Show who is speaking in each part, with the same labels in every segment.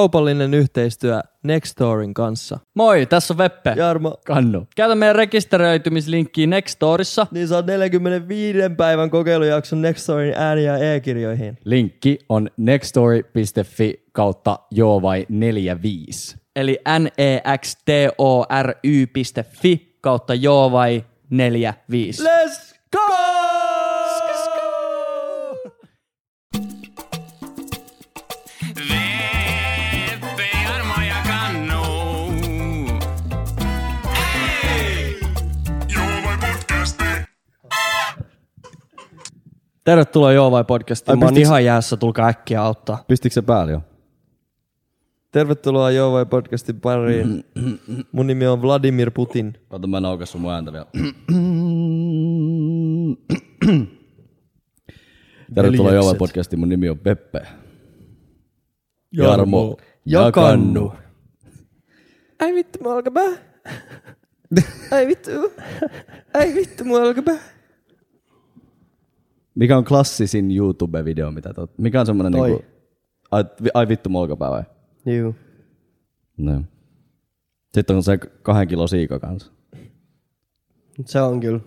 Speaker 1: Kaupallinen yhteistyö Nextorin kanssa.
Speaker 2: Moi, tässä on Veppe.
Speaker 1: Jarmo,
Speaker 3: Kannu.
Speaker 2: Käytä meidän rekisteröitymislinkkiä Nextorissa.
Speaker 1: niin saa 45 päivän kokeilujakson Nextorin ääni- ja e-kirjoihin.
Speaker 3: Linkki on nextstory.fi kautta joo vai 45.
Speaker 2: Eli nextory.fi kautta joo vai 45.
Speaker 1: Let's go!
Speaker 4: Veppe, Jarmo ja Kannu. Hei! Joo vai podcasti?
Speaker 2: Tervetuloa Joo vai podcastiin.
Speaker 1: Ai,
Speaker 2: Mä oon
Speaker 1: pistiks-
Speaker 2: ihan jäässä, tulkaa äkkiä auttaa.
Speaker 3: Pistikö se päälle jo?
Speaker 1: Tervetuloa Joo vai podcastin pariin. Mun nimi on Vladimir Putin.
Speaker 3: Ota mä naukas sun mun ääntä vielä. Tervetuloa Joo vai
Speaker 1: Veljekset.
Speaker 3: podcastiin. Mun nimi on Peppe. Jarmo. Ja Kannu.
Speaker 1: Ai vittu, mua alkaa pää. Ai vittu. Ai vittu, mua alkaa pää.
Speaker 3: Mikä on klassisin YouTube-video, mitä tot... Mikä on semmonen
Speaker 1: Toi.
Speaker 3: niinku... Ai, vi- ai vittu mun olkapää vai?
Speaker 1: Juu.
Speaker 3: No. Sitten on se kahden kilo siika kanssa.
Speaker 1: Se on kyllä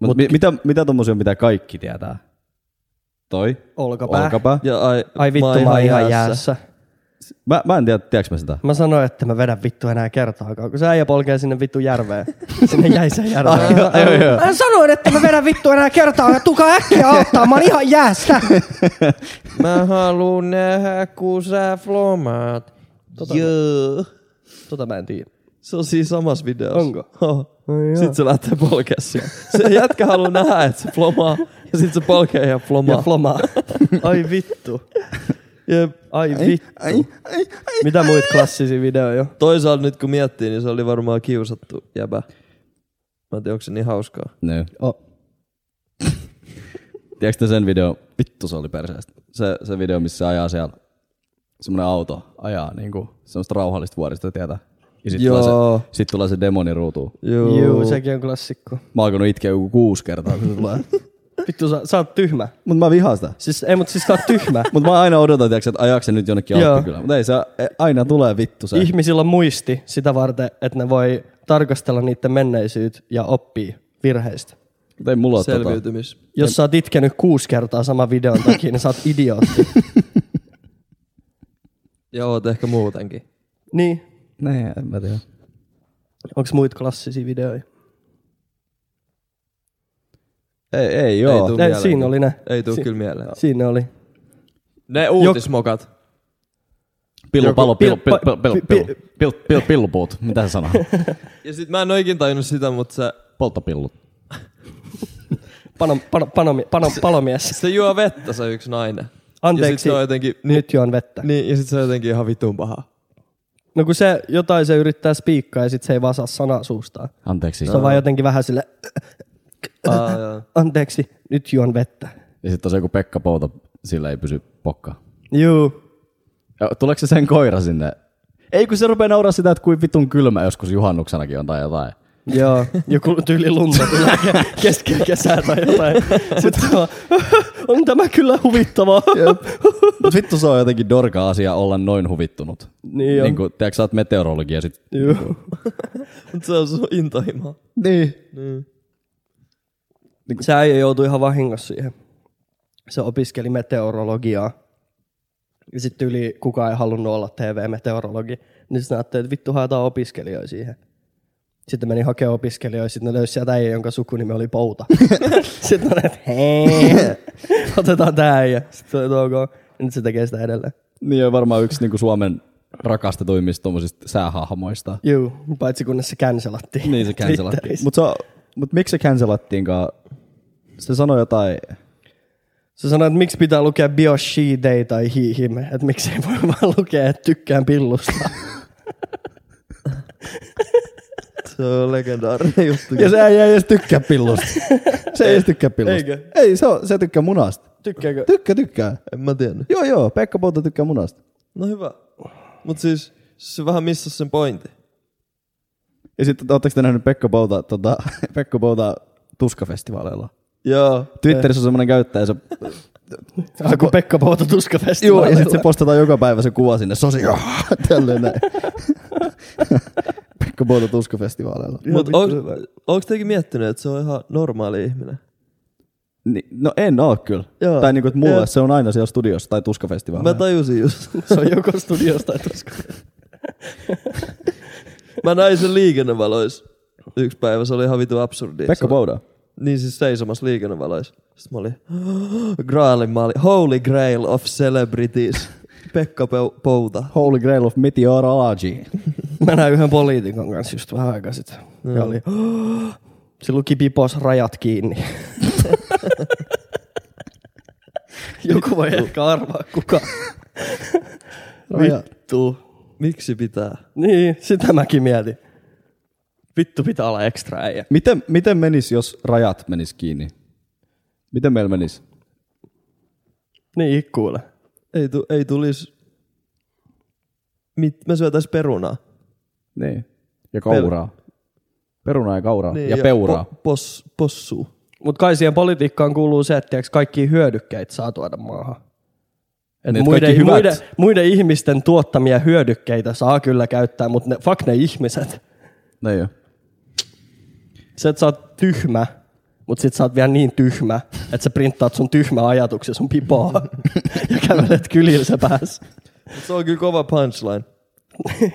Speaker 3: Mut, mi- mitä, mitä tommosia, mitä kaikki tietää? Toi?
Speaker 1: olkapää.
Speaker 3: Olkapää.
Speaker 1: Ja ai,
Speaker 2: Ai vittu, mä oon ihan jäässä.
Speaker 3: Mä, mä en tiedä, tiedäks mä sitä.
Speaker 5: Mä sanoin, että mä vedän vittu enää kertaakaan, kun se äijä polkee sinne vittu järveen. Sinne jäiseen järveen. Mä sanoin, että mä vedän vittu enää kertaakaan, tukaa äkkiä auttaa, mä oon ihan jäästä.
Speaker 1: Mä haluun nähdä, kun sä flomaat. Tota, Joo.
Speaker 5: Tota mä en tiedä.
Speaker 1: Se on siinä samassa videossa.
Speaker 5: Onko?
Speaker 1: Oh.
Speaker 5: joo.
Speaker 1: Sitten se lähtee polkea siellä. Se jätkä haluaa nähdä, että se flomaa. Ja sitten se polkee ja flomaa.
Speaker 5: Ja flomaa. Ai vittu.
Speaker 1: Jep.
Speaker 5: Ai vittu. Mitä muita klassisia videoja?
Speaker 1: Toisaalta nyt kun miettii, niin se oli varmaan kiusattu jäbä. Mä en tiedä, onko se niin hauskaa.
Speaker 3: No.
Speaker 5: Oh.
Speaker 3: Tiedätkö te sen video? Vittu se oli perseestä. Se, se video, missä se ajaa siellä. Semmoinen auto ajaa niinku semmoista rauhallista vuodesta tietää. Ja sit tulee,
Speaker 1: Joo.
Speaker 3: se, sit tulee se demoni ruutuun.
Speaker 1: Joo.
Speaker 5: Juu, sekin on klassikko.
Speaker 3: Mä oon alkanut itkeä joku kuusi kertaa, kun se tulee.
Speaker 5: Vittu, sä, sä oot tyhmä.
Speaker 3: Mut mä vihaan sitä.
Speaker 5: Siis, ei, mut siis sä oot tyhmä.
Speaker 3: Mut mä aina odotan, tiiäks, että ajaako se nyt jonnekin
Speaker 5: Joo.
Speaker 3: Alppikylään. Mut ei se, e, aina tulee vittu se.
Speaker 5: Ihmisillä on muisti sitä varten, että ne voi tarkastella niiden menneisyyt ja oppii virheistä.
Speaker 3: Mut ei mulla oo tota.
Speaker 1: Selviytymis.
Speaker 5: Jos sä oot itkenyt kuusi kertaa saman videon takia, niin sä oot idiootti.
Speaker 1: Ja oot ehkä muutenkin.
Speaker 5: niin.
Speaker 3: Nee, en mä tiedä.
Speaker 5: Onks muita klassisia videoja?
Speaker 3: Ei, ei joo.
Speaker 1: Ei tuu.
Speaker 5: Ne,
Speaker 1: Mieleen.
Speaker 5: siinä oli ne.
Speaker 1: Ei tuu
Speaker 5: Si-
Speaker 1: kyllä mieleen.
Speaker 5: Siinä oli.
Speaker 1: Ne uutismokat.
Speaker 3: Pillu, palo, pillu,
Speaker 5: pil-
Speaker 3: pillu, pillu, pillu,
Speaker 5: pi-
Speaker 3: pillu, pillu, pillu, pillupuut. Mitä se sanoo?
Speaker 1: Ja sit mä en oo ikin tajunnut sitä, mutta se,
Speaker 3: Polttopillut.
Speaker 5: Pano, pano, pano, pano, palomies.
Speaker 1: se juo vettä se yksi nainen. Ja sit
Speaker 5: Anteeksi,
Speaker 1: se on jotenkin,
Speaker 5: nyt juon vettä.
Speaker 1: niin, ja sit se on jotenkin ihan vitun paha.
Speaker 5: No kun se jotain se yrittää spiikkaa ja sit se ei vaan saa sanaa suustaan.
Speaker 3: Anteeksi.
Speaker 5: Se on vaan jotenkin vähän sille,
Speaker 1: Aa, joo.
Speaker 5: anteeksi, nyt juon vettä.
Speaker 3: Ja sitten on se joku Pekka Pouta, sillä ei pysy pokka.
Speaker 5: Juu.
Speaker 3: Ja Tuleeko se sen koira sinne? Ei kun se rupeaa nauraa sitä, että kuin vitun kylmä joskus juhannuksenakin on tai jotain.
Speaker 5: Joo, joku tyyli lunta tulee ke- keskellä kesää tai jotain. Sitten se vaan, on tämä kyllä huvittavaa.
Speaker 3: Mut vittu se on jotenkin dorka asia olla noin huvittunut.
Speaker 5: Niin on.
Speaker 3: Niin kun, tiedätkö, sä oot meteorologi ja sit...
Speaker 5: Juu.
Speaker 1: Mut se on sun intohimo.
Speaker 3: Niin. Niinku.
Speaker 5: Se äijä joutui ihan vahingossa siihen. Se opiskeli meteorologiaa. Ja sitten yli kukaan ei halunnut olla TV-meteorologi. Niin sitten ajattelin, että vittu haetaan opiskelijoita siihen. Sitten meni hakemaan opiskelijoita, sitten ne löysi sieltä äijä, jonka sukunimi oli Pouta. sitten ne oli, että hei, otetaan tää äijä. Sitten oli, että ok. Ja nyt se tekee sitä edelleen.
Speaker 3: Niin on varmaan yksi niinku Suomen rakastetuimmista tommosista säähahmoista.
Speaker 5: Juu, paitsi kunnes se cancelattiin.
Speaker 3: Niin se cancelattiin.
Speaker 5: Twitterissä.
Speaker 3: Mut, se, on- mut miksi se cancelattiinkaan? Se sanoi jotain...
Speaker 5: Se sanoi, että miksi pitää lukea bio, she, they tai he, him. Että miksi ei voi vaan lukea, että tykkään pillusta.
Speaker 1: Se on legendaarinen juttu.
Speaker 3: Ja se ei edes tykkää pillusta. Se ei edes tykkää pillusta.
Speaker 5: Eikö?
Speaker 3: Ei, se, on, se tykkää munasta.
Speaker 5: Tykkääkö?
Speaker 3: Tykkää, tykkää.
Speaker 1: En mä tiennyt.
Speaker 3: Joo, joo, Pekka Pouta tykkää munasta.
Speaker 1: No hyvä. Mut siis, se vähän missas sen pointti.
Speaker 3: Ja sitten ootteko te nähnyt Pekka Pouta, tota, Pekka Pouta tuskafestivaaleilla?
Speaker 1: Joo.
Speaker 3: Twitterissä on semmoinen käyttäjä, se
Speaker 5: Joku Pekka Pouta tuskafesti.
Speaker 3: Joo, ja sitten se postataan joka päivä se kuva sinne sosio. Tälleen näin. Pekka Pouta Tuskafestivaaleilla.
Speaker 1: Mutta on, onko tekin miettinyt, että se on ihan normaali ihminen?
Speaker 3: Ni- No en oo kyllä.
Speaker 1: Joo.
Speaker 3: Tai niinku, että mulle
Speaker 1: Joo.
Speaker 3: se on aina siellä studiossa tai Tuskafestivaaleilla.
Speaker 1: Mä tajusin just.
Speaker 5: se on joko studiosta tai tuska.
Speaker 1: Mä näin sen liikennevalois yksi päivä, se oli ihan vitu absurdi. Se
Speaker 3: Pekka
Speaker 1: oli-
Speaker 3: Pouda.
Speaker 1: Niin siis seisomassa liikennevaloissa. Sitten mä olin, Graalin mä olin, Holy Grail of Celebrities. Pekka Peu- Pouta.
Speaker 3: Holy Grail of Meteorology.
Speaker 5: Mä näin yhden poliitikon kanssa just vähän aikaa sitten. Ja oli, se luki pipos rajat kiinni. Joku voi ehkä arvaa kuka.
Speaker 3: Rajat.
Speaker 5: Vittu.
Speaker 1: Miksi pitää?
Speaker 5: Niin, sitä mäkin mietin. Vittu pitää olla ekstra äijä.
Speaker 3: Miten, miten menis, jos rajat menis kiinni? Miten meillä menis?
Speaker 5: Niin, kuule.
Speaker 1: Ei, tu- ei tulis... Mit- me syötäis perunaa.
Speaker 3: Niin. Ja kauraa. Perunaa ja kauraa.
Speaker 1: Niin,
Speaker 3: Niin, ja, ja peuraa.
Speaker 1: Po- pos- possu.
Speaker 5: Mutta kai siihen politiikkaan kuuluu se, että tiiäks, kaikki hyödykkeitä saa tuoda maahan. Et
Speaker 3: Niin, et
Speaker 5: muiden,
Speaker 3: kaikki hyvät.
Speaker 5: muiden, muiden ihmisten tuottamia hyödykkeitä saa kyllä käyttää, mutta ne, fuck ne ihmiset.
Speaker 3: Niin jo.
Speaker 5: Se, että sä oot tyhmä, mutta sit sä oot vielä niin tyhmä, että sä printtaat sun tyhmä ajatuksen sun pipaa ja kävelet kylillä sä pääs.
Speaker 1: Se on kyllä kova punchline.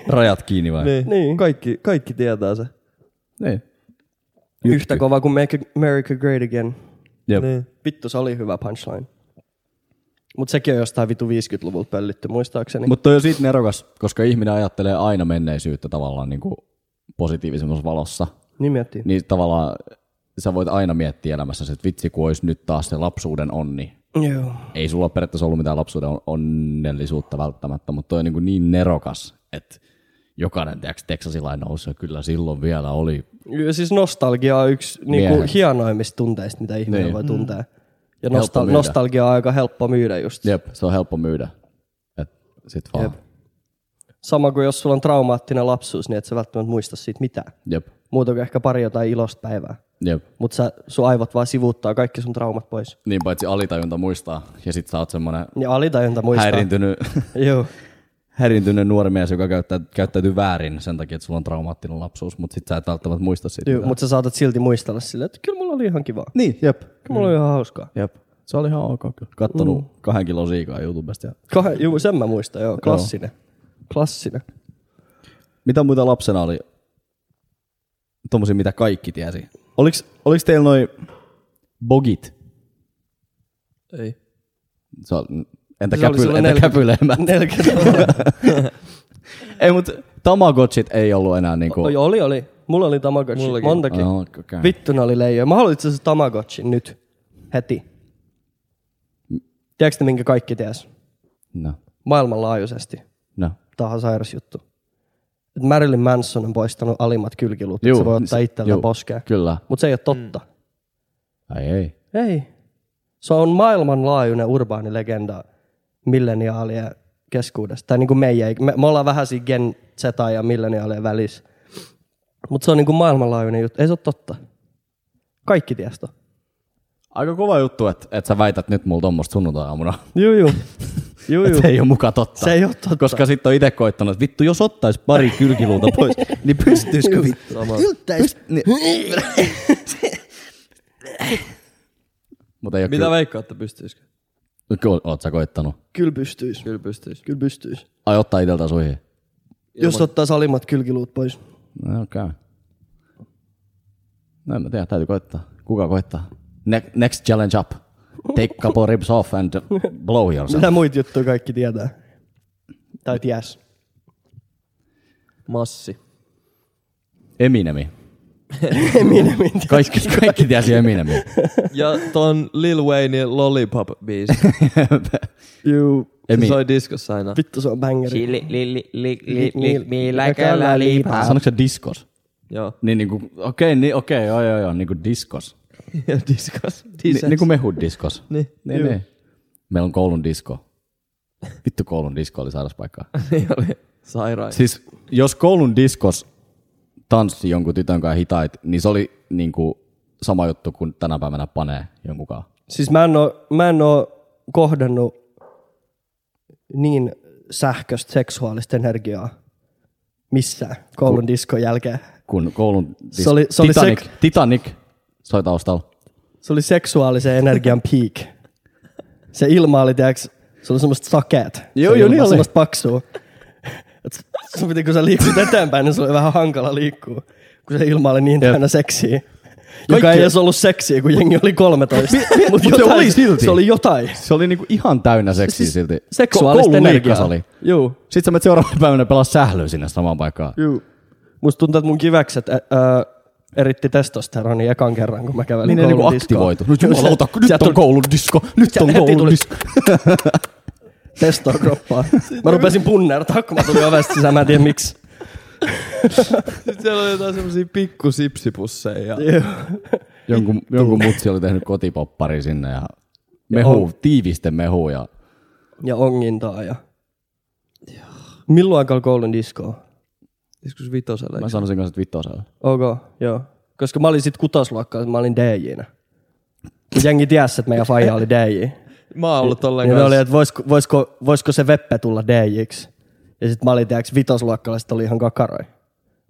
Speaker 3: Rajat kiinni vai?
Speaker 1: Niin.
Speaker 5: Niin.
Speaker 1: Kaikki, kaikki tietää se.
Speaker 3: Niin.
Speaker 5: Yhtä kova kuin Make America Great Again.
Speaker 3: Jep.
Speaker 1: Niin.
Speaker 5: Vittu, se oli hyvä punchline. Mutta sekin on jostain vitu 50-luvulta pöllitty, muistaakseni.
Speaker 3: Mutta toi on siitä nerokas, koska ihminen ajattelee aina menneisyyttä tavallaan niin kuin positiivisemmassa valossa.
Speaker 5: niin miettii.
Speaker 3: Niin tavallaan sä voit aina miettiä elämässä, että vitsi kun olisi nyt taas se lapsuuden onni.
Speaker 1: Niin.
Speaker 5: Joo.
Speaker 3: Ei sulla ole periaatteessa ollut mitään lapsuuden on- onnellisuutta välttämättä, mutta toi on niin, kuin niin nerokas, että jokainen tiedätkö, teksasilainen nousee, kyllä silloin vielä oli.
Speaker 5: Ja siis nostalgia on yksi niinku,
Speaker 3: Miehen.
Speaker 5: hienoimmista tunteista, mitä ihminen
Speaker 3: Niin.
Speaker 5: voi tuntea. Ja
Speaker 3: Helppo
Speaker 5: nostal-
Speaker 3: myydä.
Speaker 5: nostalgia on aika helppo myydä just.
Speaker 3: Jep, se on helppo myydä. Et sit vaan. Jep.
Speaker 5: Sama kuin jos sulla on traumaattinen lapsuus, niin et sä välttämättä muista siitä mitään.
Speaker 3: Jep.
Speaker 5: Muuta kuin ehkä pari jotain ilosta päivää.
Speaker 3: Jep.
Speaker 5: Mutta sun aivot vaan sivuuttaa kaikki sun traumat pois.
Speaker 3: Niin paitsi alitajunta muistaa ja sit sä oot semmonen
Speaker 5: Ja alitajunta muistaa.
Speaker 3: häirintynyt,
Speaker 5: Joo.
Speaker 3: häirintynyt nuori mies, joka käyttää, käyttäytyy väärin sen takia, että sulla on traumaattinen lapsuus, mutta sit sä et välttämättä muista siitä.
Speaker 5: Joo. Mutta sä saatat silti muistella silleen, että kyllä mulla oli ihan kivaa.
Speaker 3: Niin, jep.
Speaker 5: Kyllä mulla oli ihan hauskaa.
Speaker 3: Jep. Se oli ihan ok kyllä. Kattonut mm. kahden kilon siikaa YouTubesta. Ja...
Speaker 5: Kah- juu, sen mä muistan, joo. Klassinen. Klassinen.
Speaker 3: Mitä muita lapsena oli? Tommosia, mitä kaikki tiesi. Oliks, oliks teillä noi bogit?
Speaker 1: Ei.
Speaker 3: Se on, entä,
Speaker 5: Se oli
Speaker 3: käpylä,
Speaker 5: silloin
Speaker 3: entä
Speaker 5: nel-
Speaker 3: käpyleimät?
Speaker 5: Nelkä.
Speaker 3: Ei, mutta Tamagotchit ei ollut enää niinku...
Speaker 5: Oi, oli, oli. Mulla oli Tamagotchi. Mullakin. Montakin.
Speaker 3: Oh, okay.
Speaker 5: Vittu ne oli leijoja. Mä haluan itse asiassa Tamagotchin nyt. Heti. Tiedätkö te, minkä kaikki ties?
Speaker 3: No,
Speaker 5: Maailmanlaajuisesti.
Speaker 3: no.
Speaker 5: Tää on sairas juttu. Et Marilyn Manson on poistanut alimmat kylkiluut, että
Speaker 3: Juu,
Speaker 5: se voi
Speaker 3: niin
Speaker 5: ottaa
Speaker 3: se-
Speaker 5: itseltä
Speaker 3: juu,
Speaker 5: poskea.
Speaker 3: Kyllä.
Speaker 5: Mutta se ei ole totta.
Speaker 3: Ai ei.
Speaker 5: Ei. Se on maailmanlaajuinen urbaani legenda milleniaalien keskuudessa. Tai niin kuin meidän, me, me ollaan vähän siinä Gen Z ja milleniaalien välissä. Mutta se on niin kuin maailmanlaajuinen juttu. Ei se ole totta. Kaikki tiesto.
Speaker 3: Aika kova juttu, että et sä väität nyt mulla tommosta sunnuntai-aamuna.
Speaker 5: Juu, juu. juu, juu.
Speaker 3: Et se ei ole muka totta.
Speaker 5: Se ei ole totta.
Speaker 3: Koska sitten on itse koittanut, että vittu, jos ottais pari kylkiluuta pois, niin pystyisikö vittu? niin- Mutta ei oo
Speaker 1: Mitä
Speaker 3: kyllä.
Speaker 1: veikkaatte pystyisikö?
Speaker 3: Kyllä, oot sä koittanut.
Speaker 5: Kyllä pystyis.
Speaker 1: Kyllä pystyis.
Speaker 5: Kyllä pystyis.
Speaker 3: Ai ottaa iteltä suihin.
Speaker 5: Jos ottaisi alimmat kylkiluut pois.
Speaker 3: No okei. Okay. No en mä tiedä, täytyy koittaa. Kuka koittaa? Ne- next challenge up. Take couple ribs off and blow yourself.
Speaker 5: Mitä muita juttuja kaikki tietää? Tai ties.
Speaker 1: Massi.
Speaker 3: Eminemi.
Speaker 5: Eminem.
Speaker 3: Kaikki, kaikki tiesi Eminemi.
Speaker 1: Ja ton Lil Waynein Lollipop-biisi.
Speaker 5: Juu.
Speaker 1: Se
Speaker 3: Emi.
Speaker 1: soi diskossa aina.
Speaker 5: Vittu se on bangeri.
Speaker 6: Chili, lili, li, li,
Speaker 5: Ni-
Speaker 6: li,
Speaker 5: ni-
Speaker 6: mi, läkä, la, liipa.
Speaker 3: Sanoiko se diskos?
Speaker 1: Joo.
Speaker 3: Niin niinku, okei, okay, niin, okei, okay, joo, joo, joo, niinku diskos.
Speaker 1: Ja diskossa.
Speaker 5: Niin,
Speaker 3: Ni,
Speaker 1: Diseks.
Speaker 3: niinku mehun diskos.
Speaker 1: Niin.
Speaker 3: Niin, niin. Meillä on koulun disko. Vittu koulun disko oli sairas paikkaa.
Speaker 1: Niin oli. Sairaan.
Speaker 3: Siis jos koulun diskos tanssi jonkun tytön kanssa hitait, niin se oli niinku sama juttu kuin tänä päivänä panee jonkun kanssa.
Speaker 5: Siis mä en oo, mä en oo kohdannut niin sähköistä seksuaalista energiaa missään koulun diskon jälkeen.
Speaker 3: kun koulun... Dis-
Speaker 5: Se oli- se oli
Speaker 3: Titanic,
Speaker 5: sek-
Speaker 3: Titanic soi taustalla.
Speaker 5: Se oli seksuaalisen energian peak. Se ilma oli, tiiäks, se oli semmoista sakeet.
Speaker 3: Joo,
Speaker 5: se
Speaker 3: joo,
Speaker 5: ilma,
Speaker 3: niin oli.
Speaker 5: Semmoista paksua. Et s- sun piti, kun sä liikut eteenpäin, niin se oli vähän hankala liikkua. Kun se ilma oli niin täynnä seksiä. Joka ei
Speaker 3: Kaikki-
Speaker 5: edes ollut seksiä, kun jengi oli 13. Mut
Speaker 3: mut se
Speaker 5: jotain-
Speaker 3: oli silti.
Speaker 5: Se oli jotain.
Speaker 3: Se oli niinku ihan täynnä seksiä
Speaker 5: Siis
Speaker 3: silti.
Speaker 5: seksuaalista
Speaker 3: Ko- koulun
Speaker 5: energiaa.
Speaker 3: liikkasali.
Speaker 5: Juu.
Speaker 3: Sitten sä menet seuraavana päivänä pelaa sählöä sinne samaan paikkaan.
Speaker 5: Juu. Musta tuntuu, että mun kivekset ä, ä, eritti testosteronia ekan kerran, kun mä
Speaker 3: Niin
Speaker 5: kävelin
Speaker 3: ne
Speaker 5: koulun
Speaker 3: niinku
Speaker 5: diskoon.
Speaker 3: aktivoitu. No jumalauta, nyt
Speaker 5: Sieltä
Speaker 3: on koulun disko, nyt on
Speaker 5: heti
Speaker 3: koulun
Speaker 5: tuli-
Speaker 3: disko.
Speaker 5: testaa kroppaa. Mä rupesin punnertaa, kun mä tulin ovesta sisään, mä en tiedä miksi.
Speaker 1: Sitten siellä oli jotain semmosia pikku sipsipusseja. Ja...
Speaker 5: Niin.
Speaker 3: Jonkun, jonkun mutsi oli tehnyt kotipoppari sinne ja mehu, tiiviste mehu ja
Speaker 5: Ja ongintaa ja... Milloin alkaa koulun diskoa?
Speaker 1: Joskus vitosella.
Speaker 3: mä sanoisin kanssa, että vitosella.
Speaker 5: Ok, joo. Koska mä olin sit kutosluokkaa, mä olin DJnä. Kun jengi tiesi, että meidän faija oli DJ.
Speaker 1: Mä oon ollut tolleen
Speaker 5: Niin ne
Speaker 1: kanssa.
Speaker 5: oli, että voisiko, voisiko, voisiko se Veppe tulla DJiksi. Ja sit mä olin, tiedäks, vitosluokkalaiset oli ihan kakaroi.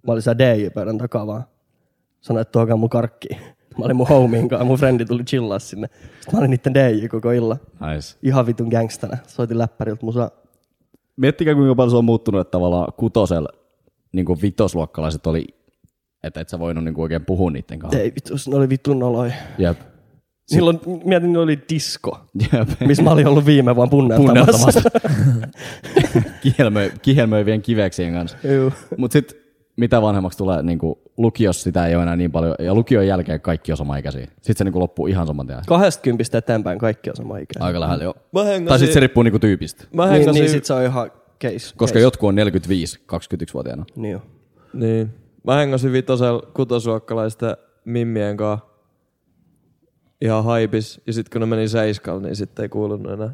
Speaker 5: Mä olin siellä DJ-pöydän takaa vaan. Sanoin, että tuokaa mun karkkiin. Mä olin mun homiin kanssa, mun frendi tuli chillaa sinne. Sitten mä olin niitten DJ koko illan.
Speaker 3: Nice.
Speaker 5: ihan vitun gangstana. Soitin läppäriltä musaa.
Speaker 3: Miettikää, kuinka paljon se on muuttunut, että tavallaan kutosella niin kuin vitosluokkalaiset oli, että et sä voinut niin kuin oikein puhua niiden kanssa.
Speaker 5: Ei vitus, ne oli vitun noloi.
Speaker 3: Jep.
Speaker 5: Silloin mietin, ne oli disko,
Speaker 3: Jep.
Speaker 5: missä mä olin ollut viime vuonna punnertamassa.
Speaker 3: Punneltamassa. Kihelmöi, kihelmöivien kiveksien kanssa.
Speaker 5: Juu.
Speaker 3: Mutta sitten mitä vanhemmaksi tulee, niin kuin lukiossa sitä ei ole enää niin paljon, ja lukion jälkeen kaikki on samaikäisiä. Sitten se niin kuin loppuu ihan saman tien.
Speaker 5: Kahdesta kympistä eteenpäin kaikki on sama ikä.
Speaker 3: Aika lähellä, joo.
Speaker 1: Mä
Speaker 3: Tai
Speaker 1: hengasin,
Speaker 3: sitten se riippuu niinku tyypistä.
Speaker 1: mä
Speaker 5: Niin,
Speaker 1: hengasin,
Speaker 5: niin sit se on ihan case.
Speaker 3: Koska
Speaker 5: case.
Speaker 3: jotkut on 45, 21-vuotiaana.
Speaker 5: Niin jo.
Speaker 1: niin. Mä hengasin vitosella kutosuokkalaisten mimmien kanssa. Ihan haipis. Ja sit kun ne meni seiskalla, niin sitten ei kuulunut enää.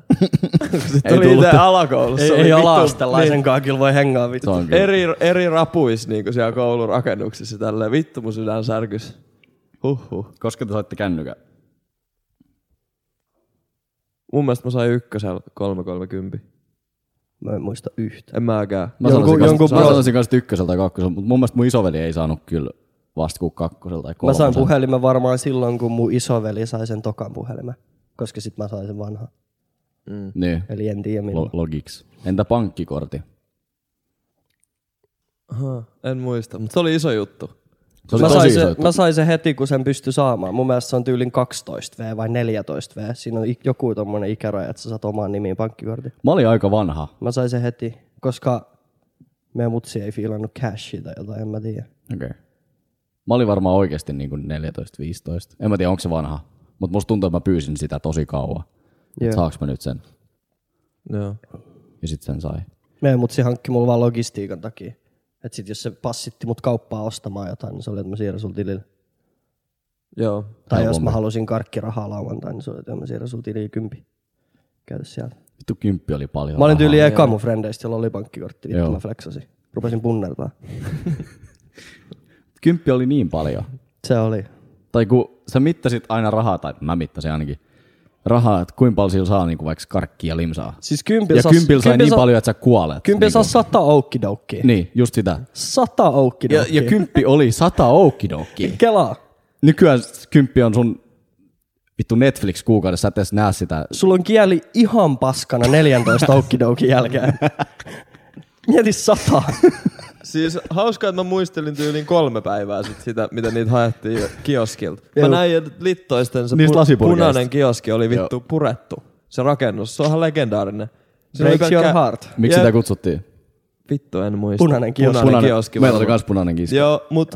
Speaker 1: sitten oli itse alakoulussa.
Speaker 5: Ei,
Speaker 1: oli
Speaker 5: ei
Speaker 1: vittu- niin.
Speaker 5: ala-astelaisen kanssa kyllä voi hengaa
Speaker 3: Se
Speaker 5: vittu.
Speaker 3: on kyllä.
Speaker 1: eri, eri rapuis niinku siellä koulun rakennuksissa tälleen. Vittu mun sydän särkys. Huhhuh.
Speaker 3: Koska te saitte kännykän.
Speaker 1: Mun mielestä mä sain ykkösellä 330.
Speaker 5: Mä en muista yhtä.
Speaker 1: En mäkään.
Speaker 3: Mä
Speaker 5: Jonkun-
Speaker 3: sanoisin, jonkun,
Speaker 5: jonkun
Speaker 3: kanssa, mä
Speaker 5: pro-
Speaker 3: sanoisin kanssa ykköseltä tai kakkoselta, mutta mun mielestä mun isoveli ei saanut kyllä vasta kuin kakkosella tai
Speaker 5: Mä sain
Speaker 3: kolmosella.
Speaker 5: puhelimen varmaan silloin, kun mun isoveli sai sen tokan puhelimen. Koska sit mä sain sen vanha.
Speaker 3: Niin,
Speaker 5: Eli en tiedä
Speaker 3: lo-
Speaker 5: milloin.
Speaker 3: logiksi. Entä pankkikortti?
Speaker 1: Aha, en muista, mutta se oli iso juttu.
Speaker 3: Se oli
Speaker 5: Mä
Speaker 3: tosi
Speaker 5: sain,
Speaker 3: iso
Speaker 5: sen,
Speaker 3: juttu.
Speaker 5: mä sain sen heti, kun sen pystyi saamaan. Mun mielestä se on tyylin 12V vai 14V. Siinä on ik- joku tommonen ikäraja, että sä saat omaan nimiin pankkikortin.
Speaker 3: Mä olin aika vanha.
Speaker 5: Mä sain sen heti, koska meidän mutsi ei fiilannut cashia tai jotain, en mä tiedä.
Speaker 3: Okay. Mä olin varmaan oikeasti niin kuin 14-15. En mä tiedä, onko se vanha. Mutta musta tuntuu, että mä pyysin sitä tosi kauan. Yeah.
Speaker 5: Joo.
Speaker 3: Saaks mä nyt sen?
Speaker 1: Joo.
Speaker 3: Ja sit sen sai.
Speaker 5: Meidän mutsi hankki mulla vaan logistiikan takia. Et sit jos se passitti mut kauppaa ostamaan jotain, niin se oli, että mä siirrän sul tilille.
Speaker 1: Joo.
Speaker 5: Tai jos
Speaker 3: Helpompi.
Speaker 5: mä halusin karkkirahaa lauantain, niin se oli, että mä siirrän sul tilille kympi. Käytä sieltä.
Speaker 3: Vittu kymppi oli paljon.
Speaker 5: Mä olin tyyli
Speaker 3: rahaa.
Speaker 5: eka mun frendeistä, jolla oli pankkikortti. Vittu
Speaker 3: Joo.
Speaker 5: mä flexasin. Rupesin punnertaa.
Speaker 3: Kymppi oli niin paljon.
Speaker 5: Se oli.
Speaker 3: Tai kun sä mittasit aina rahaa, tai mä mittasin ainakin rahaa, että kuinka paljon sillä saa niin kuin vaikka karkkia ja limsaa.
Speaker 5: Siis kympillä
Speaker 3: Ja
Speaker 5: saa-
Speaker 3: kympillä sai niin
Speaker 5: saa-
Speaker 3: paljon, että sä kuolet.
Speaker 5: Kympillä
Speaker 3: Niin
Speaker 5: saa
Speaker 3: kuin-
Speaker 5: sata oukkidoukkiä.
Speaker 3: Niin, just sitä.
Speaker 5: Sata
Speaker 3: Ja,
Speaker 5: oukkidoukkiä.
Speaker 3: ja kymppi oli sata oukkidoukki.
Speaker 5: Kelaa.
Speaker 3: Nykyään kymppi on sun vittu Netflix kuukaudessa, sä et edes näe sitä.
Speaker 5: Sulla on kieli ihan paskana 14 oukkidoukkiä jälkeen. Mieti sata.
Speaker 1: Siis hauskaa, että mä muistelin tyyliin kolme päivää sit sitä, mitä niitä haettiin jo kioskilta. Mä näin, että Littoisten se
Speaker 3: Niistä
Speaker 1: pu-
Speaker 3: lasipurkeista.
Speaker 1: punainen kioski oli vittu purettu. Se rakennus, se on ihan legendaarinen. Siinä oli
Speaker 5: Breaks your
Speaker 1: kaikkea-
Speaker 5: heart.
Speaker 3: Miksi
Speaker 1: Jep.
Speaker 3: sitä kutsuttiin?
Speaker 1: Vittu, en muista.
Speaker 5: Punainen kioski.
Speaker 1: Punainen, kioski.
Speaker 3: Meillä oli
Speaker 1: varmaan.
Speaker 3: myös punainen kioski.
Speaker 1: Joo, mut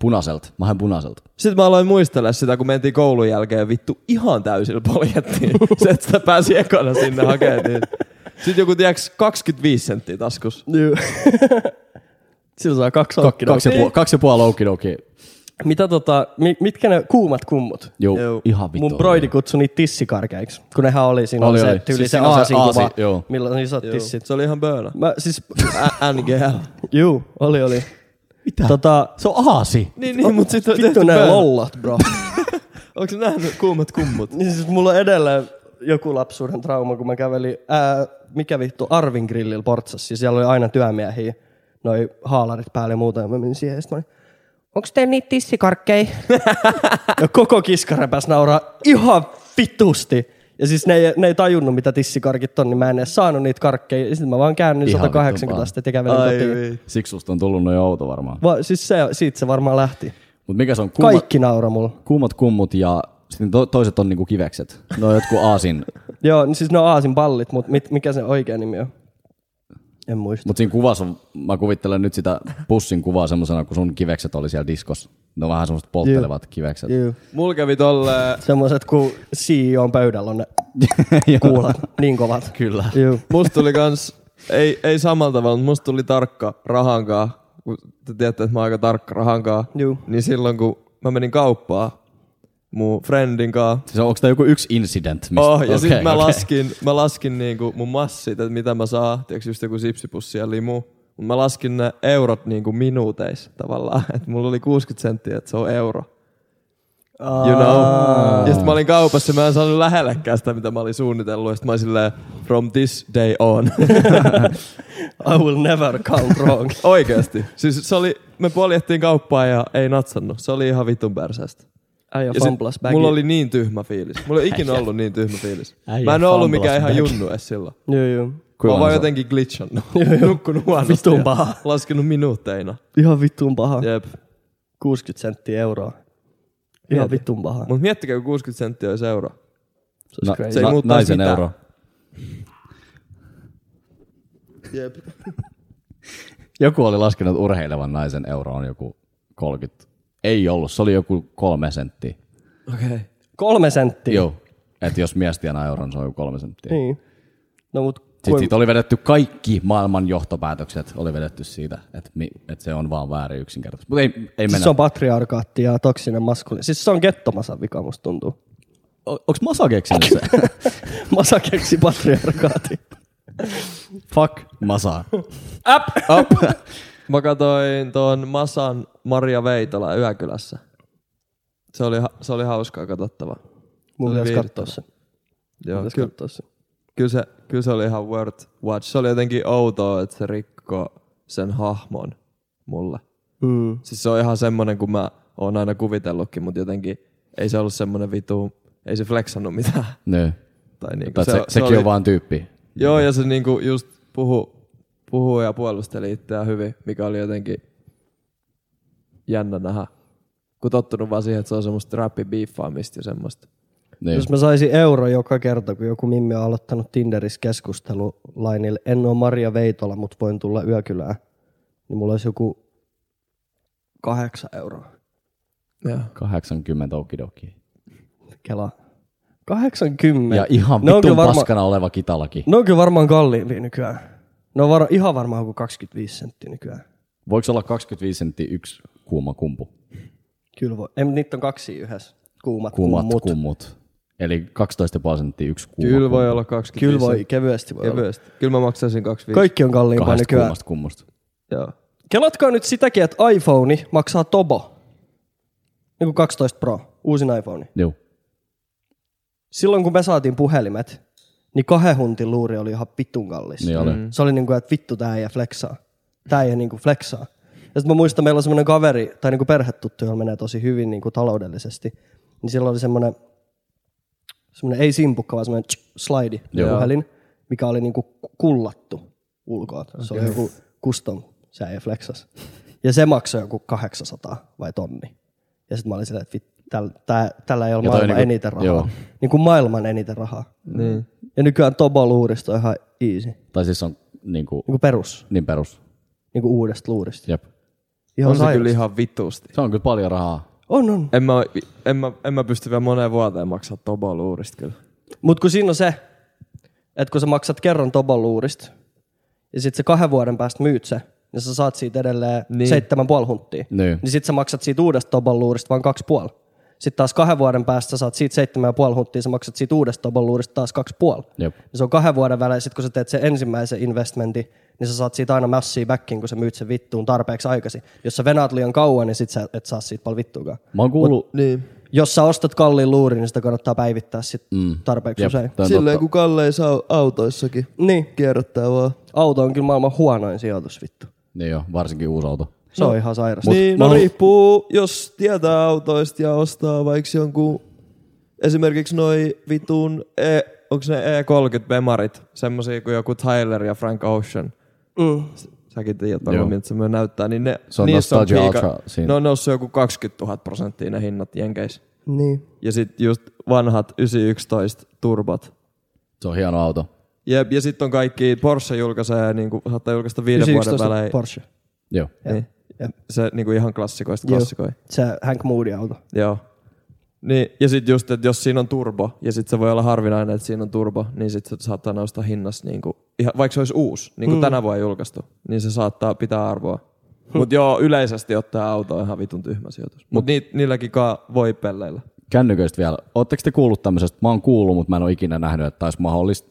Speaker 3: Punaiselta. Mä hain punaiselta.
Speaker 1: Sitten mä aloin muistella sitä, kun mentiin koulun jälkeen vittu ihan täysillä poljettiin. Se, että sitä pääsi ekana sinne hakemaan. Niin. Sitten joku, tiiäks, 25 senttiä taskus.
Speaker 5: Sillä saa kaksi
Speaker 3: Kaksi, kaksi, ja,
Speaker 5: oukkidoukkiä.
Speaker 3: puoli, kaksi ja puoli okidoki.
Speaker 5: Mitä tota, mi- mitkä ne kuumat kummut?
Speaker 3: Joo, Joo. ihan vittu.
Speaker 5: Mun broidi kutsui niitä tissikarkeiksi, kun nehän oli siinä oli,
Speaker 3: Oli,
Speaker 5: se
Speaker 3: oli.
Speaker 5: tyyli
Speaker 3: Siis
Speaker 5: se
Speaker 3: siinä on se
Speaker 5: aasinkuva,
Speaker 3: aasi, joo.
Speaker 5: milloin niin saat tissit.
Speaker 1: Se oli ihan böönä.
Speaker 5: Mä siis,
Speaker 1: Ä- NGL.
Speaker 5: juu, oli oli.
Speaker 3: Mitä?
Speaker 5: Tota,
Speaker 3: Se on aasi.
Speaker 1: Niin, niin, mut sitten on
Speaker 5: vittu
Speaker 1: tehty
Speaker 5: nää
Speaker 1: böönä.
Speaker 5: lollat, bro.
Speaker 1: Onks nähnyt kuumat kummut?
Speaker 5: Niin siis mulla on edelleen joku lapsuuden trauma, kun mä kävelin, ää, mikä vittu, Arvin grillillä Portsassa, ja siellä oli aina työmiehiä, noi haalarit päälle ja muuta, ja mä menin siihen, ja sit mä olin,
Speaker 7: Onko teillä niitä tissikarkkeja?
Speaker 5: ja koko kiskarepäs nauraa ihan vitusti. Ja siis ne ei, ne ei tajunnut, mitä tissikarkit on, niin mä en edes saanut niitä karkkeja. Ja sitten mä vaan käännyin
Speaker 3: Ihan
Speaker 5: 180
Speaker 3: vitun
Speaker 5: astetta ja kävelin kotiin.
Speaker 3: Siksi susta on tullut noin outo varmaan.
Speaker 5: Va, siis se, siitä se varmaan lähti.
Speaker 3: Mut mikä se on? Kumma,
Speaker 5: Kaikki naura mulla.
Speaker 3: Kummat kummut ja sitten to, toiset on niinku kivekset. Ne on jotkut aasin.
Speaker 5: Joo, niin siis ne on aasin pallit, mutta mit, mikä se oikea nimi on? En muista.
Speaker 3: Mut siinä kuvassa, on- mä kuvittelen nyt sitä pussin kuvaa semmosena, kun sun kivekset oli siellä diskossa. Ne on vähän semmoset polttelevat kivekset.
Speaker 5: Juu.
Speaker 1: Mulla kävi tolle,
Speaker 5: Semmoiset, kun CEO on pöydällä on ne
Speaker 3: Joo.
Speaker 5: kuulat niin kovat.
Speaker 3: Kyllä.
Speaker 5: Juu.
Speaker 1: musta tuli kans, ei, ei samalla tavalla, mutta musta tuli tarkka rahankaa. Kun te tiedätte, että mä oon aika tarkka rahankaa.
Speaker 5: Juu.
Speaker 1: Niin silloin kun mä menin kauppaan mun friendin kanssa,
Speaker 3: Siis onko tämä joku yksi incident? Mistä?
Speaker 1: Oh, ja okay, sitten mä,
Speaker 3: okei.
Speaker 1: okay. laskin, mä laskin niinku mun massit, että mitä mä saan. Tiedätkö, just joku sipsipussi ja limu. Mut Mä laskin ne eurot niinku minuuteissa tavallaan. Että mulla oli 60 senttiä, että se on euro. You know? Ja sitten mä olin kaupassa ja mä en saanut lähellekään sitä, mitä mä olin suunnitellut. Ja sitten mä olin silleen, from this day on.
Speaker 5: I will never come wrong.
Speaker 1: Oikeesti. Siis se oli, me poljettiin kauppaa ja ei natsannut. Se oli ihan vitun persästä.
Speaker 5: Äijä
Speaker 1: Ja sit
Speaker 5: fumblas
Speaker 1: mulla oli niin tyhmä fiilis. Mulla ei ikinä ollut niin tyhmä fiilis.
Speaker 2: Äijä
Speaker 1: Mä en ollut
Speaker 2: fumblas
Speaker 1: mikään ihan
Speaker 2: bagi.
Speaker 1: junnu edes silloin.
Speaker 5: Joo, joo.
Speaker 1: Mä oon vaan
Speaker 3: se-
Speaker 1: jotenkin glitchannut. Nukkunut huonosti.
Speaker 5: Vitun
Speaker 1: ja
Speaker 5: paha.
Speaker 1: Laskenut minuutteina.
Speaker 5: Ihan vittuun paha.
Speaker 1: Jep.
Speaker 5: 60 senttiä euroa. Ihan vittuun paha.
Speaker 1: Mut miettikää, kun 60 senttiä olisi euro.
Speaker 3: Na-
Speaker 5: crazy.
Speaker 1: Se ei
Speaker 3: na-
Speaker 1: muuttaisi
Speaker 3: naisen
Speaker 1: mitään.
Speaker 3: euro.
Speaker 1: Jep.
Speaker 3: Joku oli laskenut että urheilevan naisen euro on joku 30. Ei ollut, se oli joku kolme senttiä.
Speaker 1: Okei. Okay.
Speaker 5: Kolme senttiä.
Speaker 3: Joo. Että jos mies tienaa euron, se on joku kolme senttiä. Niin.
Speaker 5: Niin. No mut
Speaker 3: Sitten siitä oli vedetty kaikki maailman johtopäätökset, oli vedetty siitä, että, mi, että se on vaan väärin yksinkertaisesti. Mutta ei, ei mennä.
Speaker 5: siis se on patriarkaatti ja toksinen maskuli. Siis se on gettomasan vika, musta tuntuu.
Speaker 3: on... Onko Masa keksinyt se?
Speaker 5: Masa keksi patriarkaati.
Speaker 3: Fuck Masa.
Speaker 1: Mä katsoin tuon Masan Maria Veitola Yökylässä. Se oli, ha- se oli hauskaa katsottavaa.
Speaker 5: Mun
Speaker 1: Se oli
Speaker 5: pitäisi katsoa
Speaker 1: viihdyttävä.
Speaker 5: se.
Speaker 1: Joo,
Speaker 5: Pitäisi
Speaker 1: kyllä,
Speaker 5: katsoa se.
Speaker 1: kyllä, se, kyllä se oli ihan worth watch. Se oli jotenkin outoa, että se rikkoo sen hahmon mulle.
Speaker 5: Mm.
Speaker 1: Siis se on ihan semmonen, kun mä oon aina kuvitellutkin, mutta jotenkin ei se ollut semmonen vitu, ei se flexannut mitään.
Speaker 3: Nö.
Speaker 1: Tai niinku,
Speaker 3: Se, Niin. se, sekin oli... on vaan tyyppi.
Speaker 1: Joo, ja se niinku just puhu, puhuu ja puolusteli itseään hyvin, mikä oli jotenkin jännä nähdä. Kun tottunut vaan siihen, että se on semmoista rappibiiffaamista ja semmoista.
Speaker 3: Niin.
Speaker 5: Jos mä saisin euro joka kerta, kun joku mimmi on aloittanut Tinderissä keskustelu lainille, en ole Maria Veitola, mutta voin tulla yökylään, niin mulla olisi joku kahdeksan euroa.
Speaker 1: Joo.
Speaker 3: 80 okidoki.
Speaker 5: Kela. 80.
Speaker 3: Ja ihan
Speaker 5: ne on, kyllä
Speaker 3: vitun
Speaker 5: varma,
Speaker 3: paskana oleva kitalaki.
Speaker 5: ne on kyllä varmaan kalliimpia nykyään. Ne on var, ihan varmaan joku 25 senttiä nykyään.
Speaker 3: Voiko se olla 25 senttiä yksi kuuma kumpu?
Speaker 5: Kyllä voi. Ei, mut niitä on kaksi yhdessä. Kuumat,
Speaker 3: Kuumat
Speaker 5: kummut.
Speaker 3: kummut. kummut. Eli 12,5 senttiä yksi kuuma
Speaker 1: Kyllä voi
Speaker 3: kumpu.
Speaker 1: olla 25
Speaker 5: Kyllä voi, kevyesti voi olla.
Speaker 1: Kevyesti. Kyllä mä maksaisin 25.
Speaker 5: Kaikki on kalliimpaa
Speaker 3: Kahdesta
Speaker 5: nykyään.
Speaker 3: kuumasta kummusta.
Speaker 1: Joo.
Speaker 5: Kelatkaa nyt sitäkin, että iPhone maksaa Tobo. Niin kuin 12 Pro, uusin iPhone.
Speaker 3: Joo.
Speaker 5: Silloin kun me saatiin puhelimet, niin kahden huntin luuri oli ihan vitun kallis.
Speaker 3: Niin oli.
Speaker 5: Se oli niin kuin, että vittu tää ei flexaa. Tää ei niin kuin flexaa. Ja sitten mä muistan, meillä on semmoinen kaveri, tai niin kuin perhetuttu, jolla menee tosi hyvin niin kuin taloudellisesti. Niin sillä oli semmoinen, semmoinen ei simpukka, vaan semmoinen tsk, slaidi
Speaker 3: Joo.
Speaker 5: puhelin, mikä oli niin kuin kullattu ulkoa. Se oli joku custom, se ei flexas. Ja se maksoi joku 800 vai tonni. Ja sitten mä olin silleen, että vit, täl, tää, tällä ei ole
Speaker 3: Ja toi
Speaker 5: maailman niinku,
Speaker 3: niinku-
Speaker 5: eniten rahaa.
Speaker 3: joo.
Speaker 5: Niin kuin maailman eniten rahaa. Niin. Ja nykyään Tobo luurista on ihan easy. Niin
Speaker 3: Tai siis on niinku,
Speaker 5: kuin perus
Speaker 3: niin perus.
Speaker 5: niin kuin uudesta luurista.
Speaker 3: Jep.
Speaker 5: Ihan
Speaker 1: On se
Speaker 5: sairaasti.
Speaker 1: kyllä ihan vitusti.
Speaker 3: Se on kyllä paljon rahaa.
Speaker 5: On, on.
Speaker 1: En mä, en, mä, en mä pysty vielä moneen vuoteen maksaa toboluurista kyllä.
Speaker 5: Mutta kun siinä on se, että kun sä maksat kerran Tobon luurista, ja sitten se kahden vuoden päästä myyt se, niin sä saat siitä edelleen niin. seitsemän puoli hunttia.
Speaker 3: Niin.
Speaker 5: Niin sit sä maksat siitä uudesta Tobon luurista vaan kaksi puoli. Sitten taas kahden vuoden päästä sä saat siitä seitsemän ja puoli hunttia, sä maksat siitä uudesta Tobon luurista taas kaksi puoli.
Speaker 3: Jep.
Speaker 5: Ja se on kahden vuoden välein, sit kun sä teet sen ensimmäisen investmentin, niin sä saat siitä aina massia backin, kun sä myyt sen vittuun tarpeeksi aikaisin. Jos sä venaat liian kauan, niin sit sä et saa siitä paljon vittuakaan.
Speaker 3: Mä oon kuullut, Mut, niin.
Speaker 5: Jos sä ostat kalliin luurin, niin sitä kannattaa päivittää sit mm. tarpeeksi
Speaker 3: Jep,
Speaker 5: usein.
Speaker 3: tää on
Speaker 1: Silleen
Speaker 3: totta.
Speaker 1: kun Kalle saa autoissakin
Speaker 5: Niin,
Speaker 1: kierrättää vaan.
Speaker 5: auto on kyllä maailman huonoin sijoitus vittu.
Speaker 3: Niin joo, varsinkin uusi auto.
Speaker 5: Se on ihan sairas.
Speaker 3: Mut-
Speaker 1: niin,
Speaker 3: mä
Speaker 1: no
Speaker 3: halu-
Speaker 1: riippuu, jos tietää autoista ja ostaa vaikka jonkun, esimerkiksi noi vitun, e, onks ne E30-bemarit, semmosia kuin joku Tyler ja Frank Ocean.
Speaker 5: Mm.
Speaker 1: Säkin tiedät varmaan,
Speaker 3: Joo.
Speaker 1: miltä se myö näyttää, niin ne,
Speaker 3: Se on
Speaker 1: niissä on
Speaker 3: Nostalgia
Speaker 1: piika,
Speaker 3: Ultra siinä.
Speaker 1: ne on noussut joku 20 000 prosenttia ne hinnat Jenkeissä.
Speaker 5: Niin.
Speaker 1: Ja sit just vanhat 911 turbat.
Speaker 3: Se on hieno auto.
Speaker 1: Jep, ja sitten on kaikki, Porsche julkaisee, niin kuin, saattaa julkaista viiden vuoden
Speaker 5: 911
Speaker 1: välein.
Speaker 5: Porsche.
Speaker 3: Joo.
Speaker 1: niin.
Speaker 5: Jep.
Speaker 1: Se niin kuin ihan klassikoista
Speaker 5: Joo.
Speaker 1: klassikoi.
Speaker 5: Se Hank Moody auto.
Speaker 1: Joo. Niin, ja sitten just, että jos siinä on turbo, ja sitten se voi olla harvinainen, että siinä on turbo, niin sitten se saattaa nousta hinnassa, niin kuin, ihan, vaikka se olisi uusi, niin kuin mm. tänä vuonna julkaistu, niin se saattaa pitää arvoa. Mutta joo, yleisesti ottaa auto on ihan vitun tyhmä sijoitus. Mutta ni, niilläkin kaa voi pelleillä.
Speaker 3: Kännyköistä vielä. Oletteko te kuullut tämmöisestä? Mä oon kuullut, mutta mä en ole ikinä nähnyt, että olisi mahdollista.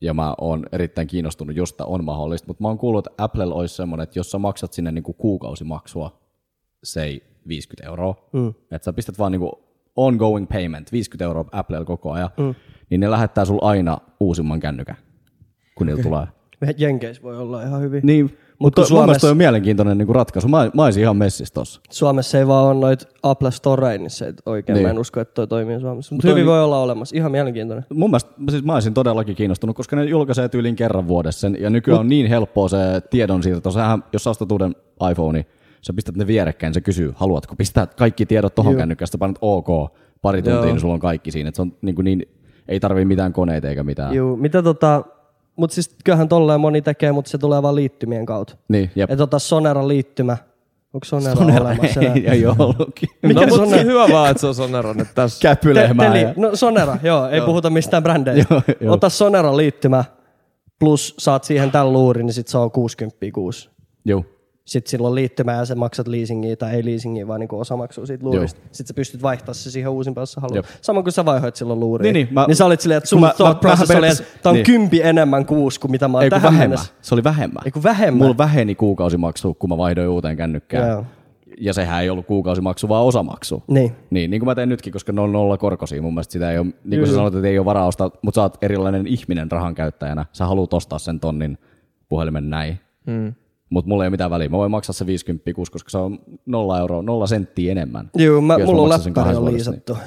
Speaker 3: Ja mä oon erittäin kiinnostunut, josta on mahdollista. Mutta mä oon kuullut, että Applella olisi semmoinen, että jos sä maksat sinne niinku kuukausimaksua, sei 50 euroa, mm. että sä pistät vaan niinku ongoing payment, 50 euroa Applella koko ajan, mm. niin ne lähettää sulla aina uusimman kännykän, kun niillä tulee.
Speaker 5: Jenkeissä voi olla ihan hyvin.
Speaker 3: Eh. Niin, mutta
Speaker 5: Mutta
Speaker 3: Mut Suomessa... mun mielestä
Speaker 5: Suomessa,
Speaker 3: toi on mielenkiintoinen niinku ratkaisu. Mä, mä olisin ihan messissä tossa.
Speaker 5: Suomessa ei vaan ole noita Apple Storeen, niin se ei oikein. Niin.
Speaker 3: Niin.
Speaker 5: Mä en usko, että toi toimii Suomessa. Mutta
Speaker 3: Mut
Speaker 5: hyvin
Speaker 3: toi- niin-
Speaker 5: voi olla olemassa. Ihan mielenkiintoinen.
Speaker 3: Mun mielestä siis mä olisin todellakin kiinnostunut, koska ne julkaisee tyylin kerran vuodessa sen, ja nykyään Mut. on niin helppoa se tiedonsiirto. Sähän, jos sä ostat uuden iPhone, sä pistät ne vierekkäin, se kysyy, haluatko pistää kaikki tiedot tohon kännykkään, sä painat OK, pari tuntia, niin sulla on kaikki siinä. Et se on niin, kuin niin ei tarvii mitään koneita eikä mitään.
Speaker 5: Juu, mitä tota... Mutta siis kyllähän tolleen moni tekee, mutta se tulee vaan liittymien kautta.
Speaker 3: Niin, jep.
Speaker 5: Että ota tota, Sonera liittymä. Onko Sonera,
Speaker 3: Sonera
Speaker 5: olemassa? enää?
Speaker 3: ei, ei ole ollutkin.
Speaker 1: No,
Speaker 5: Mikä no,
Speaker 1: mutta
Speaker 5: Sonera?
Speaker 1: hyvä vaan, että se on Sonera nyt tässä.
Speaker 3: Käpylehmää.
Speaker 5: Te-
Speaker 3: ja-
Speaker 5: teli- no Sonera, joo, ei puhuta mistään brändeistä.
Speaker 3: Joo, joo.
Speaker 5: Ota Sonera liittymä, plus saat siihen tämän luurin, niin sit se on 60 kuusi.
Speaker 3: Juu.
Speaker 5: Sitten silloin liittymä ja sä maksat leasingia tai ei leasingia, vaan niinku osamaksua siitä luurista. Sitten sä pystyt vaihtamaan se siihen uusimpaan, jos sä haluat.
Speaker 3: Jep.
Speaker 5: Sama kuin sä vaihoit silloin luuriin.
Speaker 3: Niin, niin, mä-
Speaker 5: niin sä olit silleen, että
Speaker 3: kun
Speaker 5: sun
Speaker 3: mä- mä-
Speaker 5: thought
Speaker 3: mä-
Speaker 5: process oli, että
Speaker 3: periaatteessa-
Speaker 5: tää on
Speaker 3: niin.
Speaker 5: kympi enemmän kuusi kuin mitä mä oon
Speaker 3: Ei kun
Speaker 5: tähän
Speaker 3: vähemmän.
Speaker 5: mennessä.
Speaker 3: Se oli vähemmän.
Speaker 5: Ei kun vähemmän.
Speaker 3: Mulla väheni kuukausimaksu, kun mä vaihdoin uuteen kännykkään.
Speaker 5: Joo.
Speaker 3: Ja sehän ei ollut kuukausimaksu, vaan osamaksu.
Speaker 5: Niin.
Speaker 3: Niin, niin kuin mä teen nytkin, koska ne on nolla korkoisia. Mun mielestä sitä ei ole, niin kuin sä sanoit, että ei ole varaa ostaa, mutta sä oot erilainen ihminen rahan käyttäjänä. Sä haluat ostaa sen tonnin puhelimen näin. Mm. Mutta mulla ei ole mitään väliä. Mä voin maksaa se 50 kuusi, koska se on nolla euroa, nolla senttiä enemmän.
Speaker 5: Joo, mä,
Speaker 3: Jos
Speaker 5: mulla on
Speaker 3: maksan sen
Speaker 5: läppäri
Speaker 3: kahdessa
Speaker 5: on
Speaker 3: vuodessa,
Speaker 5: liisattu.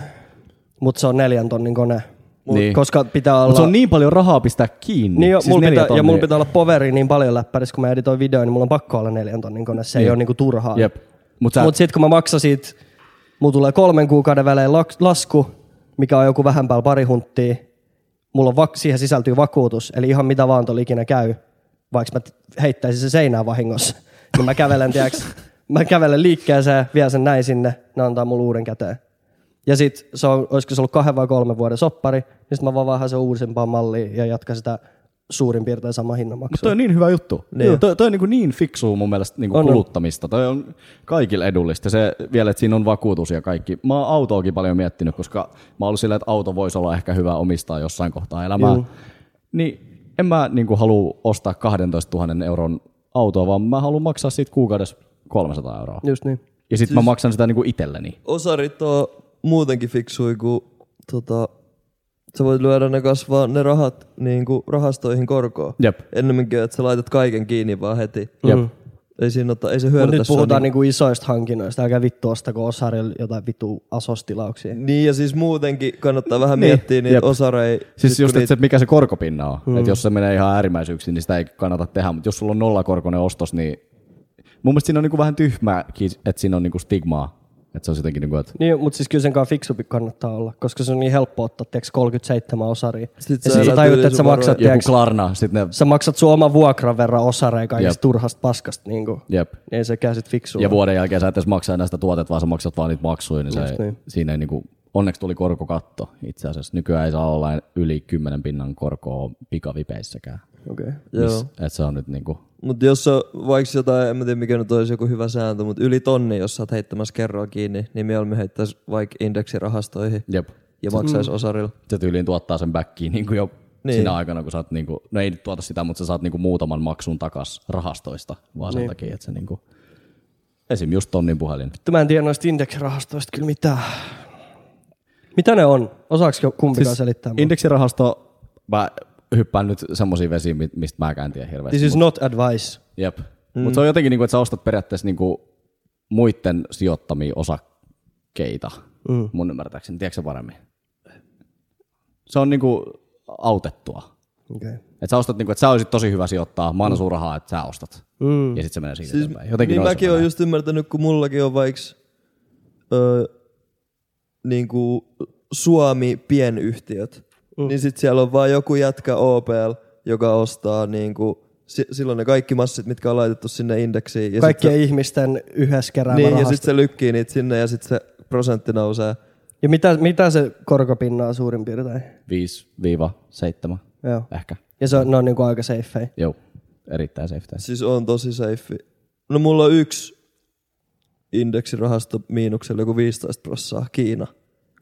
Speaker 5: Mutta se on neljän tonnin kone.
Speaker 3: Niin.
Speaker 5: Koska pitää
Speaker 3: Mutta
Speaker 5: olla...
Speaker 3: se on niin paljon rahaa pistää kiinni.
Speaker 5: Niin jo,
Speaker 3: siis
Speaker 5: siis mulla
Speaker 3: neljä
Speaker 5: pitää, ja
Speaker 3: tonnia.
Speaker 5: mulla pitää olla poveri niin paljon läppärissä, kun mä editoin videoon, niin mulla on pakko olla neljän tonnin kone. Se niin. ei ole niinku turhaa.
Speaker 3: Jep. Mut sä,
Speaker 5: Mutta
Speaker 3: Mut
Speaker 5: Mut sitten kun mä maksan siitä, mulla tulee kolmen kuukauden välein lak- lasku, mikä on joku vähän päällä pari hunttia. Mulla on vak- siihen sisältyy vakuutus, eli ihan mitä vaan toli ikinä käy. Vaikka mä t- heittäisin se seinään vahingossa, niin mä kävelen, tiiäks, mä kävelen liikkeeseen, vien sen näin sinne, ne antaa mulle uuden käteen. Ja sit se on, olisiko se ollut kahden vai kolmen vuoden soppari, niin sit mä vaan vähän sen uusimpaan malliin ja jatkan sitä suurin piirtein sama hinnan
Speaker 3: Mut toi on niin hyvä juttu. Niin. Toi, toi on niin, niin fiksua mun mielestä niin
Speaker 5: On, on.
Speaker 3: kuluttamista. Toi on kaikille edullista. Se vielä, että siinä on vakuutus ja kaikki. Mä oon autoakin paljon miettinyt, koska mä oon ollut silleen, että auto voisi olla ehkä hyvä omistaa jossain kohtaa elämää. Juu. Niin en mä niin kuin, halua ostaa 12 000 euron autoa, vaan mä haluan maksaa siitä kuukaudessa 300 euroa. Juu.
Speaker 5: Just niin.
Speaker 3: Ja sitten siis... mä maksan sitä niin kuin itselleni.
Speaker 1: Osarit on muutenkin fiksui, kun tota, sä voit lyödä ne kasvaa ne rahat niin kuin rahastoihin korkoon.
Speaker 3: Jep. Mm.
Speaker 1: Ennemminkin, että sä laitat kaiken kiinni vaan heti.
Speaker 3: Jep.
Speaker 1: Ei, siinä ota, ei se
Speaker 5: Mutta
Speaker 1: hyödytä
Speaker 5: nyt
Speaker 1: sua
Speaker 5: puhutaan
Speaker 1: niinku-
Speaker 5: niinku isoista hankinnoista, älkää vittu ostako osarilla jotain vittu asostilauksia.
Speaker 1: Niin ja siis muutenkin kannattaa vähän niin. miettiä niitä
Speaker 3: Jep.
Speaker 1: Jep. osarei.
Speaker 3: Siis
Speaker 1: kun
Speaker 3: just, että
Speaker 1: niitä,
Speaker 3: se, mikä se korkopinna on.
Speaker 5: Hmm.
Speaker 3: Mm. Että jos se menee ihan äärimmäisyyksiin, niin sitä ei kannata tehdä. Mutta jos sulla on nollakorkoinen ostos, niin mun mielestä siinä on niinku vähän tyhmää, että siinä on niinku stigmaa. Että se on jotenkin, niinku, että
Speaker 5: Niin, mutta siis kyllä sen kanssa fiksumpi kannattaa olla, koska se on niin helppo ottaa, tiiäks, 37 osaria.
Speaker 1: Sitten sä
Speaker 5: ja sit sä
Speaker 1: elät
Speaker 5: tajut,
Speaker 1: yli
Speaker 5: että sä
Speaker 1: sun
Speaker 5: maksat,
Speaker 3: joku
Speaker 5: tiiäks,
Speaker 3: Klarna, sitten ne,
Speaker 5: sä maksat sun oman vuokran verran osareja kaikista
Speaker 3: Jep.
Speaker 5: turhasta paskasta. Niinku.
Speaker 3: jep.
Speaker 5: Ei sekään sit fiksua.
Speaker 3: Ja vuoden jälkeen sä et edes maksaa näistä tuotet, vaan sä maksat vaan niitä maksuja, niin, se,
Speaker 5: Just
Speaker 3: ei-
Speaker 5: niin.
Speaker 3: siinä ei niinku, onneksi tuli korkokatto itse asiassa. Nykyään ei saa olla yli 10 pinnan korkoa pikavipeissäkään.
Speaker 5: okay.
Speaker 1: joo.
Speaker 3: Että se on nyt niinku,
Speaker 1: Mut jos on vaikka jotain, en mä tiedä mikä nyt olisi joku hyvä sääntö, mutta yli tonni, jos sä oot heittämässä kerralla kiinni, niin mieluummin heittäis vaikka indeksirahastoihin
Speaker 3: jep.
Speaker 1: ja maksais mm. osarilla.
Speaker 3: se tyyliin tuottaa sen backiin niin jo niin.
Speaker 1: Niin.
Speaker 3: sinä aikana, kun sä oot, niin kuin, no ei nyt tuota sitä, mutta sä saat niin kuin muutaman maksun takas rahastoista, vaan sen niin. takia, että se niin kuin, esim. just tonnin puhelin.
Speaker 5: Mä en tiedä noista indeksirahastoista kyllä mitään. Mitä ne on? Osaaks jo kumpikaan siis selittää mulle?
Speaker 3: Indeksirahasto, mä hyppään nyt semmoisiin vesiin, mi- mistä mäkään en tiedä hirveästi.
Speaker 5: This is not advice.
Speaker 3: Jep. Mm. Mutta se on jotenkin, niin kuin, että sä ostat periaatteessa niin kuin, muiden sijoittamia osakkeita, mm. mun ymmärtääkseni. Tiedätkö sä paremmin? Se on niin kuin, autettua.
Speaker 5: Okay.
Speaker 3: Että sä ostat, niin kuin, että sä olisit tosi hyvä sijoittaa, mä annan sun rahaa, että sä ostat. Mm. Ja sitten se menee siitä siis, eteenpäin. Jotenkin
Speaker 1: niin
Speaker 3: noin se
Speaker 1: mäkin
Speaker 3: menee.
Speaker 1: olen just ymmärtänyt, kun mullakin on vaikka öö, niin kuin Suomi pienyhtiöt, mm. niin sit siellä on vaan joku jätkä OPL, joka ostaa niin kuin, si- silloin ne kaikki massit, mitkä on laitettu sinne indeksiin. Ja
Speaker 5: Kaikkien
Speaker 1: sit
Speaker 5: ihmisten yhdessä
Speaker 1: se,
Speaker 5: keräämä
Speaker 1: niin, ja
Speaker 5: rahasto.
Speaker 1: sitten se lykkii niitä sinne ja sitten se prosentti nousee.
Speaker 5: Ja mitä, mitä se korkopinna on suurin piirtein?
Speaker 3: 5-7
Speaker 5: Joo.
Speaker 3: ehkä.
Speaker 5: Ja se on, ne on niinku aika safeä.
Speaker 3: Joo, erittäin safe.
Speaker 1: Siis on tosi safe. No mulla on yksi indeksirahasto miinuksella joku 15 prossaa. Kiina.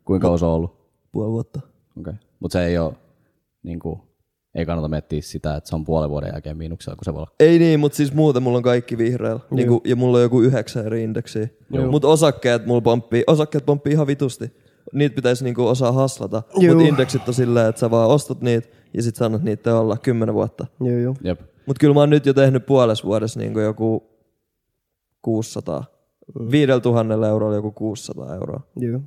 Speaker 3: Kuinka no. on ollut?
Speaker 1: Puoli vuotta.
Speaker 3: Okay. Mutta se ei ole, niin kuin, ei kannata miettiä sitä, että se on puolen vuoden jälkeen miinuksella, kun se voi olla.
Speaker 1: Ei niin, mutta siis muuten mulla on kaikki vihreällä. Niinku, ja mulla on joku yhdeksän eri indeksiä. Mutta osakkeet mulla pomppii, osakkeet pomppii ihan vitusti. Niitä pitäisi niinku osaa haslata. Mutta indeksit on silleen, että sä vaan ostat niitä ja sit sanot niitä olla kymmenen vuotta.
Speaker 5: Joo, joo.
Speaker 3: Jep.
Speaker 1: Mutta kyllä mä oon nyt jo tehnyt puolessa vuodessa niinku joku 600. Viidellä tuhannella eurolla joku 600 euroa
Speaker 5: joo.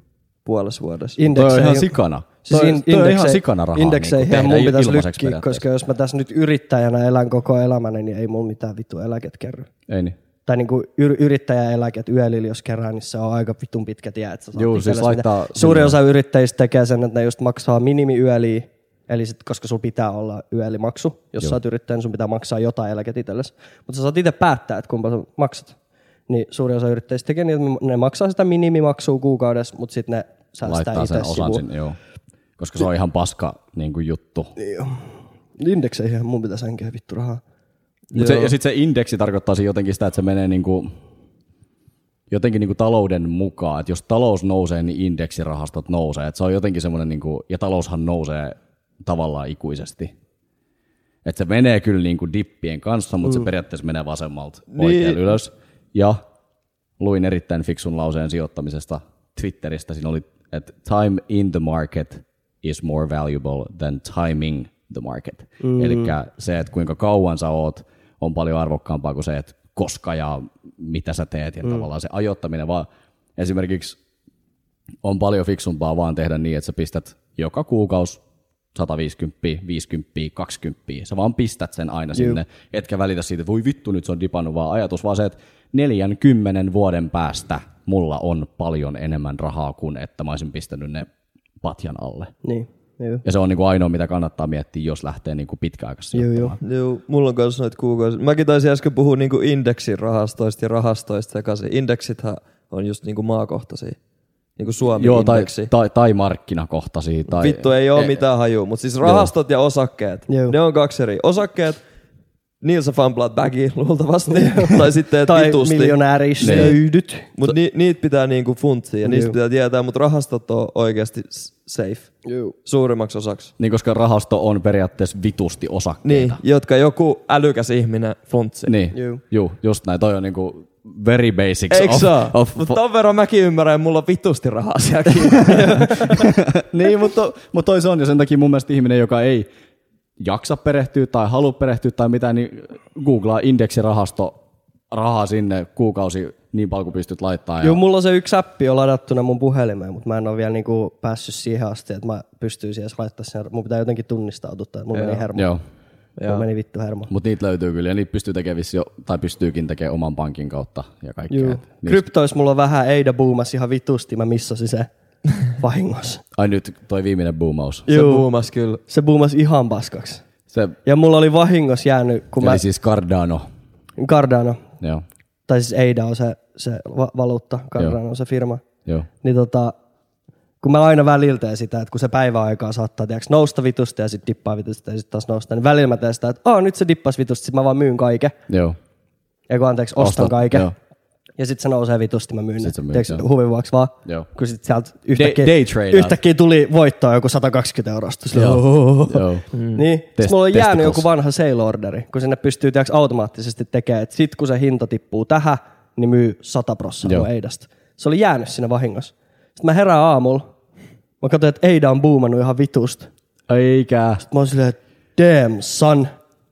Speaker 1: puolessa vuodessa.
Speaker 3: Toi on ihan
Speaker 5: ei-
Speaker 3: sikana.
Speaker 5: Siis
Speaker 3: toi,
Speaker 5: in,
Speaker 3: toi on ihan
Speaker 5: indeksei-
Speaker 3: sikana rahaa.
Speaker 5: Indekseihin
Speaker 3: niinku
Speaker 5: niin mun
Speaker 3: tehdä
Speaker 5: pitäisi
Speaker 3: ilmaiseksi
Speaker 5: lykkiä, koska jos mä tässä nyt yrittäjänä elän koko elämäni, niin ei mulla mitään vittu eläket kerry.
Speaker 3: periaatteessa. Ei niin.
Speaker 5: Tai niinku yr- yrittäjäeläket yölillä, jos kerää, niin se on aika vitun pitkä tie. Että sä saat
Speaker 3: Juu, siis
Speaker 5: itsellesi
Speaker 3: laittaa-
Speaker 5: mitä- Suurin osa yrittäjistä tekee sen, että ne just maksaa minimi yöliä, Eli sit, koska sulla pitää olla yölimaksu, jos Joo. sä oot yrittäjä, niin sun pitää maksaa jotain eläket itsellesi. Mutta sä saat itse päättää, että kumpa sä maksat. Niin suurin osa yrittäjistä tekee niin, että ne maksaa sitä minimimaksua kuukaudessa, mutta sitten ne säästää
Speaker 3: Laittaa
Speaker 5: itse
Speaker 3: sen osan sinne, joo. Koska se on ihan paska niin kuin juttu.
Speaker 5: Indekseihin mun pitäisi henkeä vittu rahaa.
Speaker 3: Mut se, ja sitten se indeksi tarkoittaa siinä jotenkin sitä, että se menee niin kuin, jotenkin niin kuin talouden mukaan. Että jos talous nousee, niin indeksirahastot nousee. Et se on jotenkin semmoinen, niin kuin, ja taloushan nousee tavallaan ikuisesti. Että se menee kyllä niin kuin dippien kanssa, mutta mm. se periaatteessa menee vasemmalta niin. oikealle ylös. Ja luin erittäin fiksun lauseen sijoittamisesta Twitteristä. Siinä oli, että time in the market is more valuable than timing the market. Mm. Eli se, että kuinka kauan sä oot, on paljon arvokkaampaa kuin se, että koska ja mitä sä teet. Ja mm. tavallaan se ajoittaminen vaan esimerkiksi on paljon fiksumpaa vaan tehdä niin, että sä pistät joka kuukausi 150, 50, 20. Sä vaan pistät sen aina sinne, etkä välitä siitä, voi vittu nyt se on dipannut, vaan ajatus vaan se, että 40 vuoden päästä mulla on paljon enemmän rahaa kuin että mä olisin pistänyt ne patjan alle.
Speaker 5: Niin, joo.
Speaker 3: Ja se on niin kuin ainoa, mitä kannattaa miettiä, jos lähtee niin kuin pitkäaikaisesti.
Speaker 5: joo.
Speaker 1: Joo, mulla on kanssa noita kuukausia. Mäkin taisin äsken puhua niinku indeksirahastoista ja rahastoista sekaisin. Indeksithän on just niinku maakohtaisia. Niinku Suomi
Speaker 3: Joo, tai,
Speaker 1: indeksi.
Speaker 3: tai, tai markkinakohtaisia. Tai,
Speaker 1: Vittu ei ole mitään hajua, mutta siis rahastot ja osakkeet,
Speaker 5: Joo.
Speaker 1: ne on kaksi eri. Osakkeet, niillä sä fanblaat bagi luultavasti, tai sitten et
Speaker 5: Tai
Speaker 1: vitusti.
Speaker 3: Niin.
Speaker 5: miljonäärislöydyt.
Speaker 1: Mutta ni, niitä pitää niinku funtsia ja niistä
Speaker 5: Joo.
Speaker 1: pitää tietää, mutta rahastot on oikeasti s- safe Joo. suurimmaksi osaksi.
Speaker 3: Niin, koska rahasto on periaatteessa vitusti osakkeita.
Speaker 1: Niin, jotka joku älykäs ihminen funtsi.
Speaker 3: Niin, Juu. Juu, just näin. Toi on niinku very basics
Speaker 1: Eikö
Speaker 3: of,
Speaker 1: saa?
Speaker 3: of
Speaker 1: Mutta ton verran mäkin ymmärrän, mulla on vitusti rahaa siellä kiinni.
Speaker 3: niin, mutta, mutta toi se on. Ja sen takia mun mielestä ihminen, joka ei jaksa perehtyä tai halua perehtyä tai mitään, niin googlaa indeksirahasto rahaa sinne kuukausi niin paljon kuin pystyt laittaa.
Speaker 5: Joo,
Speaker 3: ja,
Speaker 5: mulla on se yksi appi jo ladattuna mun puhelimeen, mutta mä en ole vielä niinku päässyt siihen asti, että mä pystyisin edes laittaa sen. Mun pitää jotenkin tunnistautua, tai mulla meni hermo.
Speaker 3: joo.
Speaker 5: Mulla meni vittu hermo.
Speaker 3: Mutta niitä löytyy kyllä ja niitä pystyy tekemään vissi jo, tai pystyykin tekemään oman pankin kautta ja kaikkea.
Speaker 5: Juu.
Speaker 3: Et niistä-
Speaker 5: Kryptois mulla on vähän Eida buumas ihan vitusti, mä missasin se vahingossa.
Speaker 3: Ai nyt toi viimeinen boomaus.
Speaker 1: Se buumas kyllä.
Speaker 5: Se buumas ihan paskaksi.
Speaker 3: Se,
Speaker 5: Ja mulla oli vahingossa jäänyt, kun mä...
Speaker 3: eli siis Cardano.
Speaker 5: Cardano,
Speaker 3: Joo,
Speaker 5: tai siis Eida on se, se va- valuutta, Cardano on se firma.
Speaker 3: joo.
Speaker 5: niin tota, kun mä aina välillä teen sitä, että kun se päiväaikaa saattaa tiiäks, nousta vitusta ja sitten dippaa vitusta ja sitten taas nousta, niin välillä mä teen sitä, että Aa, nyt se dippas vitusta, sitten mä vaan myyn kaiken.
Speaker 3: joo.
Speaker 5: Ja kun anteeksi, ostan
Speaker 3: Ostat,
Speaker 5: kaiken.
Speaker 3: joo.
Speaker 5: Ja sitten se nousee vitusti, mä myyn.
Speaker 3: Sit sä
Speaker 5: ne.
Speaker 3: myyt,
Speaker 5: Tiiäks,
Speaker 3: joo.
Speaker 5: huvin vuoksi vaan.
Speaker 3: Joo.
Speaker 5: Kun sitten sieltä yhtäkkiä,
Speaker 3: day tradeat.
Speaker 5: yhtäkkiä tuli voittoa joku 120 euroa. Sitten silleen, "Ohohoho."
Speaker 3: joo. Mm.
Speaker 5: Niin,
Speaker 3: Test-
Speaker 5: Test, mulla on jäänyt
Speaker 3: testicles.
Speaker 5: joku vanha sale orderi, kun sinne pystyy tiiäks, automaattisesti tekemään, että sit kun se hinta tippuu tähän, niin myy 100
Speaker 3: Joo.
Speaker 5: prosenttia eidasta. Se oli jäänyt siinä vahingossa. Sitten mä herään aamulla, Mä katsoin, että Eida on buumannut ihan vitusta.
Speaker 3: Eikä.
Speaker 5: Mä oon silleen, että damn son,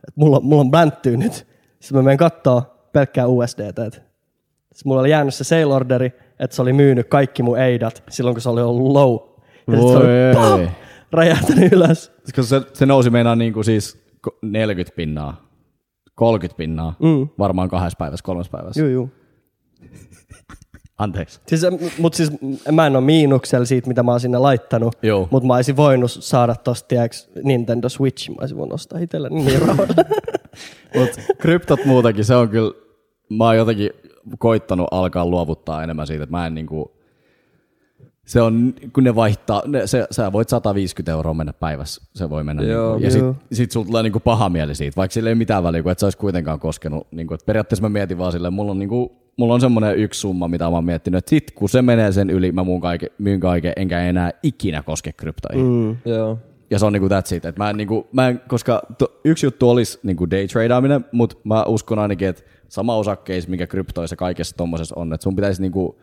Speaker 5: että mulla, mulla on blänttyy nyt. Sitten mä menen kattoo pelkkää USDtä. et. Sitten mulla oli jäänyt se sale orderi, että se oli myynyt kaikki mun Eidat silloin, kun se oli ollut low. Ja sit se
Speaker 3: Voi ei.
Speaker 5: oli pah, räjähtänyt ylös.
Speaker 3: Koska se, se nousi meinaan niin kuin siis ko- 40 pinnaa, 30 pinnaa, mm. varmaan kahdessa päivässä, kolmessa päivässä.
Speaker 5: Juu, juu.
Speaker 3: Anteeksi.
Speaker 5: Siis, m- mut siis m- mä en ole miinuksella siitä, mitä mä oon sinne laittanut.
Speaker 3: Juu.
Speaker 5: Mut mä olisin voinut saada tosta, tiiäks, Nintendo Switchin. Mä olisin voinut ostaa itselleni niin rahoilla.
Speaker 3: Mut kryptot muutenkin, se on kyllä, mä oon jotenkin koittanut alkaa luovuttaa enemmän siitä, että mä en niinku, se on, kun ne vaihtaa, ne, se, sä voit 150 euroa mennä päivässä, se voi mennä.
Speaker 1: Joo.
Speaker 3: niinku, ja sit, sit sulla tulee niinku paha mieli siitä, vaikka sillä ei mitään väliä, kun et sä ois kuitenkaan koskenut. Niinku, et periaatteessa mä mietin vaan silleen, mulla on niinku, mulla on semmoinen yksi summa, mitä mä oon miettinyt, että sit kun se menee sen yli, mä muun kaiken, myyn kaiken, enkä enää ikinä koske kryptoihin. Mm
Speaker 1: Joo.
Speaker 3: ja se on niinku that's it. Et mä en, niinku, mä en, koska to, yksi juttu olisi niinku day tradeaaminen, mutta mä uskon ainakin, että sama osakkeis, mikä kryptoissa ja kaikessa tommosessa on, että sun pitäisi niinku,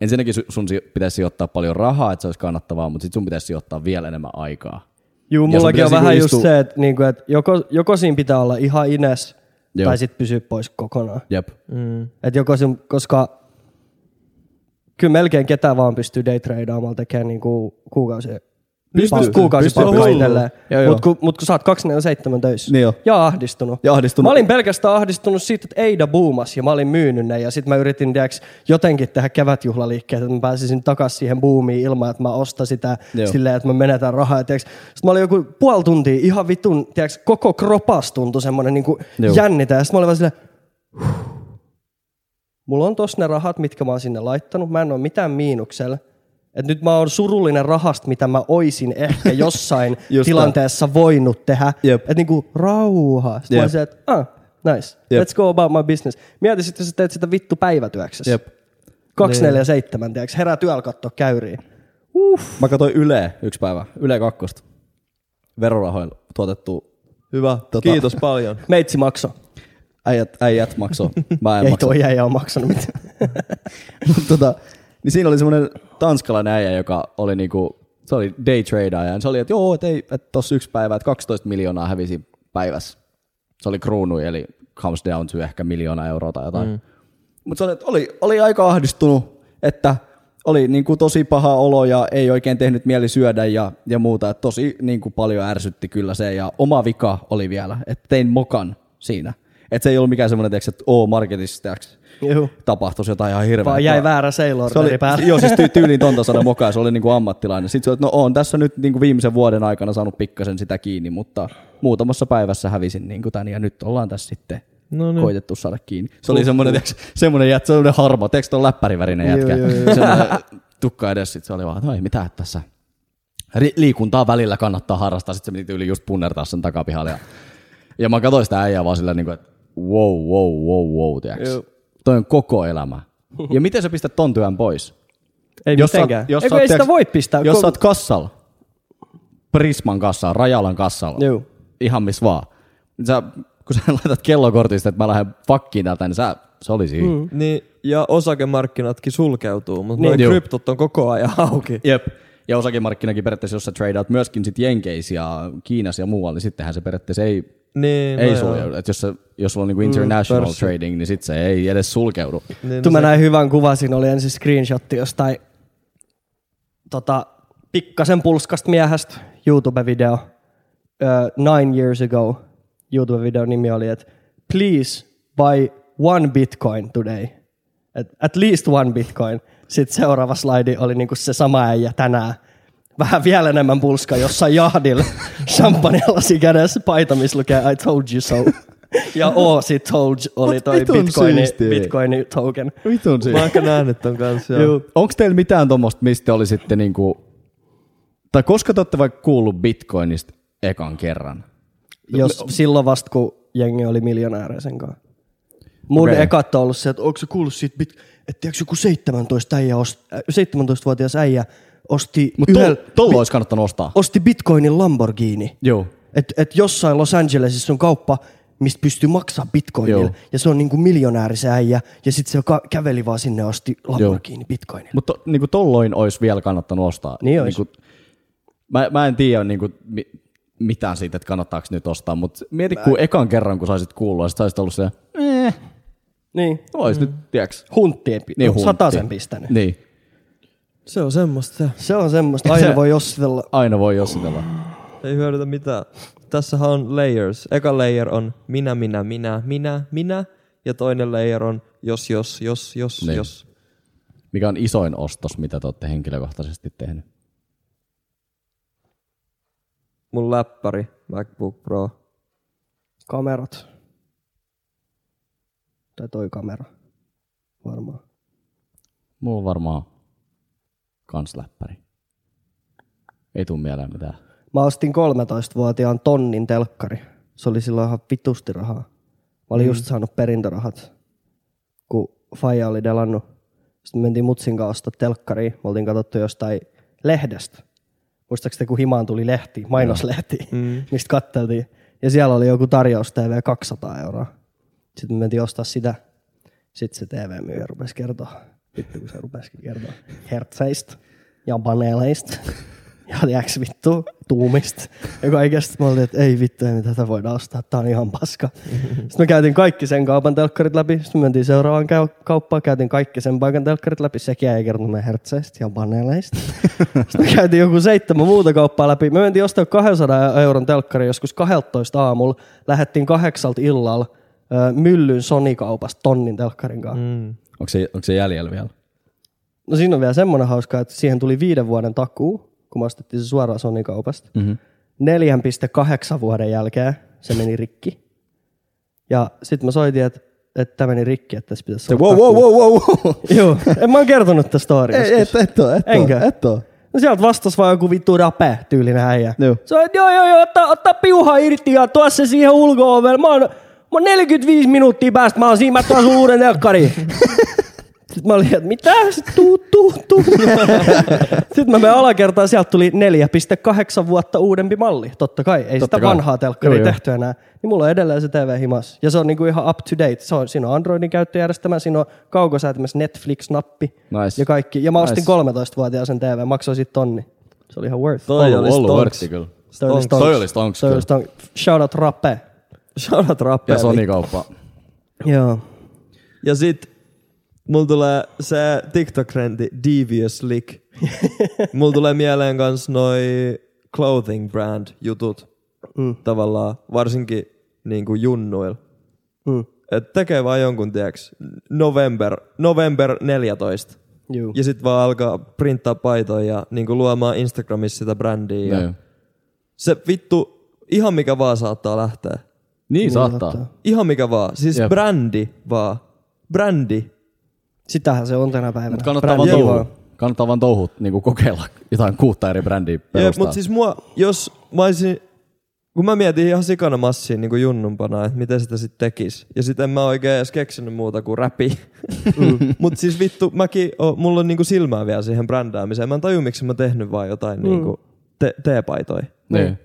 Speaker 3: ensinnäkin su- sun si- pitäisi sijoittaa paljon rahaa, että se olisi kannattavaa, mutta sit sun pitäisi sijoittaa vielä enemmän aikaa.
Speaker 5: Juu,
Speaker 3: Ja
Speaker 5: mullakin
Speaker 3: sun
Speaker 5: on
Speaker 3: pitäisi
Speaker 5: vähän
Speaker 3: niinku
Speaker 5: just
Speaker 3: istua-
Speaker 5: se, että niinku, et joko, joko siinä pitää olla ihan ines,
Speaker 3: Joo.
Speaker 5: tai sitten pysyä pois kokonaan.
Speaker 3: Jep. Mm.
Speaker 5: Et joko sun, koska kyllä melkein ketään vaan pystyy daytradeaamaan tekemään niinku kuukausi Pystyy, kuukausi
Speaker 3: pystyy.
Speaker 5: palkkaa
Speaker 3: Hullu.
Speaker 5: itselleen.
Speaker 3: Joo, joo.
Speaker 5: Mutta kun, mut kun sä oot 247 töissä
Speaker 3: Niin joo.
Speaker 5: ja ahdistunut.
Speaker 3: Ja ahdistunut.
Speaker 5: Mä olin pelkästään ahdistunut siitä, että Eida buumas ja mä olin myynyt ne. Ja sitten mä yritin tiiäks, jotenkin tehdä kevätjuhlaliikkeet, että mä pääsisin takaisin siihen buumiin ilman, että mä ostan sitä
Speaker 3: Joo.
Speaker 5: silleen, että mä menetän rahaa. Tiiäks. Sitten mä olin joku puoli tuntia ihan vitun, tiiäks, koko kropas tuntui semmoinen niinku
Speaker 3: Joo.
Speaker 5: jännitä. Ja sitten mä olin vaan silleen, mulla on tossa ne rahat, mitkä mä oon sinne laittanut, mä en ole mitään miinuksella. Et nyt mä oon surullinen rahasta, mitä mä oisin ehkä jossain
Speaker 3: Just
Speaker 5: tilanteessa voinut tehdä.
Speaker 3: Jep.
Speaker 5: Että niinku rauha. Sitten
Speaker 3: Jep.
Speaker 5: mä oon se, että ah, nice,
Speaker 3: Jep.
Speaker 5: let's go about my business. Mieti sitten, jos sä teet sitä vittu päivätyöksessä.
Speaker 3: Jep.
Speaker 5: 247, tiiäks, herää työllä kattoo käyriin.
Speaker 3: Mä katsoin Yle yksi päivä, Yle kakkosta. Verorahoilla tuotettu. Hyvä, tota,
Speaker 1: Kiitos paljon.
Speaker 5: Meitsi makso.
Speaker 3: Äijät, äijät maksoi. Mä
Speaker 5: Ei toi jäijä ole maksanut mitään.
Speaker 3: Mut tota, niin siinä oli semmoinen tanskalainen äijä, joka oli niinku, se oli day tradeaaja. Ja Se oli, että joo, että ei, että tossa yksi päivä, että 12 miljoonaa hävisi päivässä. Se oli kruunu, eli comes down to ehkä miljoona euroa tai jotain. Mm. Mutta se oli, että oli, oli aika ahdistunut, että oli niinku tosi paha olo ja ei oikein tehnyt mieli syödä ja, ja muuta. Et tosi niinku paljon ärsytti kyllä se ja oma vika oli vielä, että tein mokan siinä. Että se ei ollut mikään semmoinen, tiiäks, että oo marketissa tiiäks,
Speaker 5: Juhu.
Speaker 3: tapahtuisi jotain ihan hirveää.
Speaker 5: Vaan jäi väärä sailor
Speaker 3: Se oli,
Speaker 5: päälle.
Speaker 3: joo, siis ty, tyyliin tonta sana mokaa, se oli niinku ammattilainen. Sitten se, oli, että no on tässä nyt niinku viimeisen vuoden aikana saanut pikkasen sitä kiinni, mutta muutamassa päivässä hävisin niinku tän ja nyt ollaan tässä sitten no niin. koitettu saada kiinni. Se oli semmoinen, tiiäks, semmoinen, jät, semmoinen harma, tiiäks, on läppärivärinen jätkä. Semmoinen tukka edes, sit se oli vaan, että no ei mitään, että tässä ri- liikuntaa välillä kannattaa harrastaa. Sitten se meni tyyli just punnertaa sen takapihalle. Ja, ja mä katsoin sitä äijää vaan sillä niin kuin, että wow, wow, wow, wow, tiiäks. Toi on koko elämä. Ja miten sä pistät ton työn pois?
Speaker 5: Ei
Speaker 3: Jos sä, oot-
Speaker 5: mitenkään.
Speaker 3: jos
Speaker 5: Ei
Speaker 3: sä
Speaker 5: kun
Speaker 3: oot,
Speaker 5: ei sitä
Speaker 3: tiiäks,
Speaker 5: voi pistää.
Speaker 3: Jos
Speaker 5: kun-
Speaker 3: sä oot kassalla, Prisman kassalla, Rajalan kassalla,
Speaker 5: Juu.
Speaker 3: ihan missä vaan. Niin Sä, kun sä laitat kellokortista, että mä lähden fakkiin täältä, niin sä, se oli siinä. Mm.
Speaker 1: Niin, ja osakemarkkinatkin sulkeutuu, mutta niin,
Speaker 3: Juu.
Speaker 1: kryptot on koko ajan auki.
Speaker 3: Jep. Ja osakemarkkinakin periaatteessa, jos sä tradeat myöskin sit Jenkeissä ja Kiinassa ja muualla, niin sittenhän se periaatteessa ei
Speaker 1: Niin,
Speaker 3: ei
Speaker 1: joo.
Speaker 3: sulkeudu. Et jos, se, jos sulla on niinku
Speaker 5: Mm,
Speaker 3: international
Speaker 1: pörssi.
Speaker 3: trading, niin sit se ei edes sulkeudu.
Speaker 1: Niin,
Speaker 5: Vittu mä näin hyvän kuvan, siinä oli ensin screenshotti jostain tota, pikkasen pulskasta miehestä, YouTube-video. Uh, nine years ago, YouTube-videon nimi oli, että please buy one bitcoin today. Et, at least one bitcoin. Sitten seuraava slaidi oli niinku se sama äijä tänään. Vähän vielä enemmän pulska jossain jahdilla. Champagne-lasi kädessä, paita, missä lukee I told you so. Ja Oosi told oli
Speaker 3: Mut
Speaker 5: toi
Speaker 3: vitun
Speaker 5: bitcoini,
Speaker 3: siistiä.
Speaker 5: bitcoini token.
Speaker 3: Vitun
Speaker 1: Mä oon ehkä nähnyt ton kanssa. joo.
Speaker 3: Onko teillä mitään tuommoista, mistä oli sitten niinku, tai koska te olette vaikka kuullut bitcoinista ekan kerran?
Speaker 5: Jos silloin vasta, kun jengi oli miljonäärä sen kanssa. Mun
Speaker 3: Okei.
Speaker 5: okay. ekat on ollut se, että onko se kuullut siitä, bit- että tiedätkö joku 17 äijä ost- äh, 17-vuotias äijä osti,
Speaker 3: Mutta
Speaker 5: yhden,
Speaker 3: tol, tolla olisi kannattanut ostaa.
Speaker 5: osti bitcoinin Lamborghini.
Speaker 3: Joo.
Speaker 5: Että et jossain Los Angelesissa on kauppa, mistä pystyy maksaa bitcoinilla.
Speaker 3: Joo.
Speaker 5: Joo. Ja se on niinku miljonääri se äijä. Ja sitten se ka- käveli vaan sinne asti Lamborghini bitcoinilla.
Speaker 3: Mutta niin kuin tolloin olisi vielä kannattanut ostaa.
Speaker 5: Niin ois.
Speaker 3: kuin, mä, mä en tiedä niin kuin, mi, mitään siitä, että kannattaako nyt ostaa, mutta mieti, kun ekan kerran, kun saisit kuulla, sit saisit ollut se,
Speaker 5: Niin.
Speaker 3: ois mm. nyt, tiiäks,
Speaker 5: Hunttien pi-
Speaker 3: niin
Speaker 5: niin,
Speaker 3: huntti.
Speaker 5: satasen pistänyt. Niin.
Speaker 3: Niin,
Speaker 1: Se on semmoista.
Speaker 5: Se on semmoista. Aina
Speaker 3: Se-
Speaker 5: voi jossitella.
Speaker 3: aina voi jossitella.
Speaker 1: Ei hyödytä mitään. Tässähän on layers. Eka layer on minä, minä, minä, minä, minä. Ja toinen layer on jos, jos, jos, jos,
Speaker 3: Niin.
Speaker 1: niin. jos.
Speaker 3: Mikä on isoin ostos, mitä te olette henkilökohtaisesti tehnyt?
Speaker 1: Mun läppäri, MacBook Pro.
Speaker 5: Kamerat. Tai toi kamera. Varmaan.
Speaker 3: Mulla on varmaan kans läppäri. Ei tuu mieleen mitään.
Speaker 5: Mä ostin 13-vuotiaan tonnin telkkari. Se oli silloin ihan vitusti rahaa. Mä olin mm. just saanut perintörahat, kun Faija oli delannut. Sitten me mentiin Mutsin kanssa ostaa telkkariin. Me oltiin katsottu jostain lehdestä. Muistaakseni te, kun himaan tuli lehti, mainoslehti, mm. mistä katteltiin. Ja siellä oli joku tarjous TV 200 euroa. Sitten me mentiin ostaa sitä. Sitten se TV-myyjä rupesi kertoa. Vittu, kun se rupesikin kertoa. Hertseistä ja paneeleista. Ja tiiäks vittu, tuumista ja kaikesta. Mä olin, että ei vittu, ei tätä voidaan ostaa, tää on ihan paska. Sitten me käytiin kaikki sen kaupan telkkarit läpi. Sitten me mentiin seuraavaan käy- kauppaan, käytiin kaikki sen paikan telkkarit läpi. Sekin ei kertonut hertseistä ja paneeleista. Sitten me käytiin joku seitsemän muuta kauppaa läpi. Me mentiin ostaa 200 euron telkkari joskus 12 aamulla. Lähettiin kahdeksalta illalla ö, myllyn Sony-kaupasta tonnin telkkarin kanssa. Mm.
Speaker 3: Onko se, onko se jäljellä vielä?
Speaker 5: No siinä on vielä semmoinen hauska, että siihen tuli viiden vuoden takuu, kun me ostettiin se suoraan Sony-kaupasta.
Speaker 3: Mhm.
Speaker 5: Mm-hmm. 4,8 vuoden jälkeen se meni rikki. Ja sitten mä soitin, että että tämä meni rikki, että tässä pitäisi olla takuu.
Speaker 3: wow, wow.
Speaker 5: Joo, en mä oon kertonut tästä storia.
Speaker 3: Ei, et, et oo, et oo,
Speaker 5: Enkö?
Speaker 3: et oo.
Speaker 5: No sieltä vastasi vaan joku vittu rape tyylinen äijä.
Speaker 3: Joo.
Speaker 5: Se on, että joo joo joo, ottaa, ottaa piuha irti ja tuo se siihen ulko Mä oon, mä oon 45 minuuttia päästä, mä oon siinä, mä tuon sun uuden telkkariin. Sitten mä olin, että mitä? Sitten tuu, tuu, tuu. Sitten mä menen alakertaan, sieltä tuli 4,8 vuotta uudempi malli. Totta kai, ei
Speaker 3: Totta
Speaker 5: Totta sitä
Speaker 3: kai.
Speaker 5: kai. vanhaa telkkaria
Speaker 3: Joo, joo.
Speaker 5: tehty enää. Niin mulla on edelleen se TV himas. Ja se on niinku ihan up to date. Se on, siinä on Androidin käyttöjärjestelmä, siinä on kaukosäätimessä Netflix-nappi
Speaker 3: Nice.
Speaker 5: ja kaikki. Ja mä ostin
Speaker 3: Nice.
Speaker 5: 13-vuotiaan sen TV, maksoin sit tonni. Se oli ihan worth.
Speaker 1: Toi
Speaker 3: Ollut-
Speaker 1: oli
Speaker 3: ollut
Speaker 1: stonks.
Speaker 3: worthi kyllä.
Speaker 5: Toi oli stonks.
Speaker 3: Toi oli stonks
Speaker 5: Toi
Speaker 3: kyllä.
Speaker 5: oli stonks. Shout out Rappe.
Speaker 1: Shout out
Speaker 3: Ja
Speaker 1: rappea.
Speaker 3: Sony-kauppa.
Speaker 5: Joo.
Speaker 1: Ja sit mulla tulee se TikTok-trendi Devious Lick. mulla tulee mieleen kans noi clothing brand jutut. Mm. Tavallaan varsinkin niinku junnuil.
Speaker 5: Mm.
Speaker 1: Et tekee vaan jonkun, tiiäks, November, November 14.
Speaker 5: Juu.
Speaker 1: Ja sit vaan alkaa printtaa paitoja ja niinku luomaan Instagramissa sitä brändiä. Ja
Speaker 3: Joo.
Speaker 1: se vittu, ihan mikä vaan saattaa lähteä.
Speaker 3: Niin saattaa.
Speaker 5: saattaa.
Speaker 1: Ihan mikä vaan. Siis
Speaker 3: Jep.
Speaker 1: brändi vaan. Brändi.
Speaker 5: Sitähän se on tänä päivänä.
Speaker 3: Mut kannattaa vaan,
Speaker 5: Brändi
Speaker 3: touhua. kannattaa vaan touhut niin kokeilla jotain kuutta eri brändiä
Speaker 1: Jep,
Speaker 3: perustaa.
Speaker 1: mutta siis mua, jos mä olisin, kun mä mietin ihan sikana massiin niin junnumpana, että miten sitä sitten tekis. Ja sitten en mä oikein edes keksinyt muuta kuin räpi. Mm. mutta siis vittu, mäkin, o, mulla on niinku silmää vielä siihen brändäämiseen. Mä en taju, miksi mä tehnyt vaan jotain mm. niinku te- teepaitoja.
Speaker 3: Niin.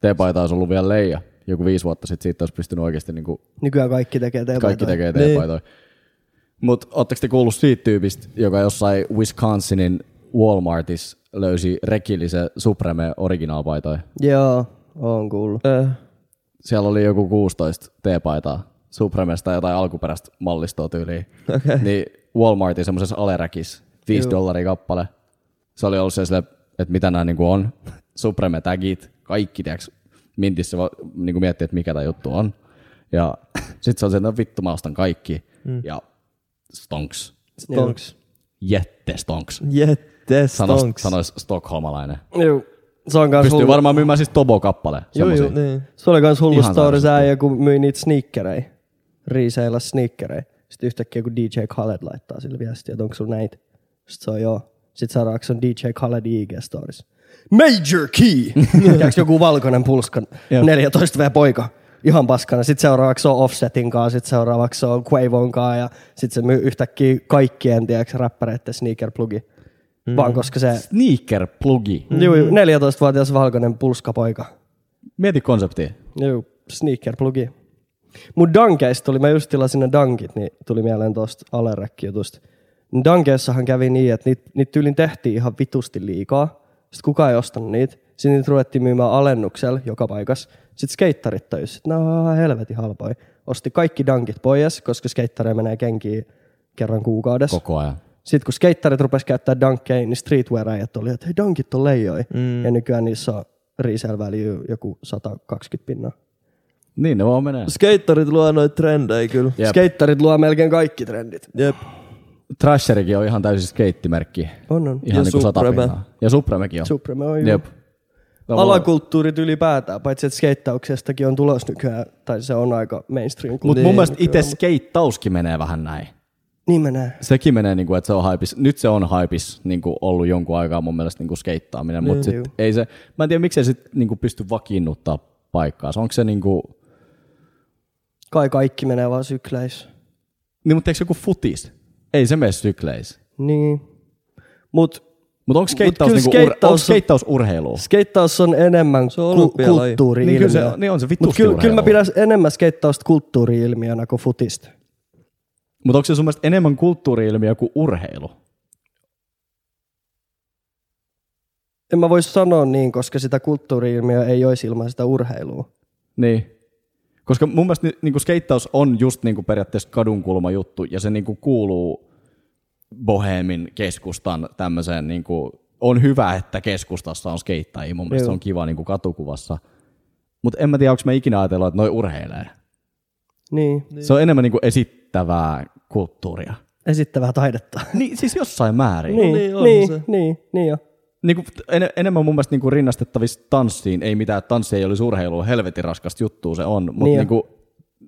Speaker 3: T-paita olisi ollut vielä leija. Joku viisi vuotta sitten siitä olisi pystynyt oikeasti, niin kuin
Speaker 5: Nykyään kaikki tekee TV.
Speaker 3: kaikki tekee T-paitoja. Mutta ootteko te kuullut siitä tyypistä, joka jossain Wisconsinin Walmartissa löysi rekillisen Supreme originaalpaitoja?
Speaker 5: Joo, oon kuullut.
Speaker 1: Öö,
Speaker 3: Siellä oli joku 16 T-paitaa Supremesta jotain alkuperäistä mallistoa tyyliin. Okay. Niin Walmartin semmoisessa aleräkissä, 5 dollaria kappale. Se oli ollut se sille, että mitä nämä niinku on. Supreme tagit, kaikki, tiiäks, mintissä vaan niinku miettii, että mikä tämä juttu on. Ja sit se on se, että no vittu mä ostan kaikki. Mm. Ja stonks.
Speaker 1: stonks.
Speaker 3: Jette stonks.
Speaker 1: Jette
Speaker 3: Sanois,
Speaker 1: stonks.
Speaker 3: sanois stokholmalainen.
Speaker 5: Joo. Se on kans
Speaker 3: Pystyy
Speaker 5: hullu.
Speaker 3: varmaan myymään siis Tobo-kappale.
Speaker 5: Juu, juu,
Speaker 3: semmosia.
Speaker 1: Niin.
Speaker 5: Se oli kans hullu
Speaker 3: Ihan
Speaker 5: story se
Speaker 3: sairaan.
Speaker 5: äijä, kun myi niitä sneakerei. Riiseillä sneakerei. Sitten yhtäkkiä kun DJ Khaled laittaa sille viestiä, että onko sulla näitä. Sitten se on joo. Sitten seuraavaksi on DJ Khaled IG Stories. Major key! Tiedätkö joku valkoinen pulskan 14V poika? Ihan paskana. Sitten seuraavaksi se on Offsetin kanssa, sitten seuraavaksi se on Quavon kanssa ja sitten se myy yhtäkkiä kaikkien, tiedätkö, räppäreiden sneakerplugi. Mm. Vaan koska se,
Speaker 3: Sneaker-plugi.
Speaker 5: mm. juu, juu, 14-vuotias valkoinen pulskapoika.
Speaker 3: Mieti konseptia.
Speaker 5: Joo, sneaker-plugi. Mun dankeista tuli, mä just tilasin ne dankit, niin tuli mieleen tosta alerekkiutusta. Dankeissahan kävi niin, että niitä niit tyylin tehtiin ihan vitusti liikaa. Sitten kukaan ei ostanut niitä. Sitten niitä ruvettiin myymään alennuksella joka paikassa. Sitten skeittarit töissä. Sitten no ihan helvetin halpoja. Osti kaikki dankit pois, koska skeittareja menee kenkiin kerran kuukaudessa.
Speaker 3: koko ajan.
Speaker 5: Sitten kun skeittarit rupes käyttää dunkkeja, niin streetwear-äijät oli, että hei dunkit on leijoi. Mm. Ja nykyään niissä on resale value joku 120 pinnaa.
Speaker 3: Niin ne vaan menee.
Speaker 1: Skeittarit luo noita trendejä kyllä.
Speaker 3: Jep.
Speaker 5: Skeittarit luo melkein kaikki trendit.
Speaker 1: Jep.
Speaker 3: Trasherikin on ihan täysin skeittimerkki.
Speaker 5: On, on.
Speaker 3: Ihan
Speaker 1: Ja
Speaker 3: niin kuin sata
Speaker 1: Supreme.
Speaker 3: pinnaa. Ja Supremekin on.
Speaker 5: Supreme on juu.
Speaker 3: Jep.
Speaker 5: Alakulttuurit ylipäätään, paitsi että skeittauksestakin on tulos nykyään, tai se on aika mainstream.
Speaker 3: Mutta mun mielestä
Speaker 5: nykyään,
Speaker 3: itse
Speaker 5: mut-
Speaker 3: skeittauskin menee vähän näin.
Speaker 5: Niin mä näen.
Speaker 3: Sekin menee, niin kuin, että se on haipis. Nyt se on haipis niin kuin ollut jonkun aikaa mun mielestä niin kuin skeittaaminen, mutta sit
Speaker 5: juu.
Speaker 3: ei se, mä en tiedä miksei se niin kuin pysty vakiinnuttaa paikkaa. Onko se niin kuin,
Speaker 5: Kai kaikki menee vaan sykleissä.
Speaker 3: niin mutta eikö se joku futis? Ei se mene sykleissä.
Speaker 5: Niin. Mut
Speaker 3: Mutta onko skeittaus,
Speaker 5: kyllä
Speaker 3: niinku ur-
Speaker 5: skeittaus
Speaker 3: onko
Speaker 5: on-
Speaker 3: skeittaus urheilua?
Speaker 5: skeittaus on enemmän se on ku-
Speaker 1: olympialaji.
Speaker 5: kulttuuri
Speaker 3: Niin kyllä se, niin on se
Speaker 5: Mutta
Speaker 3: vittusti
Speaker 5: kyllä, kyllä mä
Speaker 3: urheilua.
Speaker 5: pidän enemmän skeittausta kulttuuriilmiönä kuin futista.
Speaker 3: Mutta onko se sun mielestä enemmän kulttuuriilmiö kuin urheilu?
Speaker 5: En mä voi sanoa niin, koska sitä kulttuuriilmiöä ei olisi ilman sitä urheilua.
Speaker 3: Niin. Koska mun mielestä ni- niinku skeittaus on just niinku periaatteessa kadunkulma juttu ja se niinku kuuluu Bohemin keskustan tämmöiseen, niinku, on hyvä, että keskustassa on skeittajia, mun mielestä
Speaker 5: Joo.
Speaker 3: se on kiva niinku katukuvassa. Mutta en mä tiedä, onko mä ikinä ajatellut, että noi urheilee.
Speaker 5: Niin.
Speaker 3: Niin. Se on enemmän niinku esittävää kulttuuria.
Speaker 5: Esittävää taidetta.
Speaker 3: Niin, siis jossain määrin.
Speaker 5: Niin,
Speaker 1: niin,
Speaker 5: niin,
Speaker 1: on
Speaker 5: niin,
Speaker 1: se.
Speaker 5: niin, niin jo.
Speaker 3: Niin kuin, en, enemmän mun mielestä niin kuin rinnastettavissa tanssiin, ei mitään, että tanssi ei olisi urheilua, helvetin raskasta juttua se on, mutta
Speaker 5: Niin
Speaker 3: niin
Speaker 5: on.
Speaker 3: niin kuin,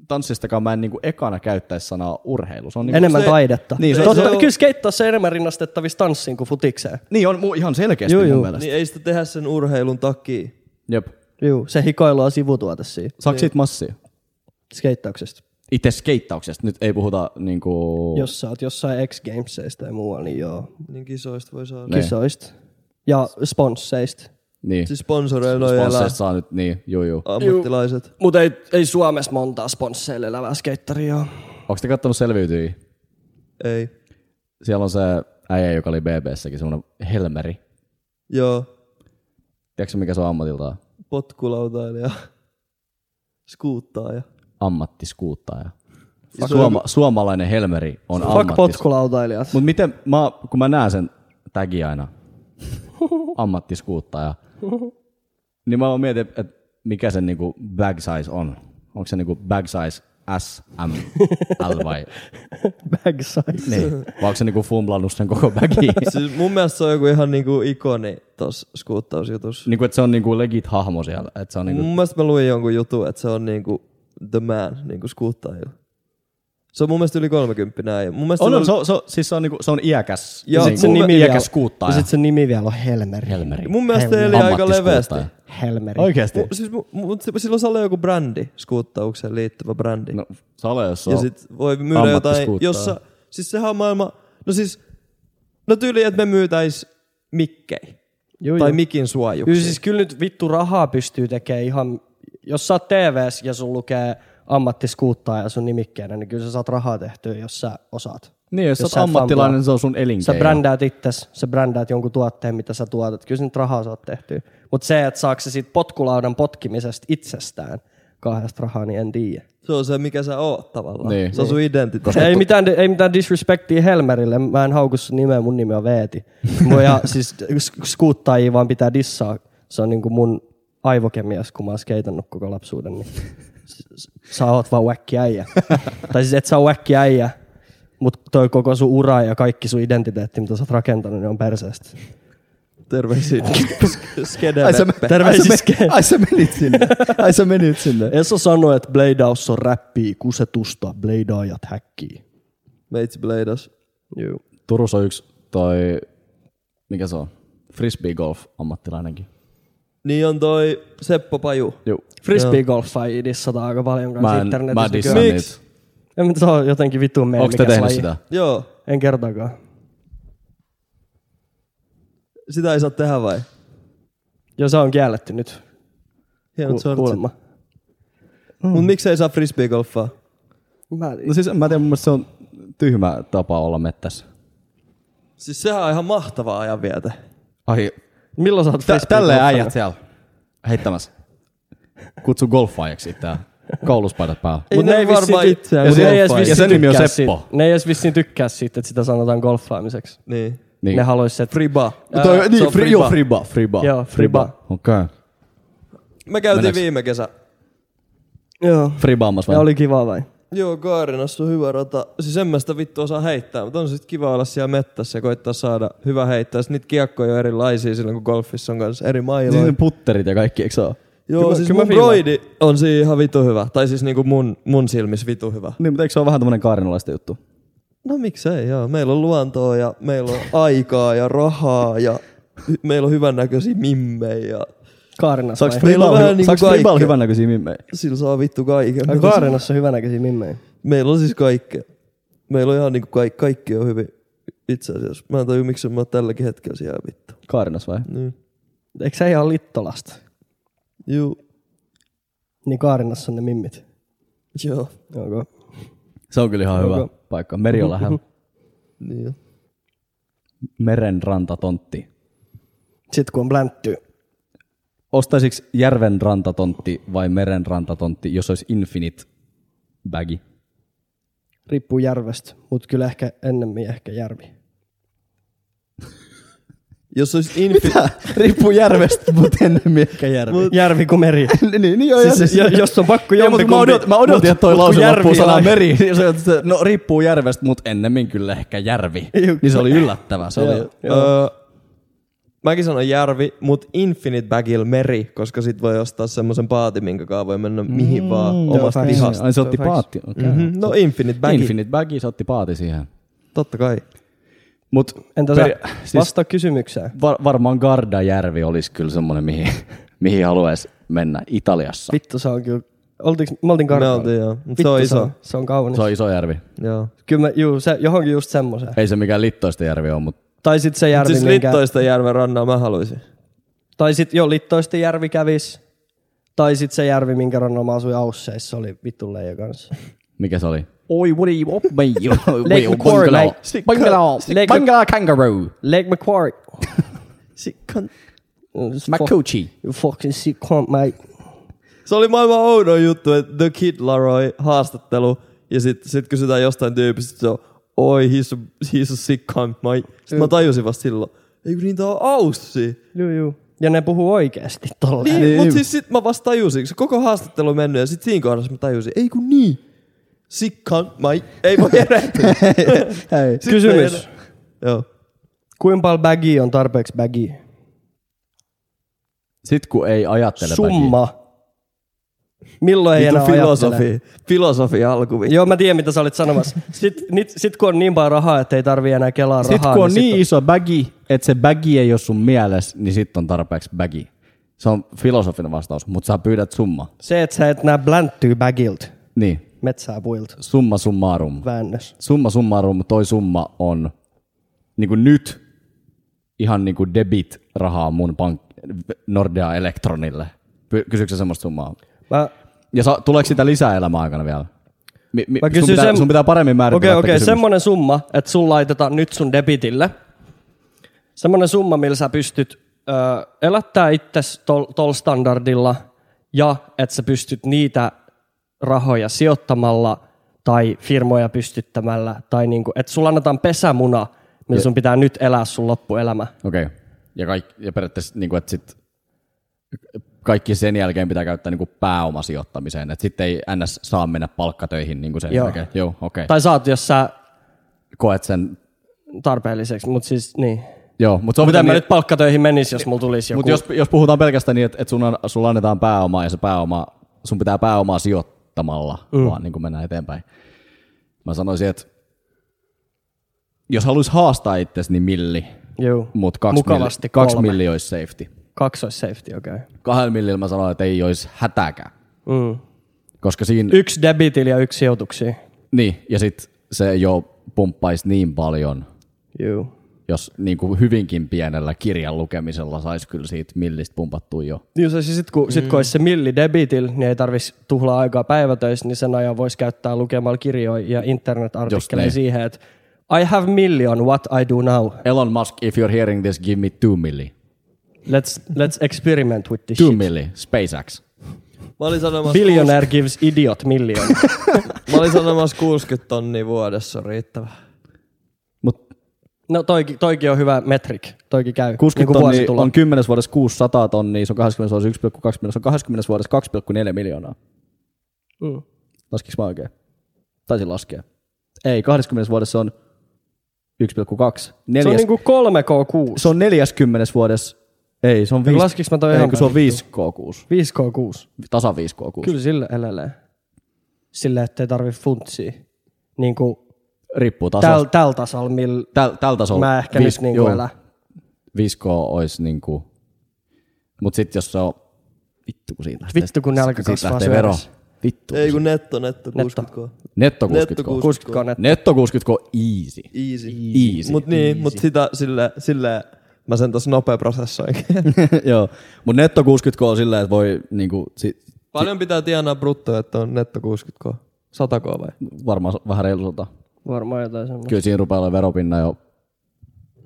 Speaker 3: tanssistakaan mä en niin kuin, ekana käyttäisi sanaa urheilu. Se on, niin, kuin,
Speaker 5: Enemmän
Speaker 1: se-
Speaker 5: taidetta.
Speaker 3: niin, se-
Speaker 5: Totta,
Speaker 1: se on-
Speaker 5: Kyllä skeittaus on enemmän rinnastettavissa tanssiin kuin futikseen.
Speaker 3: niin on mu- ihan selkeästi
Speaker 5: Juu,
Speaker 3: mun
Speaker 5: juu.
Speaker 3: mielestä.
Speaker 1: Niin ei sitä tehdä sen urheilun takia.
Speaker 3: Jep.
Speaker 5: Juu, se hikoilu on sivutuote siinä
Speaker 3: Saako siitä massia?
Speaker 5: skeittauksesta.
Speaker 3: Itse skeittauksesta, nyt ei puhuta niin kuin...
Speaker 5: Jos sä oot jossain X Gamesista ja muualla, niin joo.
Speaker 1: Niin kisoista voi saada.
Speaker 3: Niin.
Speaker 5: Kisoista. Ja sponsseista.
Speaker 3: Niin.
Speaker 1: Siis sponsoreilla noi elää
Speaker 3: Sponseista saa nyt, niin, juu, juu.
Speaker 1: ammattilaiset.
Speaker 5: Mutta ei, ei Suomessa montaa sponsseille elävää skeittaria ole.
Speaker 3: Onko te kattonut selviytyjiä?
Speaker 1: Ei.
Speaker 3: Siellä on se äijä, joka oli BBssäkin, semmoinen helmeri.
Speaker 1: Joo.
Speaker 3: Tiedätkö mikä se on ammatiltaan?
Speaker 1: Potkulautailija. Skuuttaaja.
Speaker 3: Ammattiskuuttaja. Suoma, suomalainen helmeri on
Speaker 5: Siis Fuck
Speaker 3: ammattis...
Speaker 5: potkulautajlijat.
Speaker 3: Mutta miten, mä, kun mä näen sen tagi aina, ammattiskuuttaja, niin mä vaan mietin, että mikä sen niinku bag size on. Onko se niinku bag size S, M, L vai?
Speaker 5: Bag size.
Speaker 3: Niin. Vai onko se niinku fumblannut sen koko bagin?
Speaker 1: Siis mun mielestä se on joku ihan niinku ikoni tossa skuuttausjutussa.
Speaker 3: niinku, että se on niinku legit hahmo siellä. Että se on niinku,
Speaker 1: Mun mielestä mä luin jonkun jutun, että se on niinku the man niinku skuuttaajilla. Se on mun mielestä yli 30 näin. Mun mielestä
Speaker 3: on,
Speaker 1: se
Speaker 3: on, se, on, se, on, siis se on, niinku, se on iäkäs,
Speaker 1: Ja
Speaker 3: ja
Speaker 1: sit
Speaker 3: niinku,
Speaker 1: se nimi
Speaker 3: iäkäs
Speaker 5: Ja
Speaker 3: skuuttaja.
Speaker 5: sitten se nimi vielä on Helmeri.
Speaker 3: helmeri.
Speaker 1: Mun mielestä se eli aika leveästi.
Speaker 3: Ammattiskuuttaja.
Speaker 5: Helmeri.
Speaker 3: Oikeesti?
Speaker 1: Mu- Siis, mu- mu- si- silloin saa olla joku brändi, skuuttaukseen liittyvä brändi.
Speaker 3: No, sale, jos
Speaker 1: ja
Speaker 3: on.
Speaker 1: sit voi myydä jotain,
Speaker 3: ammattiskuuttaa.
Speaker 1: jossa... Siis sehän on maailma... No siis... No tyyli, että me myytäis mikkei.
Speaker 5: Joo,
Speaker 1: tai
Speaker 5: joo.
Speaker 1: mikin
Speaker 5: Kyllä
Speaker 1: suojuksia.
Speaker 5: siis kyllä nyt vittu rahaa pystyy tekemään ihan, jos sä oot TVs ja sun lukee ammattiskuuttaa ja sun nimikkeenä, niin kyllä sä saat rahaa tehtyä, jos sä osaat.
Speaker 3: Niin, jos,
Speaker 5: Jos
Speaker 3: jos
Speaker 5: sä
Speaker 3: olet
Speaker 5: et
Speaker 3: ammattilainen,
Speaker 5: famblaa.
Speaker 3: se on sun elinkeino.
Speaker 5: Sä brändäät itses, sä brändäät jonkun tuotteen, mitä sä tuotat. Kyllä sä nyt rahaa saat tehtyä. Mutta se, että saako se siitä potkulaudan potkimisesta itsestään kahdesta rahaa, niin en tiedä.
Speaker 1: Se on se, mikä sä oot tavallaan.
Speaker 3: Niin.
Speaker 1: Se on sun identiteetti.
Speaker 5: Ei mitään, ei mitään disrespektiä Helmerille. Mä en hauku sun nimeä, mun nimi on Veeti. Mua ja siis sk- skuuttaajia vaan pitää dissaa. Se on niinku mun aivokemias, kun mä oon skeitannut koko lapsuuden. Niin. S- s- Sä oot vaan wäkki äijä. tai siis et sä oo wäkki äijä, mutta toi koko sun ura ja kaikki sun identiteetti, mitä sä oot rakentanut, niin on perseestä.
Speaker 1: Terveisiä.
Speaker 3: Ai sä,
Speaker 1: Skedeveppe.
Speaker 5: Terveisiä
Speaker 3: ai,
Speaker 5: skeen.
Speaker 3: ai sä menit sinne. Ai sä menit sinne.
Speaker 5: Esa sanoi, että bladeaus on räppiä, kusetusta, bladeaajat häkkii.
Speaker 1: Meitsi Bleidas.
Speaker 5: Joo.
Speaker 3: Turussa on yksi toi, mikä se on? Frisbee golf ammattilainenkin.
Speaker 1: Niin on toi Seppo Paju.
Speaker 3: Joo.
Speaker 5: Frisbee golfa ei dissataan aika paljon
Speaker 3: Mä
Speaker 5: kanssa
Speaker 3: en,
Speaker 5: internetissä.
Speaker 3: mä
Speaker 5: nykyään.
Speaker 3: dissaan
Speaker 1: Miksi?
Speaker 3: niitä.
Speaker 5: En mä- se on jotenkin vitun meidän
Speaker 3: Onks te tehnyt sitä?
Speaker 1: Joo.
Speaker 5: En kertaakaan.
Speaker 1: Sitä ei saa tehdä vai?
Speaker 5: Ja se on kielletty nyt,
Speaker 1: Hienot
Speaker 5: ku-
Speaker 1: sortsit.
Speaker 5: kuulemma.
Speaker 1: Mut miksei saa frisbeegolfaa?
Speaker 5: Mä,
Speaker 3: No siis en mä tiedä, mun mielestä se on tyhmä tapa olla mettässä.
Speaker 1: Siis sehän on ihan mahtava ajanviete.
Speaker 3: Ai,
Speaker 5: milloin sä oot
Speaker 3: tä-
Speaker 5: frisbee
Speaker 3: tälleen
Speaker 5: golfannut?
Speaker 3: äijät siellä heittämässä. Kutsu golfaajaksi tää. Kouluspaidat päällä.
Speaker 5: Ei
Speaker 1: Mut
Speaker 5: ne, ei varmaan itseään.
Speaker 3: Ja se-
Speaker 5: ei edes
Speaker 3: ja
Speaker 5: vissiin
Speaker 3: sen nimi on
Speaker 5: tykkää
Speaker 3: Seppo.
Speaker 5: siitä. Ne ei edes vissiin tykkää siitä, että sitä sanotaan golfaamiseksi.
Speaker 1: Niin.
Speaker 3: Niin.
Speaker 5: Ne haluaisi, että...
Speaker 1: Friba.
Speaker 3: Mutta toi-
Speaker 5: Ää,
Speaker 3: niin,
Speaker 5: se
Speaker 3: fri-
Speaker 5: on friba.
Speaker 3: joo, friba, friba.
Speaker 5: Joo, friba.
Speaker 3: Okei. Okay.
Speaker 1: Me käytiin
Speaker 3: Mennäänkö?
Speaker 1: viime kesä.
Speaker 5: Joo.
Speaker 3: Fribaamassa
Speaker 5: Ja
Speaker 3: vai?
Speaker 5: oli kiva vai?
Speaker 1: Joo, Kaarinassa on hyvä rata. Siis en mä sitä vittu osaa heittää, mutta on sit kiva olla siellä mettässä ja koittaa saada hyvä heittää. Sit niitä kiekkoja on erilaisia silloin, kun golfissa on kanssa eri
Speaker 3: Siis
Speaker 1: mailoja.
Speaker 3: ne putterit ja kaikki, eikö se oo?
Speaker 1: Joo,
Speaker 5: kyllä-
Speaker 1: siis
Speaker 5: kyllä mä
Speaker 1: mun
Speaker 5: fiilaan.
Speaker 1: broidi on siinä ihan vitu hyvä. Tai siis niinku mun, mun silmissä vitu hyvä.
Speaker 3: Niin, mutta eikö se ole vähän tämmönen kaarinalaista juttu?
Speaker 1: No miksei, joo. Meillä on luontoa ja meillä on aikaa ja rahaa ja hy- meillä on hyvännäköisiä mimmejä ja
Speaker 5: Kaarinas
Speaker 3: Saaks
Speaker 5: vai?
Speaker 1: Meillä on
Speaker 3: fribaa,
Speaker 1: vähän
Speaker 3: hy-
Speaker 1: niinku
Speaker 3: saaks fribaa
Speaker 1: kaikkea.
Speaker 3: hyvännäköisiä mimmejä?
Speaker 1: sillä saa vittu kaiken.
Speaker 5: Ai Kaarinassa on hyvänäköisiä mimmejä.
Speaker 1: Meillä on siis kaikkea. Meillä on ihan niinku kaikki, kaikki on hyvin itse asiassa. Mä en tajua, miksi mä oon tälläkin hetkellä siellä vittu.
Speaker 3: Kaarinas vai?
Speaker 1: Niin.
Speaker 5: Eikö sä ihan Littolasta?
Speaker 1: Juu.
Speaker 5: Niin Kaarinassa on ne mimmit.
Speaker 1: Joo.
Speaker 5: Onko?
Speaker 3: Se on kyllä ihan hyvä paikka. Meri on lähellä.
Speaker 1: Niin jo.
Speaker 3: Merenrantatonttti.
Speaker 5: Sitten kun on bläntty.
Speaker 3: Ostaisitko järven rantatonttti vai meren rantatonttti, jos olisi infinite bagi?
Speaker 5: Riippuu järvestä, mutta kyllä ehkä ennemmin ehkä järvi.
Speaker 1: Jos olisi infi...
Speaker 3: Riippuu järvestä, mutta ennemmin ehkä järvi.
Speaker 5: Järvi kuin meri.
Speaker 3: niin, niin, joo,
Speaker 5: siis, jo- jos on pakko
Speaker 3: Joo, mutta mä
Speaker 5: jompikumpi-
Speaker 3: odotin, mä odotin
Speaker 5: mut-
Speaker 3: että toi
Speaker 5: mut kun
Speaker 3: lause
Speaker 5: järvi
Speaker 3: loppuu sanaan
Speaker 5: on-
Speaker 3: meri. Ja se on, se, no riippuu järvestä, mutta ennemmin kyllä ehkä järvi.
Speaker 5: Juu.
Speaker 3: Niin se oli yllättävää. Se oli,
Speaker 1: öö, mäkin sanon järvi, mut infinite bagil meri, koska sit voi ostaa semmoisen paati, minkä kaa voi mennä mihin vaan omasta
Speaker 5: facts.
Speaker 1: pihasta.
Speaker 3: Ah, Ai, se otti paatti. Okay. Mm-hmm.
Speaker 1: Mhm, No infinite bagi.
Speaker 3: Infinite bagi, se otti paati siihen.
Speaker 1: Totta kai.
Speaker 3: Mut
Speaker 5: Entä sä?
Speaker 3: peri- siis
Speaker 5: Vastaa kysymykseen.
Speaker 3: var, varmaan Gardajärvi olisi kyllä semmoinen, mihin, mihin haluaisi mennä Italiassa.
Speaker 5: Vittu se on kyllä. Oltiinko, me oltiin
Speaker 1: Me
Speaker 5: kartalla.
Speaker 1: oltiin joo. Mut
Speaker 5: Vittu
Speaker 1: se on iso.
Speaker 5: Se on kaunis.
Speaker 3: Se on iso järvi.
Speaker 1: Joo.
Speaker 5: Kyllä mä, juu, se, johonkin just semmoiseen.
Speaker 3: Ei se mikään littoista järvi ole, mutta
Speaker 5: Tai sitten se järvi,
Speaker 1: Siis
Speaker 5: minkä...
Speaker 1: Littoista järven rannaa mä haluaisin.
Speaker 5: Tai sitten jo Littoisten järvi kävis. Tai sitten se järvi, minkä rannalla mä asuin Ausseissa, oli vittu leija kanssa.
Speaker 3: mikä se oli? Oi, what are you up, man?
Speaker 5: Lake Macquarie,
Speaker 3: Bangala.
Speaker 5: mate.
Speaker 3: Bangala.
Speaker 5: Lake-
Speaker 3: Bangala kangaroo.
Speaker 5: Lake Macquarie. Fuck-
Speaker 3: Makuchi.
Speaker 5: You fucking sick cunt, mate.
Speaker 1: Se oli maailman oudon juttu, että The Kid Laroi haastattelu, ja sit, sit kysytään jostain tyypistä, se on, oi, he's a, he's a sick cunt, mate. Sitten mä tajusin vasta silloin, ei kun niitä on aussi.
Speaker 5: Juu, juu. Ja ne puhuu oikeasti tolleen.
Speaker 1: Niin, mut siis sit mä vasta tajusin, se koko haastattelu on mennyt, ja sit siinä kohdassa mä tajusin, ei kun niin. Sick cunt, mate. Ei voi erehtyä. Sitten
Speaker 5: Kysymys.
Speaker 1: ei Joo.
Speaker 5: Kuinka paljon bagi on tarpeeksi bagi?
Speaker 3: Sitten kun ei ajattele
Speaker 5: Summa. Milloin ei enää
Speaker 1: Vittu
Speaker 5: ajattele?
Speaker 1: filosofi. Filosofi alkuvi.
Speaker 5: Joo, mä tiedän, mitä sä olit sanomassa. Sitten nyt, sit, kun on niin paljon rahaa, että ei tarvii enää kelaa rahaa.
Speaker 3: Sitten kun on
Speaker 5: niin
Speaker 3: niin iso bagi, että se bagi ei ole sun mielessä, niin sitten on tarpeeksi bagi. Se on filosofinen vastaus, mutta sä pyydät summa.
Speaker 5: Se, että sä et nää blänttyy bagilta,
Speaker 3: Niin,
Speaker 5: metsää puilta,
Speaker 3: summa summarum.
Speaker 5: väännös.
Speaker 3: Summa summarum, toi summa on niin kuin nyt ihan niin kuin debit rahaa mun pank- Nordea Elektronille. Py- Kysyksä semmoista summaa?
Speaker 5: Mä,
Speaker 3: Ja sa- tuleeko sitä lisää elämän aikana vielä? Mi- mi-
Speaker 5: mä
Speaker 3: sun,
Speaker 5: kysyn
Speaker 3: pitää,
Speaker 5: sen...
Speaker 3: sun pitää paremmin määritellä
Speaker 5: Okei, okei,
Speaker 3: okay, okay,
Speaker 5: semmonen summa, että sun laitetaan nyt sun debitille. Semmonen summa, millä sä pystyt ö, elättää itsesi tol, tol standardilla ja että sä pystyt niitä rahoja sijoittamalla tai firmoja pystyttämällä tai niinku, että sulla annetaan pesämuna, millä sun pitää nyt elää sun loppuelämä.
Speaker 3: Okei. Ja, kaik- ja periaatteessa, niin kuin, että sit kaikki sen jälkeen pitää käyttää niin kuin pääomasijoittamiseen. Että sitten ei NS saa mennä palkkatöihin niin kuin sen Joo.
Speaker 5: Joo.
Speaker 3: jälkeen. Joo, okei. Okay.
Speaker 5: Tai saat, jos sä
Speaker 3: Koet sen...
Speaker 5: tarpeelliseksi, mutta siis niin.
Speaker 3: Joo, mutta se on
Speaker 5: Miten
Speaker 3: mitä
Speaker 5: mä
Speaker 3: nyt...
Speaker 5: nyt palkkatöihin menis, jos mulla tulisi joku?
Speaker 3: Mutta jos, jos puhutaan pelkästään niin, että, että sun on, sulla annetaan pääomaa ja se pääoma, sun pitää pääomaa sijoittamalla, mm. vaan niin kuin mennään eteenpäin. Mä sanoisin, että jos haluaisi haastaa itsesi, niin milli.
Speaker 5: Juu.
Speaker 3: Mutta kaksi,
Speaker 5: Mukavasti
Speaker 3: milli, kaksi
Speaker 5: kolme.
Speaker 3: milli olisi safety.
Speaker 5: Kaksi olisi safety, okei. Okay.
Speaker 3: kahdella millillä mä sanoin, että ei olisi hätäkään.
Speaker 5: Mm.
Speaker 3: Koska siinä, y-
Speaker 5: Yksi debitillä ja yksi sijoituksia.
Speaker 3: niin, ja sitten se jo pumppaisi niin paljon,
Speaker 5: Juu.
Speaker 3: jos niin kuin hyvinkin pienellä kirjan lukemisella saisi kyllä siitä millistä pumpattua jo.
Speaker 5: Niin se siis sit, kun, sit, kun olisi se milli debitil, niin ei tarvitsisi tuhlaa aikaa päivätöissä, niin sen ajan voisi käyttää lukemalla kirjoja ja
Speaker 3: Just
Speaker 5: internet-artikkeleja
Speaker 3: niin.
Speaker 5: siihen, että I have million, what I do now.
Speaker 3: Elon Musk, if you're hearing this, give me two milli.
Speaker 5: Let's, let's experiment with this
Speaker 3: Two
Speaker 5: shit.
Speaker 3: milli, SpaceX.
Speaker 1: Mä olin sanomassa,
Speaker 5: Billionaire gives idiot million.
Speaker 1: mä olin sanomassa 60 tonnia vuodessa on riittävä.
Speaker 3: Mut
Speaker 5: No toikin toiki on hyvä metrik, toikin käy.
Speaker 3: 60
Speaker 5: Niinku
Speaker 3: tonnia
Speaker 5: vuositulo.
Speaker 3: on 10 vuodessa 600 tonnia, se on 20 vuodessa 1,2 miljoonaa, se on 20 vuodessa 2,4 miljoonaa.
Speaker 5: Mm.
Speaker 3: Laskiks mä oikein? Taisin laskea. Ei, 20 vuodessa on 1,2.
Speaker 5: Se on
Speaker 3: Neljäs,
Speaker 5: niinku 3K6.
Speaker 3: se on 40 vuodessa, ei, se on 5,
Speaker 5: laskiks mä toi
Speaker 3: ei,
Speaker 5: ihan
Speaker 3: kun se on
Speaker 5: päin
Speaker 3: 5K6,
Speaker 5: 5K6.
Speaker 3: tasa 5K6.
Speaker 5: Kyllä sillä elelee. Sillä, ettei tarvi funtsia. Niinku
Speaker 3: Riippuu
Speaker 5: täl,
Speaker 3: tasosta.
Speaker 5: täl tasolla, millä
Speaker 3: Täl, tällä tasolla.
Speaker 5: mä ehkä nyt niinku elä.
Speaker 3: 5K olisi niinku, mut sit jos se on, vittu kun siitä lähtee,
Speaker 5: Vittu, kun
Speaker 3: sit
Speaker 5: nälkä
Speaker 3: siitä
Speaker 5: kasvaa
Speaker 3: lähtee vero.
Speaker 5: syödässä.
Speaker 3: Vittu.
Speaker 1: Ei kun netto, netto,
Speaker 5: Netto.
Speaker 1: 60 k.
Speaker 3: Netto
Speaker 1: Netto
Speaker 3: 60K.
Speaker 5: 60 konet.
Speaker 3: Netto 60K easy.
Speaker 1: Easy.
Speaker 3: Easy.
Speaker 1: Mut niin, mut sitä sille, sille mä sen tossa nopea prosessoin.
Speaker 3: Joo, mutta netto 60K on silleen, että voi niinku, si,
Speaker 1: Paljon pitää tienaa bruttoa, että on netto 60 k. 100 k vai?
Speaker 3: varmaan vähän reilu sata.
Speaker 5: Varmaan jotain semmoista.
Speaker 3: Kyllä siinä rupeaa olemaan veropinna jo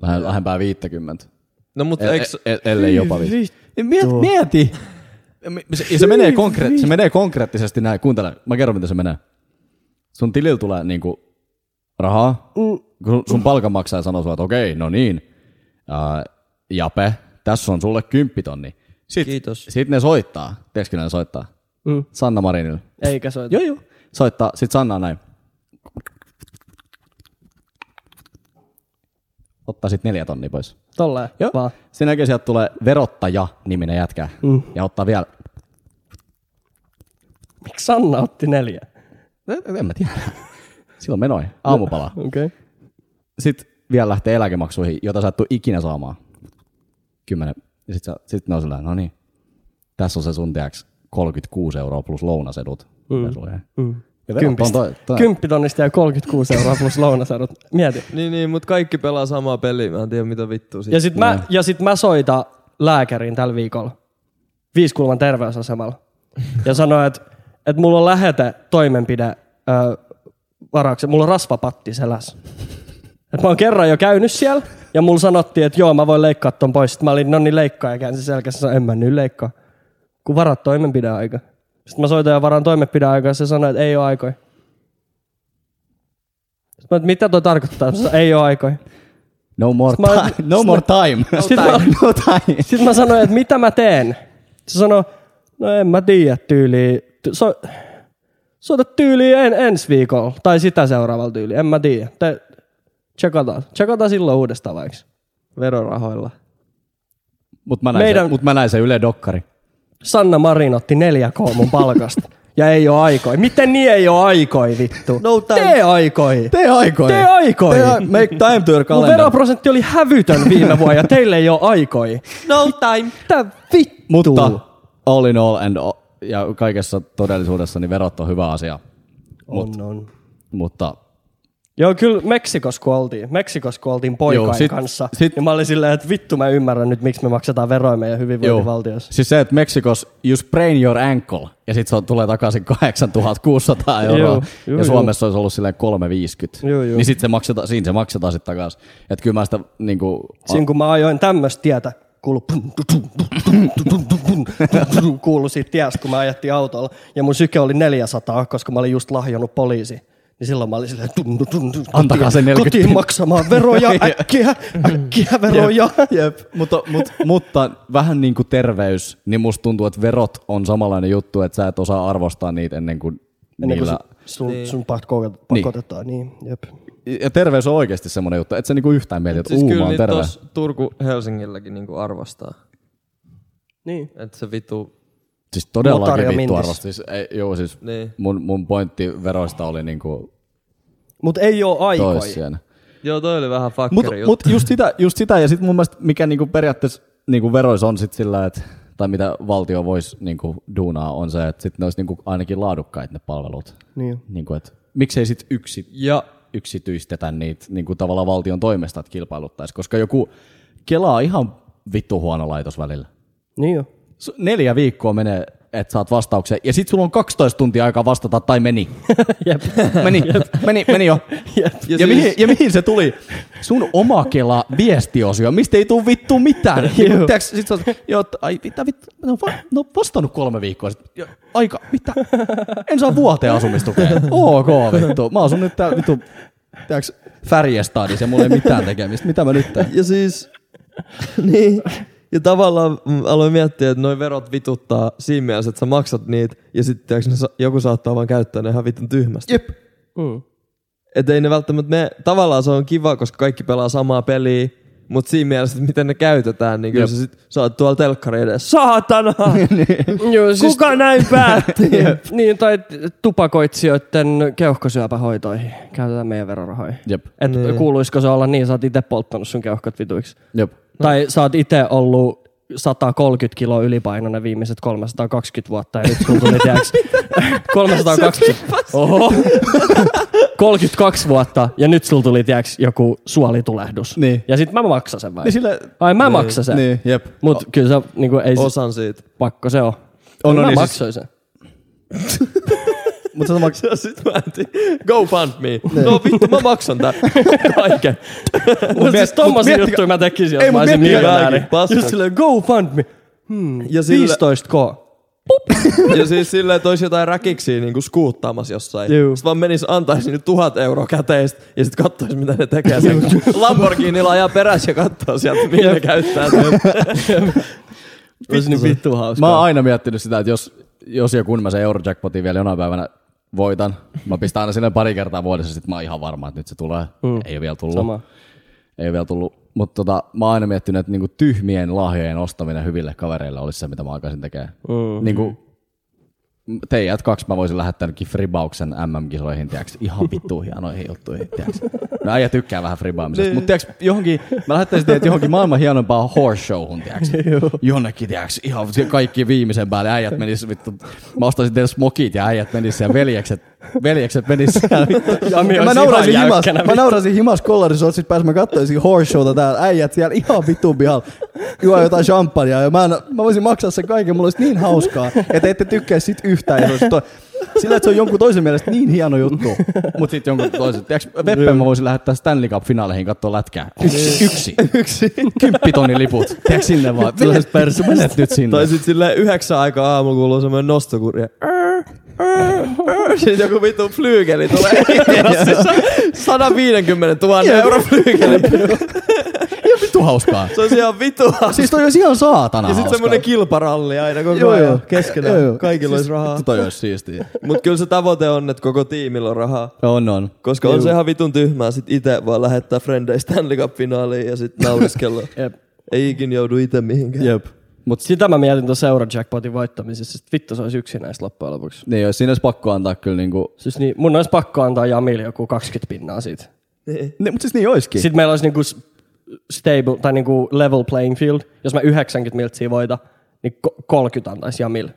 Speaker 3: lähe, lähempää 50.
Speaker 1: No mut
Speaker 3: E-
Speaker 1: eiks...
Speaker 3: e- ellei jopa 50.
Speaker 2: Mieti, mieti.
Speaker 3: Se, ja se, menee konkre- se menee konkreettisesti näin. Kuuntele, mä kerron miten se menee. Sun tilillä tulee niinku rahaa, kun sun- sun palkanmaksaja sanoo sulle, että okei, no niin, ää, Jape, tässä on sulle kymppitonni. Sit,
Speaker 1: Kiitos.
Speaker 3: Sitten ne soittaa, tiedätkö ne soittaa? Mm. Sanna Marinille.
Speaker 5: Eikä soita.
Speaker 3: Joo, joo. Soittaa, sit Sanna on näin. Ottaa sit neljä tonnia pois.
Speaker 5: Tolleen.
Speaker 3: Joo.
Speaker 5: Vaan.
Speaker 3: Sen jälkeen sieltä tulee verottaja-niminen jätkä. Mm. Ja ottaa vielä,
Speaker 5: Miksi Sanna otti neljä?
Speaker 3: en, en mä tiedä. Silloin menoi, aamupala.
Speaker 5: Okei. Okay.
Speaker 3: Sitten vielä lähtee eläkemaksuihin, jota sä et tuu ikinä saamaan. Kymmenen. Ja sit, sä, sit ne on sillä, no niin, tässä on se sun tiiäks 36 euroa plus lounasedut. Mm. Ja verot on toi, toi.
Speaker 5: Kymppitonnista ja 36 euroa plus lounasadut. Mieti.
Speaker 1: Niin, niin, mut kaikki pelaa samaa peliä. Mä en tiedä mitä vittua siitä.
Speaker 5: Ja sit, mä, ja sit mä soitan lääkäriin tällä viikolla. Viiskulman terveysasemalla. Ja sanoin, että et mulla on lähete toimenpide ö, varauksen. Mulla on rasvapatti selässä. Et mä oon kerran jo käynyt siellä. Ja mulla sanottiin, että joo, mä voin leikkaa ton pois. Sitten mä olin, no niin leikkaa. Ja käänsin selkässä, sanoin, en mä nyt leikkaa. Kun varat toimenpideaika. Sitten mä soitan ja varaan toimenpideaika. Ja se sanoi, että ei oo aikoja. Sitten mä, että mitä toi tarkoittaa? Mä sanoin, ei oo aikoja.
Speaker 3: No more
Speaker 5: Mä oon-
Speaker 3: time. No more time.
Speaker 5: Sit mä-
Speaker 3: No time.
Speaker 5: Sitten mä sanoin, että mitä mä teen? Se sanoi, no en mä tiedä tyyliin. Ty- so, soita tyyliin en, ensi viikolla tai sitä seuraavalla tyyliin, en mä tiedä. Te, tsekataan. tsekataan silloin uudestaan vaikka.
Speaker 1: Verorahoilla.
Speaker 3: Mutta mä, näin
Speaker 5: Meidän-
Speaker 3: Meidän... mut mä näin se Yle Dokkari.
Speaker 5: Sanna Marin otti 4K mun palkasta. ja ei oo aikoi. Miten niin ei oo aikoi vittu?
Speaker 1: No time.
Speaker 5: Tee aikoi.
Speaker 3: Tee aikoi.
Speaker 5: Tee aikoi.
Speaker 3: Make time to your
Speaker 5: Mun
Speaker 3: calendar.
Speaker 5: veroprosentti oli hävytön viime vuonna ja teille ei oo aikoi.
Speaker 1: No time.
Speaker 5: Mitä vittu?
Speaker 3: Mutta all in all and o- ja kaikessa todellisuudessa niin verot on hyvä asia.
Speaker 5: On, on.
Speaker 3: Mutta
Speaker 5: Joo, kyllä Meksikos kun oltiin, Meksikos kun oltiin poikain
Speaker 3: Joo, sit-
Speaker 5: kanssa,
Speaker 3: sit-
Speaker 5: sit, niin mä olin silleen, että vittu mä ymmärrän nyt, miksi me maksetaan veroja meidän hyvinvointivaltiossa.
Speaker 3: Siis se, että Meksikos, you sprain your ankle, ja sit se on, tulee takaisin 8600 euroa,
Speaker 5: Joo, joo,
Speaker 3: ja
Speaker 5: joo.
Speaker 3: Suomessa olisi ollut silleen 350.
Speaker 5: Joo, joo.
Speaker 3: Niin sit se maksetaan, siinä se maksetaan sit takaisin. Että kyllä mä sitä niinku,
Speaker 5: Siinä kun mä ajoin tämmöistä tietä, kuului pum, tu, tu, tu, tu, tu, tu, tu, tu, tu, tu, kuului siitä tiestä, kun mä ajettiin autolla. Ja mun syke oli 400, koska mä olin just lahjonnut poliisi. Niin silloin mä olin silleen, tun, tun, tun, tun,
Speaker 3: Antakaa
Speaker 5: kotiin-
Speaker 3: se 40.
Speaker 5: kotiin maksamaan veroja, äkkiä, äkkiä veroja.
Speaker 3: Jep, mutta, mut, mutta vähän niin kuin terveys, niin musta tuntuu, että verot on samanlainen juttu, että sä et osaa arvostaa niitä ennen kuin
Speaker 5: Ennen kuin
Speaker 3: niillä...
Speaker 5: sun- sun, sun pakko,
Speaker 3: Niin.
Speaker 5: pakko otetaan, niin jep.
Speaker 3: Ja terveys on oikeasti semmoinen juttu, että sä niinku yhtään mieti, että
Speaker 1: Siis
Speaker 3: uu, mä
Speaker 1: kyllä
Speaker 3: oon
Speaker 1: niitä
Speaker 3: terve.
Speaker 1: tos Turku Helsingilläkin niinku arvostaa.
Speaker 5: Niin.
Speaker 1: Et se vitu...
Speaker 3: Siis
Speaker 5: Notari ja
Speaker 3: todellakin vittu
Speaker 5: mintis.
Speaker 3: arvostaa. Siis, ei, joo, siis
Speaker 1: Niin.
Speaker 3: mun, mun pointti veroista oli niinku
Speaker 5: Mutta ei oo aikoi.
Speaker 3: toissijainen.
Speaker 1: Joo, toi oli vähän
Speaker 3: Mut,
Speaker 1: fuckeri juttu.
Speaker 3: mut just, sitä, just sitä, ja sitten mun mielestä mikä niinku periaatteessa niinku veroissa on sit sillä, että tai mitä valtio voisi niinku duunaa, on se, että sitten ne olisi niinku ainakin laadukkaita ne palvelut.
Speaker 5: Niin.
Speaker 3: Niinku, et, miksei sitten yksi
Speaker 1: Ja
Speaker 3: yksityistetä niitä niin kuin tavallaan valtion toimesta, että kilpailuttaisi, koska joku kelaa ihan vittu huono laitos välillä.
Speaker 5: Niin jo.
Speaker 3: Su- Neljä viikkoa menee, että saat vastauksen, ja sit sulla on 12 tuntia aikaa vastata, tai meni.
Speaker 5: Jep.
Speaker 3: Meni, meni, meni jo. Ja, ja, siis... mihin, ja mihin se tuli? Sun oma kela viestiosio, mistä ei tuu vittu mitään. Niin kun, tiiäks, sit sä oot, joo, että ai mitä vittu, no, va, no vastannut kolme viikkoa sitten. Ja, Aika, mitä? En saa vuoteen asumistukea. Ok vittu, mä asun nyt täällä vittu, tiiäks, Färjestadissa ja mulla ei mitään tekemistä. Mitä mä nyt teen?
Speaker 1: Ja siis, niin. Ja tavallaan mm, aloin miettiä, että noi verot vituttaa siinä mielessä, että sä maksat niitä ja sitten joku saattaa vaan käyttää ne ihan vitun tyhmästi.
Speaker 3: Jep.
Speaker 1: Että ei ne välttämättä me, tavallaan se on kiva, koska kaikki pelaa samaa peliä, mutta siinä mielessä, että miten ne käytetään, niin kyllä
Speaker 3: Jep.
Speaker 1: sä sit, sä oot tuolla telkkari edessä. Saatana!
Speaker 3: Niin,
Speaker 5: Joo, siis
Speaker 7: Kuka näin päätti?
Speaker 5: niin, tai tupakoitsijoiden keuhkosyöpähoitoihin käytetään meidän verorahoja.
Speaker 3: Jep,
Speaker 5: Et kuuluisiko se olla niin, sä oot itse polttanut sun keuhkot vituiksi.
Speaker 7: No.
Speaker 3: jep.
Speaker 5: Tai sä oot itse ollut 130 kiloa ylipainoinen viimeiset 320 vuotta ja nyt sun tuli tiiäks 320 Oho. 32 vuotta ja nyt sulla tuli tiiäks joku suolitulehdus.
Speaker 3: Niin.
Speaker 5: Ja sit mä maksan sen vai?
Speaker 3: Niin sille,
Speaker 5: Ai mä maksan sen.
Speaker 3: niin, jep.
Speaker 5: Mut kyllä se niinku, ei se,
Speaker 1: Osan siitä.
Speaker 5: pakko se on.
Speaker 3: On,
Speaker 5: mä
Speaker 3: on, niin siis-
Speaker 5: maksoin sen.
Speaker 3: Mutta sä maks-
Speaker 1: Ja sit mä ajattelin, go fund me. No vittu, mä maksan tän. Kaiken.
Speaker 5: Mut siis tommosia
Speaker 3: miettikää-
Speaker 5: juttuja mä tekisin,
Speaker 3: Ei,
Speaker 5: jos
Speaker 3: mut
Speaker 5: mä olisin
Speaker 3: miettikää-
Speaker 5: miljonääri.
Speaker 1: Paskat.
Speaker 5: Just silleen, go fund me.
Speaker 1: Ja, sille,
Speaker 5: 15k.
Speaker 1: ja siis silleen, että olisi jotain räkiksiä niinku skuuttaamassa jossain.
Speaker 5: Juu.
Speaker 1: Sitten vaan menis antaisi nyt tuhat euroa käteistä ja sit kattois mitä ne tekee. Sen Lamborghinilla ajaa perässä ja kattoo sieltä, mihin ne käyttää. sen.
Speaker 5: Olisi niin vittu hauskaa.
Speaker 3: Mä oon aina miettinyt sitä, että jos, jos ja kun mä sen Eurojackpotin vielä jonain päivänä voitan, mä pistän aina sinne pari kertaa vuodessa, sit mä oon ihan varma, että nyt se tulee. Mm. Ei ole vielä tullut.
Speaker 5: Sama.
Speaker 3: Ei ole vielä tullut. Mutta tota, mä oon aina miettinyt, että niinku tyhmien lahjojen ostaminen hyville kavereille olisi se, mitä mä alkaisin tekemään. Mm. Niinku, teijät kaksi mä voisin lähettää nytkin fribauksen MM-kisoihin, tiiäks, ihan vittu hienoihin juttuihin, tiiäks. No äijä tykkää vähän fribaamisesta, mutta tiiäks, johonkin, mä lähettäisin teidät johonkin maailman hienompaan horse showhun, tiiäks. Jonnekin, tiiäks, ihan se kaikki viimeisen päälle, äijät menis vittu, mä ostaisin teille smokit ja äijät menis ja veljekset, veljekset menis siellä, vittu.
Speaker 5: Jami
Speaker 3: Ja
Speaker 5: olisi
Speaker 3: mä
Speaker 5: ihan
Speaker 3: naurasin himas,
Speaker 5: jäykkänä,
Speaker 3: mä naurasin himas kollarisortsit päässä, mä katsoisin horse showta täällä, äijät siellä ihan vitun pihalla, juo jotain champagnea ja mä, en, mä voisin maksaa sen kaiken, mulla olisi niin hauskaa, että ette tykkää sit yhtään. Ja se olisi toi, sillä, että se on jonkun toisen mielestä niin hieno juttu, mutta sitten jonkun toisen. Tiedätkö, Veppe mä voisin lähettää Stanley Cup-finaaleihin katsoa lätkää. Yksi. Yksi. Yksi. Kymppitonnin liput. Tiedätkö sinne vaan? Sellaiset persu, menet nyt sinne.
Speaker 1: Tai sit silleen yhdeksän aikaa aamu kuuluu semmoinen nostokurje. Sitten joku vittu flyykeli tulee. Siis on 150 000 euroa flyykeli.
Speaker 3: Ihan vittu hauskaa.
Speaker 1: Se on ihan vitu.
Speaker 3: Siis toi olisi ihan saatana
Speaker 1: Ja sit
Speaker 3: hauskaa.
Speaker 1: semmonen kilparalli aina koko
Speaker 3: Joo,
Speaker 1: ajan
Speaker 3: joo.
Speaker 1: keskenään.
Speaker 3: Joo, joo. Siis
Speaker 1: Kaikilla olisi rahaa.
Speaker 3: Vittu Toi olisi siistiä.
Speaker 1: Mut kyllä se tavoite on, että koko tiimillä on rahaa.
Speaker 3: On, on.
Speaker 1: Koska on se ihan vitun tyhmää sit ite vaan lähettää frendei Stanley Cup-finaaliin ja sit nauriskella.
Speaker 5: Jep.
Speaker 1: Ei ikin joudu ite mihinkään.
Speaker 3: Jep. Mut
Speaker 5: Sitä mä mietin tuossa Eurojackpotin voittamisessa, että vittu se olisi yksinäistä loppujen lopuksi.
Speaker 3: Niin, jos siinä olisi pakko antaa kyllä niinku...
Speaker 5: Siis niin, mun olisi pakko antaa Jamille joku 20 pinnaa siitä.
Speaker 3: Ne, mutta siis niin olisikin.
Speaker 5: Sitten meillä olisi niinku s- stable, tai niinku level playing field. Jos mä 90 miltsiä voita, niin ko- 30 antaisi Jamille.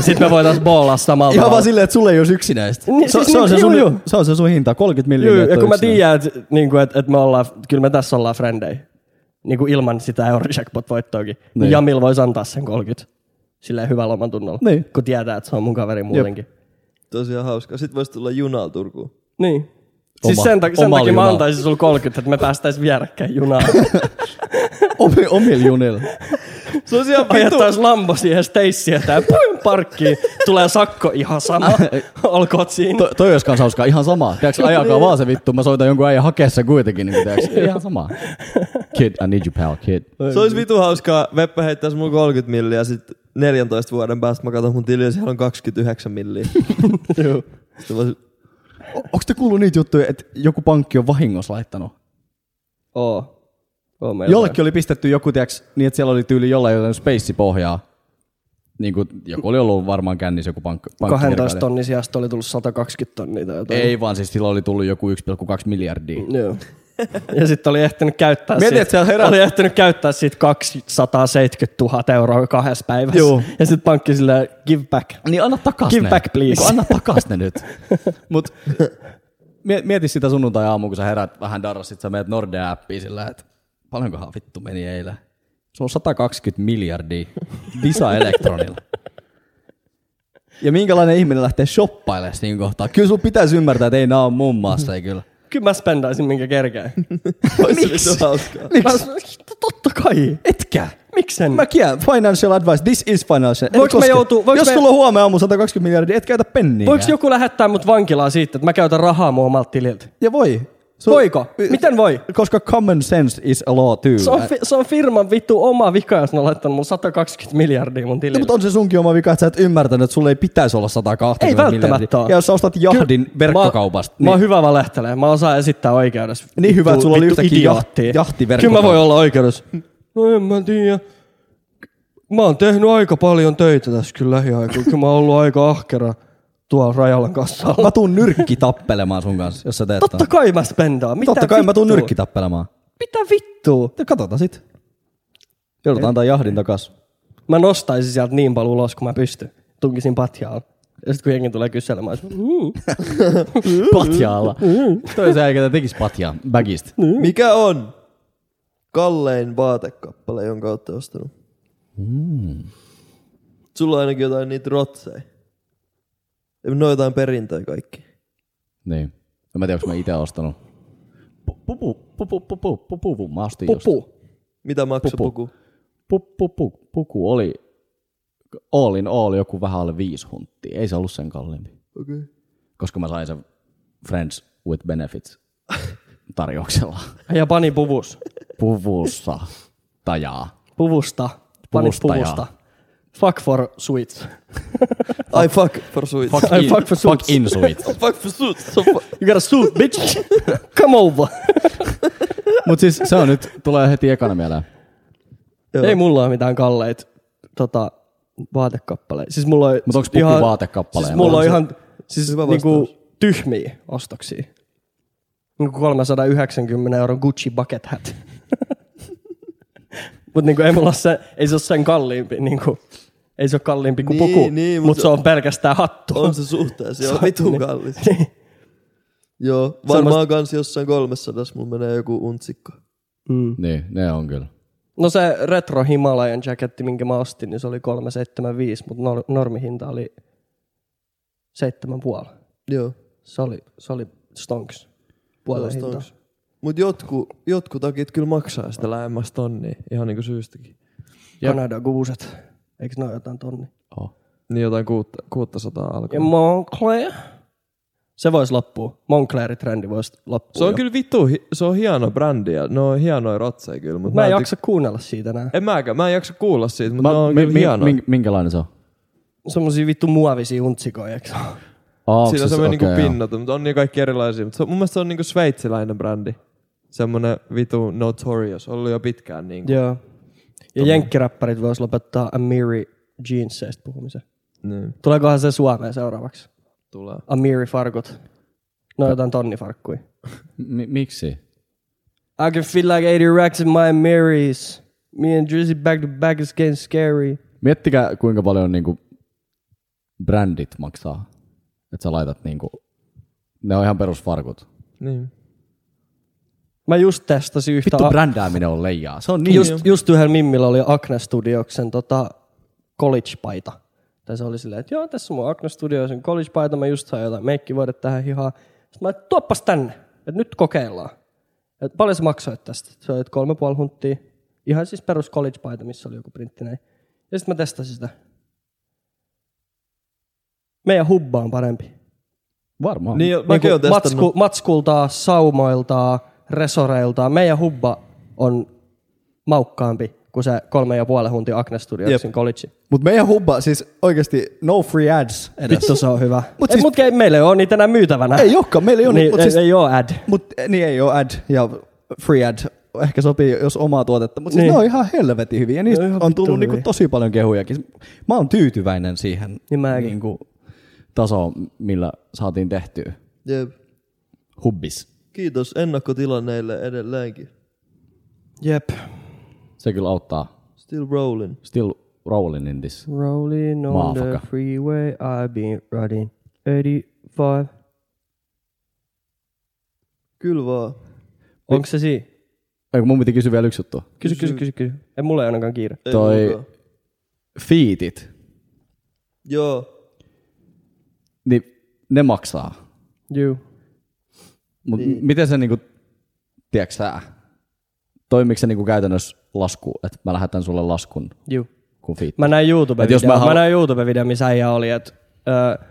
Speaker 5: Sitten me voitaisiin boolaa samalla
Speaker 3: Ihan vaan
Speaker 5: tavalla.
Speaker 3: silleen, että sulle ei olisi yksinäistä.
Speaker 5: Niin,
Speaker 3: se,
Speaker 5: siis
Speaker 3: se, on
Speaker 5: niin,
Speaker 3: se,
Speaker 5: juu,
Speaker 3: sun,
Speaker 5: juu.
Speaker 3: se on se sun hinta, 30
Speaker 5: Joo,
Speaker 3: miljoonaa.
Speaker 5: ja kun mä tiedän, että niinku, et, et me ollaan, kyllä me tässä ollaan frendei, niinku ilman sitä Eurojackpot-voittoakin, niin,
Speaker 3: Niin.
Speaker 5: niin Jamil voisi antaa sen 30. Silleen hyvällä oman tunnolla,
Speaker 3: Niin.
Speaker 5: kun tietää, että se on mun kaveri muutenkin.
Speaker 1: Tosiaan hauska. Sit vois tulla junalla Turkuun.
Speaker 5: Niin. Siis
Speaker 3: Oma-
Speaker 5: sen, tak- sen
Speaker 3: omalla
Speaker 5: takia mä
Speaker 3: junalla.
Speaker 5: antaisin sulle 30, että me päästäis vierekkäin junaan.
Speaker 3: Omi, omilla junilla.
Speaker 1: Se on ihan vitun
Speaker 5: Ajettais lambo siihen Stacya tää puin parkkiin. Tulee sakko ihan sama. Olkoot siinä.
Speaker 3: Ah, To, toi olisi kans hauskaa, ihan sama. Tiedätkö, ajakaa vaan se vittu, mä soitan jonkun äijän hakeessa kuitenkin. Niin, tiedätkö, ihan sama. Kid, I need you pal, kid.
Speaker 1: Se olisi vitu hauskaa. Veppe heittäisi mun 30 milliä ja sit 14 vuoden päästä mä katson mun tiliä ja siellä on 29 milliä.
Speaker 5: Juu.
Speaker 1: Sitten vois,
Speaker 3: O, onks te kuullut niitä juttuja, että joku pankki on vahingossa laittanut?
Speaker 5: Oo. Oo meillä.
Speaker 3: Jollekin oli pistetty joku, tiedätkö, niin että siellä oli tyyli jollain jotain speissipohjaa. Niin kuin, joku oli ollut varmaan kännissä joku pankki. pankkivirkailija.
Speaker 5: 12 tonnin sijasta oli tullut 120 tonnia tai jotain.
Speaker 3: Ei vaan, siis silloin oli tullut joku 1,2 miljardia.
Speaker 5: Joo. Ja sitten oli ehtinyt käyttää
Speaker 3: Mietit,
Speaker 5: siitä,
Speaker 3: että siellä herät-
Speaker 5: oli ehtinyt käyttää siitä 270 000 euroa kahdessa päivässä.
Speaker 3: Joo.
Speaker 5: Ja sitten pankki silleen, give back.
Speaker 3: Niin anna takas
Speaker 5: Give
Speaker 3: ne.
Speaker 5: back, please.
Speaker 3: Niin anna takas ne nyt. Mut mie- mieti sitä sunnuntai aamu, kun sä herät vähän darras, sit sä meet Nordea appiin sillä, että paljonkohan vittu meni eilen. Se on 120 miljardia Visa Elektronilla. Ja minkälainen ihminen lähtee shoppailemaan siinä kohtaa? Kyllä sun pitäisi ymmärtää, että ei nää on mun maassa, ei kyllä.
Speaker 5: Kyllä mä spendaisin minkä kerkeen. Miksi? Miksi? Totta kai.
Speaker 3: Etkä.
Speaker 5: Miksi en?
Speaker 3: Mä kiel, financial advice, this is financial. Ei
Speaker 5: Voinko mä
Speaker 3: koske.
Speaker 5: joutua- voinko
Speaker 3: Jos
Speaker 5: mä-
Speaker 3: sulla on huomenna aamu 120 miljardia, et käytä penniä.
Speaker 5: Voiko joku lähettää mut vankilaan siitä, että mä käytän rahaa mun omalta tililtä?
Speaker 3: Ja voi. Su-
Speaker 5: Voiko? Miten voi?
Speaker 3: Koska common sense is a law too.
Speaker 5: Se on, fi- se on firman vittu oma vika, jos ne on laittanut mun 120 miljardia mun
Speaker 3: No,
Speaker 5: tilille.
Speaker 3: mutta on se sunkin oma vika, että sä et ymmärtänyt, että sulla ei pitäisi olla 120
Speaker 5: Ei
Speaker 3: miljardia.
Speaker 5: välttämättä ole.
Speaker 3: Ja jos sä ostat jahdin
Speaker 5: Kyllä,
Speaker 3: verkkokaupasta,
Speaker 5: Mä, niin. mä oon hyvä valehtelee. Mä osaan esittää oikeudessa.
Speaker 3: Niin hyvä, että sulla oli
Speaker 5: vittu
Speaker 3: yhtäkkiä
Speaker 5: idioottia.
Speaker 3: jahti- jahtiverkko-
Speaker 5: Kyllä mä voin olla oikeudessa. No en mä tiedä. Mä oon tehnyt aika paljon töitä tässä kyllä lähiaikoina. Kyllä mä oon ollut aika ahkera tuolla Rajalan kanssa.
Speaker 3: mä tuun nyrkki tappelemaan sun kanssa, jos sä teet
Speaker 5: Totta
Speaker 3: ton.
Speaker 5: kai mä spendaan. Mitä
Speaker 3: Totta kai mä tuun
Speaker 5: vittua?
Speaker 3: nyrkki tappelemaan.
Speaker 5: Mitä vittua?
Speaker 3: Ja katsotaan sit. Joudutaan antaa jahdin takas.
Speaker 5: Mä nostaisin sieltä niin paljon ulos, kun mä pystyn. Tunkisin patjaan. Ja sitten kun jengi tulee kyselemään, mä olisin, "Mm,
Speaker 3: Patjaalla. Toi se eikä tekis patjaa. Bagist.
Speaker 1: Hmm. Mikä on kallein vaatekappale, jonka olette ostanut? Mm. Sulla on ainakin jotain niitä rotseja. Ei, Ne on jotain perintöä kaikki.
Speaker 3: Niin. En mä tiedä, onko mä itse ostanut. Pupu, pupu, pupu, pupu, pupu. Mä ostin just.
Speaker 5: pupu.
Speaker 1: Mitä maksoi
Speaker 3: Pupu.
Speaker 1: puku?
Speaker 3: Pup, pup, pup, puku oli all in all joku vähän alle viisi hunttia. Ei se ollut sen kalliimpi. Okay. Koska mä sain sen Friends with Benefits tarjouksella.
Speaker 5: Ja pani puvus.
Speaker 3: Puvussa tajaa.
Speaker 5: Puvusta. Panit
Speaker 3: Puvusta,
Speaker 5: puvusta. Fuck for sweets.
Speaker 1: Ai fuck for sweet. Fuck,
Speaker 5: Ai, fuck for
Speaker 3: fuck
Speaker 5: suits.
Speaker 3: in sweet.
Speaker 1: fuck for sweet.
Speaker 5: You got a suit, bitch. Come over.
Speaker 3: Mut siis se on nyt, tulee heti ekana mieleen.
Speaker 1: Joo.
Speaker 5: Ei mulla ole mitään kalleita tota, vaatekappaleita. Siis mulla on
Speaker 3: Mut onks puku vaatekappaleena?
Speaker 5: Siis mulla on
Speaker 3: On se-
Speaker 5: ihan siis
Speaker 1: Hyvä
Speaker 5: niinku tyhmiä ostoksia. Niinku 390 euron Gucci bucket hat. Mut niinku ei mulla ole se, ei se ole sen kalliimpi niinku. Ei se ole kalliimpi kuin
Speaker 1: Niin,
Speaker 5: puku,
Speaker 1: niin, mut
Speaker 5: mutta mut
Speaker 1: se-
Speaker 5: se on pelkästään hattu.
Speaker 1: On se suhteessa,
Speaker 5: Se
Speaker 1: joo,
Speaker 5: on-
Speaker 1: vitun
Speaker 5: niin.
Speaker 1: kallis. Joo, varmaan kans jossain 300 mun menee joku untsikko.
Speaker 5: Mm.
Speaker 3: Niin, ne on kyllä.
Speaker 5: No se retro Himalajan jacketti, minkä mä ostin, niin se oli 375, mutta nor- normihinta oli 7,5.
Speaker 1: Joo.
Speaker 5: Se oli, se oli stonks. Puolen
Speaker 1: Joo,
Speaker 5: hinta.
Speaker 1: stonks. Mut jotku, jotku takit kyllä maksaa sitä lähemmäs tonnia, ihan niinku syystäkin.
Speaker 3: Jep.
Speaker 5: Kanada kuuset. Eikö ne ole jotain tonni?
Speaker 1: Niin jotain kuutta, 600 alkaa.
Speaker 5: Ja Moncler. Se voisi loppua. Monclerin trendi voisi loppua.
Speaker 1: Se on
Speaker 5: jo.
Speaker 1: kyllä vittu, hi- se on hieno brändi ja ne on hienoja rotseja kyllä. Mutta
Speaker 5: Mä en jaksa kuunnella siitä enää.
Speaker 1: En mäkään, mä en jaksa kuulla siitä, mutta ne on
Speaker 3: mi-
Speaker 1: kyllä
Speaker 3: mi-
Speaker 1: hienoja.
Speaker 3: mink- minkälainen se on?
Speaker 5: Semmosia vittu muovisia untsikoja, eikö se ole?
Speaker 3: Oh,
Speaker 1: Siinä on semmoinen niinku pinnata, mutta on niin kaikki erilaisia. Mutta se, on- mun mielestä se on niinku sveitsiläinen brändi. Semmoinen vitu notorious, ollut jo pitkään niinku.
Speaker 5: Joo. Ja jenkkiräppärit vois lopettaa Amiri jeansseistä puhumisen.
Speaker 1: Niin,
Speaker 5: Tuleekohan se Suomeen seuraavaksi?
Speaker 1: tulee.
Speaker 5: Amiri farkut. No jotain tonnifarkkui.
Speaker 3: Mi- miksi?
Speaker 5: I can feel like 80 racks in my Amiris. Me and Drizzy back to back is getting scary.
Speaker 3: Miettikää, kuinka paljon niinku brändit maksaa. Että sä laitat niinku, ne on ihan perusfarkut.
Speaker 1: Niin.
Speaker 5: Mä just testasin yhtä...
Speaker 3: Vittu
Speaker 5: a-
Speaker 3: brändääminen on leijaa. Se on niin.
Speaker 5: just, just yhden Mimmillä oli Acne Studioksen tota, college-paita. Tai se oli silleen, että joo, tässä on mun Acne Studiosen college-paita, mä just sain jotain meikkivuodet tähän hihaan. Sitten mä että tuoppas tänne, että nyt kokeillaan. Et paljon sä maksoit tästä? Se oli että kolme puoli hunttia. Ihan siis perus college-paita, missä oli joku printti näin. Ja sitten mä testasin sitä. Meidän hubba on parempi.
Speaker 3: Varmaan.
Speaker 1: Niin, mäkin
Speaker 5: Niinku
Speaker 1: oon testannut.
Speaker 5: matsku, matskulta, saumoilta, resoreilta. Meidän hubba on maukkaampi kuin se kolme ja puolen huntin Agnes Studiosin college.
Speaker 3: Mutta meidän hubba, siis oikeasti no free ads edes.
Speaker 5: Vittu se on hyvä. Mut
Speaker 3: siis-
Speaker 5: siis, ei, meillä ei ole niitä enää myytävänä.
Speaker 3: Ei olekaan, meillä ei ole.
Speaker 5: niin,
Speaker 3: mut
Speaker 5: ei,
Speaker 3: siis,
Speaker 5: siis, ei ole ad.
Speaker 3: mut, niin ei ole ad ja free ad. Ehkä sopii, jos omaa tuotetta. Mutta siis
Speaker 5: Niin.
Speaker 3: ne on ihan helvetin hyviä. Ja niistä
Speaker 5: Ne on ihan
Speaker 3: on
Speaker 5: vittu
Speaker 3: tullut
Speaker 5: hyviä.
Speaker 3: niinku tosi paljon kehujakin. Mä oon tyytyväinen siihen
Speaker 5: Niin mäkin.
Speaker 3: niinku, tasoon, millä saatiin tehtyä.
Speaker 1: Jep.
Speaker 3: Hubbis.
Speaker 1: Kiitos ennakkotilanneille edelleenkin.
Speaker 5: Jep.
Speaker 3: Se kyllä auttaa.
Speaker 1: Still rolling.
Speaker 3: Still rolling in this.
Speaker 5: Rolling on
Speaker 3: Maafaka.
Speaker 5: the freeway, I've been riding 85. Kyllä vaan. Onko se siinä?
Speaker 3: Eikö mun piti kysyä vielä yksi juttu?
Speaker 5: Kysy, kysy, kysy, kysy. Ei mulla ei ainakaan kiire.
Speaker 1: Ei
Speaker 3: Toi-
Speaker 1: muuta.
Speaker 3: Fiitit,
Speaker 1: Joo.
Speaker 3: niin ne maksaa.
Speaker 5: Juu.
Speaker 3: Mut niin. miten se niinku, tiedätkö sä, toimiko se niinku käytännössä lasku, että mä lähetän sulle laskun,
Speaker 5: Juu.
Speaker 3: kun fiit.
Speaker 5: Mä näin
Speaker 3: Et jos
Speaker 5: YouTube-videon,
Speaker 3: mä
Speaker 5: mä,
Speaker 3: halu-
Speaker 5: mä näin YouTube-videon, missä äijä oli, että uh,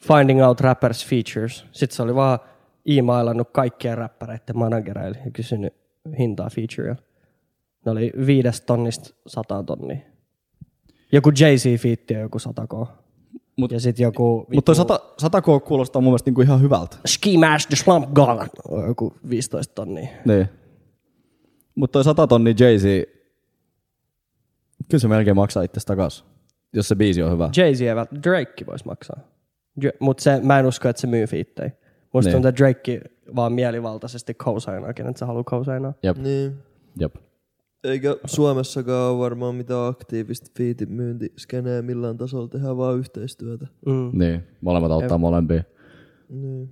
Speaker 5: Finding Out Rappers Features. Sitten se oli vaan iimailannut kaikkien räppäreiden managereille ja kysynyt hintaa featureilla. Ne oli viidestä tonnista sataan tonnia. Joku Jay-Z fiitti ja joku satako.
Speaker 3: Mut-
Speaker 5: Mut, ja sitten joku...
Speaker 3: Mutta sata, sata K kuulostaa mun mielestä niinku ihan hyvältä.
Speaker 5: Ski Mash the Slump Gala. Joku 15 tonnia.
Speaker 3: Niin. Mutta toi 100 tonni Jay-Z, kyllä se melkein maksaa itse takas, jos se biisi on hyvä.
Speaker 5: Jay-Z ei välttämättä, Drake voisi maksaa. Mutta se, mä en usko, että se myy fiittejä. Musta
Speaker 3: Niin.
Speaker 5: tuntuu, että Drake vaan mielivaltaisesti kousainaa, kenet se haluaa kousainaa.
Speaker 3: Jep,
Speaker 1: Niin.
Speaker 3: jep.
Speaker 1: Eikä Suomessakaan ole varmaan mitään aktiivista fiitin myyntiskenää millään tasolla tehdään vaan yhteistyötä.
Speaker 5: Mm.
Speaker 3: Niin, molemmat auttaa molempia.
Speaker 1: Niin.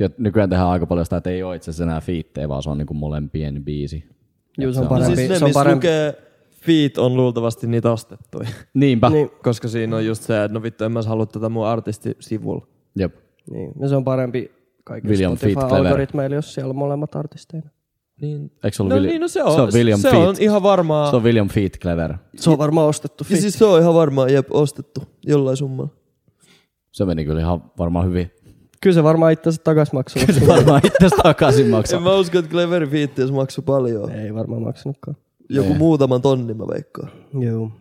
Speaker 3: Ja nykyään tehdään aika paljon sitä, että ei ole itse asiassa enää fiittejä, vaan se on niinku molempien biisi.
Speaker 5: Juu,
Speaker 3: se
Speaker 5: se on
Speaker 3: on-
Speaker 1: No
Speaker 5: parempi.
Speaker 1: siis ne,
Speaker 5: se on
Speaker 1: missä
Speaker 5: parempi.
Speaker 1: lukee feet on luultavasti niitä ostettuja.
Speaker 3: Niinpä. Niin.
Speaker 5: Niin.
Speaker 1: Koska siinä on just se, että no vittu en mä halua tätä mun artistisivulla.
Speaker 3: Jep.
Speaker 5: Niin. No se on parempi kaikille
Speaker 3: William Feet Clever.
Speaker 5: Spotify-algoritmeille, jos siellä on molemmat artisteina.
Speaker 1: Niin.
Speaker 3: Eikö se ollut
Speaker 1: No
Speaker 3: Willi-
Speaker 1: niin, no se on.
Speaker 3: Se on William
Speaker 1: se
Speaker 3: Feet.
Speaker 1: on ihan varmaa.
Speaker 3: Se on William Feet Clever.
Speaker 5: Se on varmaan ostettu
Speaker 1: Ja
Speaker 5: feat.
Speaker 1: siis se on ihan varmaan jep, ostettu jollain summalla.
Speaker 3: Se meni kyllä ihan varmaan hyvin.
Speaker 5: Kyllä se varmaan itse asiassa takas maksaa.
Speaker 3: Varmaan itse takaisin
Speaker 1: En
Speaker 3: maksaa.
Speaker 1: mä usko, että Clever Feet maksu paljon.
Speaker 5: ei varmaan maksanutkaan.
Speaker 1: Joku
Speaker 3: Ei.
Speaker 1: muutaman tonni mä veikkaan.
Speaker 5: Juu.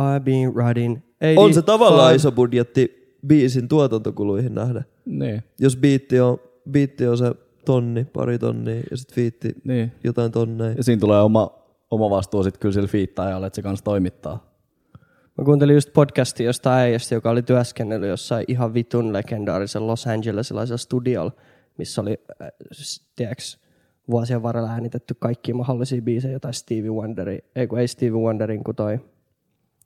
Speaker 5: I've been riding. Ei, niin.
Speaker 1: On se tavallaan iso budjetti biisin tuotantokuluihin nähdä.
Speaker 3: Niin.
Speaker 1: Jos biitti on, biitti on se tonni, pari tonnia ja sit fiitti
Speaker 3: niin.
Speaker 1: jotain tonneja.
Speaker 3: Ja siinä tulee oma, oma vastuu sitten kyllä sillä fiittaajalla, että se kanssa toimittaa.
Speaker 5: Mä kuuntelin just podcastia jostain äijästä, joka oli työskennellyt jossain ihan vitun legendaarisen Los Angelesilaisella studiolla, missä oli, äh, s- tiedäks, vuosien varrella äänitetty kaikki mahdollisia biisejä, jotain Stevie Wonderin, ei kun ei Stevie Wonderin, kun toi,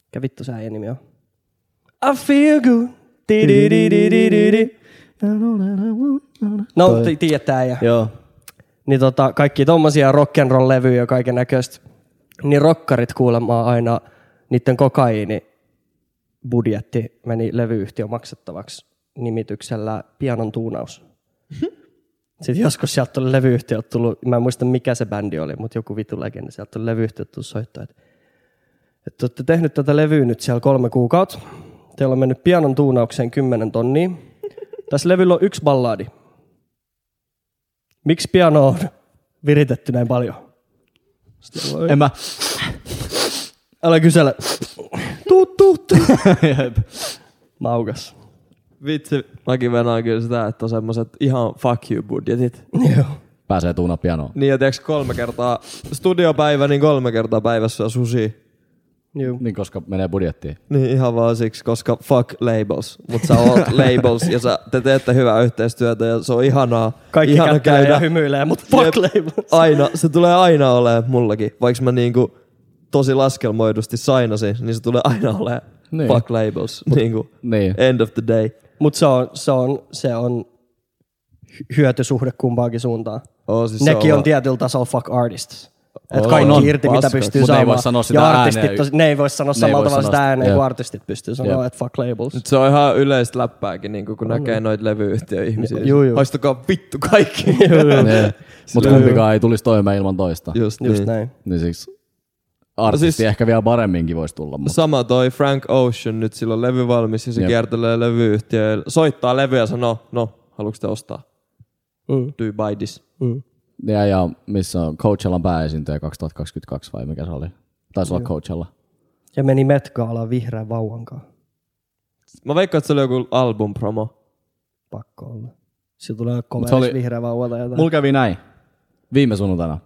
Speaker 5: mikä vittu se äijän nimi on? I feel good. Di-di-di-di-di-di-di. No, ti- tiedät tää äijä
Speaker 3: Joo.
Speaker 5: niin tota, kaikki tommosia rock'n'roll-levyjä ja kaiken näköistä, niin rokkarit kuulemaan aina niiden kokaiini budjetti meni levyyhtiön maksettavaksi nimityksellä pianon tuunaus. Sitten joskus sieltä tuli levyyhtiöltä tullut, mä en muista mikä se bändi oli, mutta joku vitu legenda, sieltä tuli levyyhtiöltä tullut soittaa, että, että te olette tehnyt tätä levyä nyt siellä kolme kuukautta, teillä on mennyt pianon tuunaukseen 10 tonnia, tässä levyllä on yksi balladi, miksi piano on viritetty näin paljon?
Speaker 3: En mä.
Speaker 5: Älä kysele. Tuut, tuut, tuut. Maukas.
Speaker 1: Vitsi, mäkin venaan kyllä sitä, että on semmoset ihan fuck you budjetit.
Speaker 5: Joo.
Speaker 3: Pääsee tuuna pianoon.
Speaker 1: Niin ja tiiäks kolme kertaa, studiopäivä, niin kolme kertaa päivässä sushi.
Speaker 5: Joo.
Speaker 3: Niin, koska menee budjettiin.
Speaker 1: Niin ihan vaan siksi, koska fuck labels. Mut sä oot labels ja sä, te teette hyvää yhteistyötä ja se on ihanaa.
Speaker 5: Kaikki
Speaker 1: Ihana
Speaker 5: Ihana käydä. ja hymyilee, mutta fuck labels.
Speaker 1: aina, se tulee aina olemaan mullakin, vaikka mä niinku tosi laskelmoidusti sainasin, niin se tulee aina olemaan
Speaker 3: Niin.
Speaker 1: niin. fuck labels, niinku
Speaker 3: Niin.
Speaker 1: end of the day.
Speaker 5: Mutta se on, se on, se on hy- hyötysuhde kumpaakin suuntaan.
Speaker 1: Oh, siis se
Speaker 5: Nekin
Speaker 1: on-
Speaker 5: on tietyllä tasolla fuck artists. Et
Speaker 3: On,
Speaker 5: kaikki
Speaker 3: on,
Speaker 5: irti, mitä
Speaker 3: paskat.
Speaker 5: pystyy
Speaker 3: Mut ne ei
Speaker 5: saamaan.
Speaker 3: voi sanoa sitä
Speaker 5: ja artistit,
Speaker 3: ääneen.
Speaker 5: tos- ne ei voi sanoa
Speaker 3: Ne ei
Speaker 5: samalla
Speaker 3: voi
Speaker 5: tavalla
Speaker 3: sanoa
Speaker 5: sitä
Speaker 3: sitä,
Speaker 5: ääneen,
Speaker 3: jep.
Speaker 5: kuin artistit pystyy sanoa,
Speaker 3: Jep.
Speaker 5: että fuck labels.
Speaker 1: Se on ihan yleistä läppääkin, niin kun näkee noita levyyhtiöjä ihmisiä.
Speaker 5: Juu, juu.
Speaker 1: Haistakaa vittu kaikki.
Speaker 3: Mutta kumpikaan ei tulisi toimeen ilman toista.
Speaker 1: Just,
Speaker 5: Just
Speaker 1: niin.
Speaker 5: näin.
Speaker 3: Niin siksi artisti
Speaker 1: Siis-
Speaker 3: siis... ehkä vielä paremminkin voisi tulla. Mutta...
Speaker 1: Sama toi Frank Ocean, nyt sillä on levy valmis ja se
Speaker 3: Jep.
Speaker 1: kiertelee levyyhtiöille. Soittaa levyä ja sanoo, no, haluatko te ostaa?
Speaker 5: Mm.
Speaker 1: Do you buy this?
Speaker 3: Ja, ja missä on Coachellan pääesiintyjä 2022 vai mikä se oli? Taisi olla Coachella.
Speaker 5: Ja meni Met Galaan vihreän vauvankaan.
Speaker 1: Mä veikkaan, että se oli joku album promo.
Speaker 5: pakko olla. Sillä tulee
Speaker 3: se
Speaker 5: komeris
Speaker 3: oli-
Speaker 5: oli... vihreä vauva tai jotain.
Speaker 3: Mulla kävi näin. Viime sunnuntaina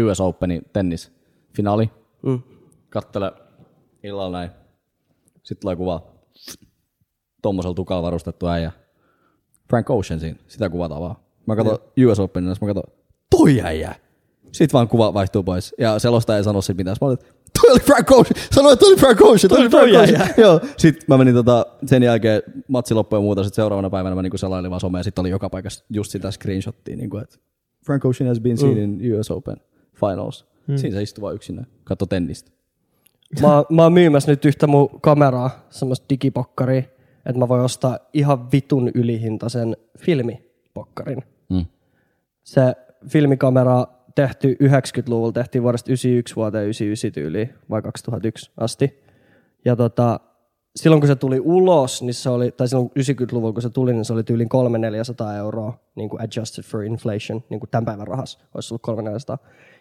Speaker 3: uh, US Openin tennisfinaali.
Speaker 5: Mm.
Speaker 3: Kattele illalla näin. Sitten tulee kuva tuommoisella tukalla varustettu äijä. Niin. Frank Ocean siinä. Sitä kuvataan vaan. Mä katson US Openin, mä katson, toi äijä. Sitten vaan kuva vaihtuu pois. Ja selostaja ei sano siitä mitään. Sitten Mä olin, että toi oli Frank Ocean. Sanoi, että toi oli Frank Ocean. Toi oli Frank Ocean. Joo. Sitten mä menin tota, sen jälkeen matsi loppui ja muuta. Sitten seuraavana päivänä mä niinku selailin vaan somea. Sitten oli joka paikassa just sitä screenshottia. Niinku, että Frank Ocean has been seen mm. in US Open finals. Mm. Siinä se istui vaan yksinään. Katso tennistä.
Speaker 5: Mä, oon- mä oon myymässä nyt yhtä mun kameraa, semmoista digipokkaria, että mä voin ostaa ihan vitun ylihintaisen filmipokkarin.
Speaker 3: Mm.
Speaker 5: Se filmikamera tehty 90-luvulla, tehtiin vuodesta 91 vuoteen 99 tyyliin, vai 2001 asti. Ja tota, silloin kun se tuli ulos, niin se oli, tai silloin 90-luvulla kun se tuli, niin se oli tyyliin 300-400 euroa, niin kuin adjusted for inflation, niin kuin tämän päivän rahas, olisi ollut 300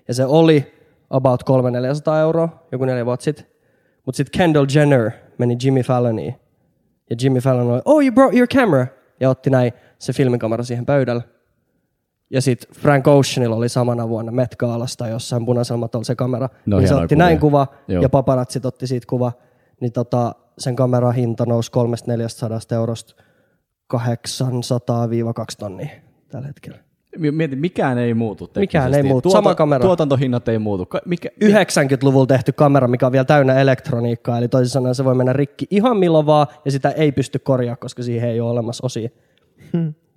Speaker 5: Ja se oli about 300-400 euroa, joku neljä vuotta sitten. Mutta sitten Kendall Jenner meni Jimmy Falloniin. Ja Jimmy Fallon oli, oh you brought your camera. Ja otti näin se filmikamera siihen pöydälle. Ja sitten Frank Oceanilla oli samana vuonna Met Gaalasta jossain punaisella matolla se kamera.
Speaker 3: No,
Speaker 5: niin se
Speaker 3: hienoja
Speaker 5: otti näin
Speaker 3: kuvia.
Speaker 5: kuva
Speaker 3: Joo.
Speaker 5: ja paparatsit otti siitä kuva. Niin tota, sen kameran hinta nousi 300-400 eurosta 800-2 tonnia tällä hetkellä.
Speaker 3: Mietin, mikään ei muutu.
Speaker 5: Mikään ei
Speaker 3: teknisesti. Tuota-
Speaker 5: muutu. Sama kamera.
Speaker 3: Tuotantohinnat ei muutu. Ka- mikä,
Speaker 5: 90-luvulla tehty kamera, mikä on vielä täynnä elektroniikkaa, eli toisin sanoen se voi mennä rikki ihan milloin vaan, ja sitä ei pysty korjaamaan, koska siihen ei ole olemassa osia.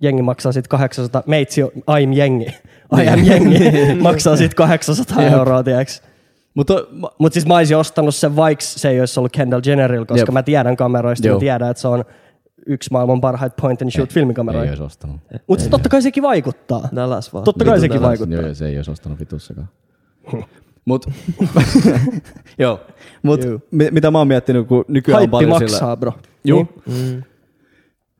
Speaker 5: Jengi maksaa sitten 800, meitsi on, I'm jengi,
Speaker 3: Niin.
Speaker 5: I am jengi, maksaa sitten 800 euroa, tiiäks.
Speaker 3: mutta mä,
Speaker 5: Mutta siis mä olisin ostanut sen, vaikka se ei olisi ollut Kendall Jennerillä, koska
Speaker 3: Jep.
Speaker 5: mä tiedän kameroista,
Speaker 3: Joo.
Speaker 5: mä tiedän, että se on yksi maailman parhaita point and shoot
Speaker 3: ei
Speaker 5: filmikameroita.
Speaker 3: olisi Niin ostanut.
Speaker 5: Mutta totta kai sekin vaikuttaa.
Speaker 1: Näläs vaan.
Speaker 5: Totta kai
Speaker 1: Vitun
Speaker 3: tota,
Speaker 5: sekin
Speaker 1: näläs.
Speaker 5: vaikuttaa.
Speaker 3: Joo, se ei olisi ostanut vitussakaan. Mut, joo, mut mi- mitä mä oon miettinyt, kun nykyään on
Speaker 5: Haippi
Speaker 3: paljon
Speaker 5: maksaa,
Speaker 3: sillä...
Speaker 5: bro.
Speaker 3: Juu. Niin. Mm.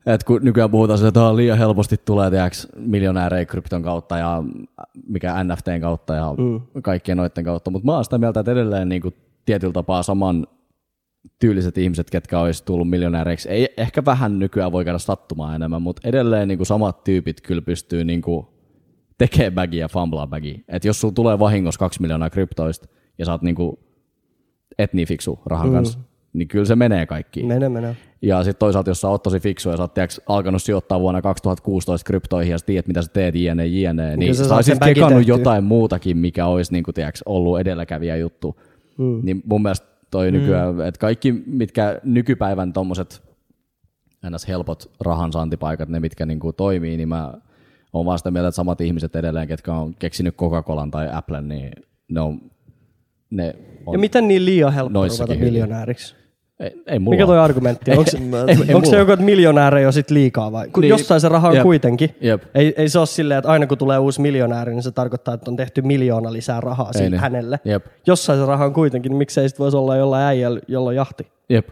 Speaker 3: Et kun nykyään puhutaan sitä, että tää on liian helposti tulee tiiäks, miljonäärejä krypton kautta ja mikä NFTn kautta ja mm. kaikkien noiden kautta, mutta mä oon sitä mieltä, että edelleen niinku tietyllä tapaa saman tyyliset ihmiset, ketkä olisi tullut miljonääreiksi. Ei, ehkä vähän nykyään voi käydä sattumaan enemmän, mutta edelleen niin kuin samat tyypit kyllä pystyy niin kuin tekee bagia ja fumblaa bagia. Et jos sulla tulee vahingossa kaksi miljoonaa kryptoista ja sä oot niin kuin, et niin fiksu rahan mm. kanssa, niin kyllä se menee kaikkiin.
Speaker 5: Mene, mene.
Speaker 3: Ja sitten toisaalta, jos sä oot tosi fiksu ja sä oot tiiäks, alkanut sijoittaa vuonna 2016 kryptoihin ja sä tiedät, mitä sä teet, jne, jne, niin
Speaker 5: sä
Speaker 3: sä,
Speaker 5: saat
Speaker 3: olisit
Speaker 5: sen bagin
Speaker 3: kekannut
Speaker 5: tehtyä.
Speaker 3: jotain muutakin, mikä olisi niin tiiäks, ollut edelläkävijä juttu. Mm. Niin mun mielestä toi
Speaker 5: Mm.
Speaker 3: nykyään, että kaikki, mitkä nykypäivän tommoset ns. helpot rahansaantipaikat, ne mitkä niin kuin toimii, niin mä oon vaan sitä mieltä, että samat ihmiset edelleen, ketkä on keksinyt Coca-Colan tai Applen, niin ne on, ne on
Speaker 5: Ja miten niin liian helppo
Speaker 3: Noissakin
Speaker 5: ruveta
Speaker 3: hyviä.
Speaker 5: miljonääriksi?
Speaker 3: ei, ei mulla
Speaker 5: Mikä toi
Speaker 3: ole.
Speaker 5: argumentti on?
Speaker 1: Ei,
Speaker 5: Onko, onko se joku, että miljonääri on sit liikaa vai? Kun
Speaker 3: Niin.
Speaker 5: niin. jossain se raha on
Speaker 3: Jep.
Speaker 5: kuitenkin.
Speaker 3: Jep.
Speaker 5: Ei, ei se ole silleen, että aina kun tulee uusi miljonääri, niin se tarkoittaa, että on tehty miljoona lisää rahaa sille
Speaker 3: niin.
Speaker 5: hänelle.
Speaker 3: Jep.
Speaker 5: Jossain se raha on kuitenkin, niin miksei sit voisi olla jollain äijällä, jolla on jahti.
Speaker 3: Jep.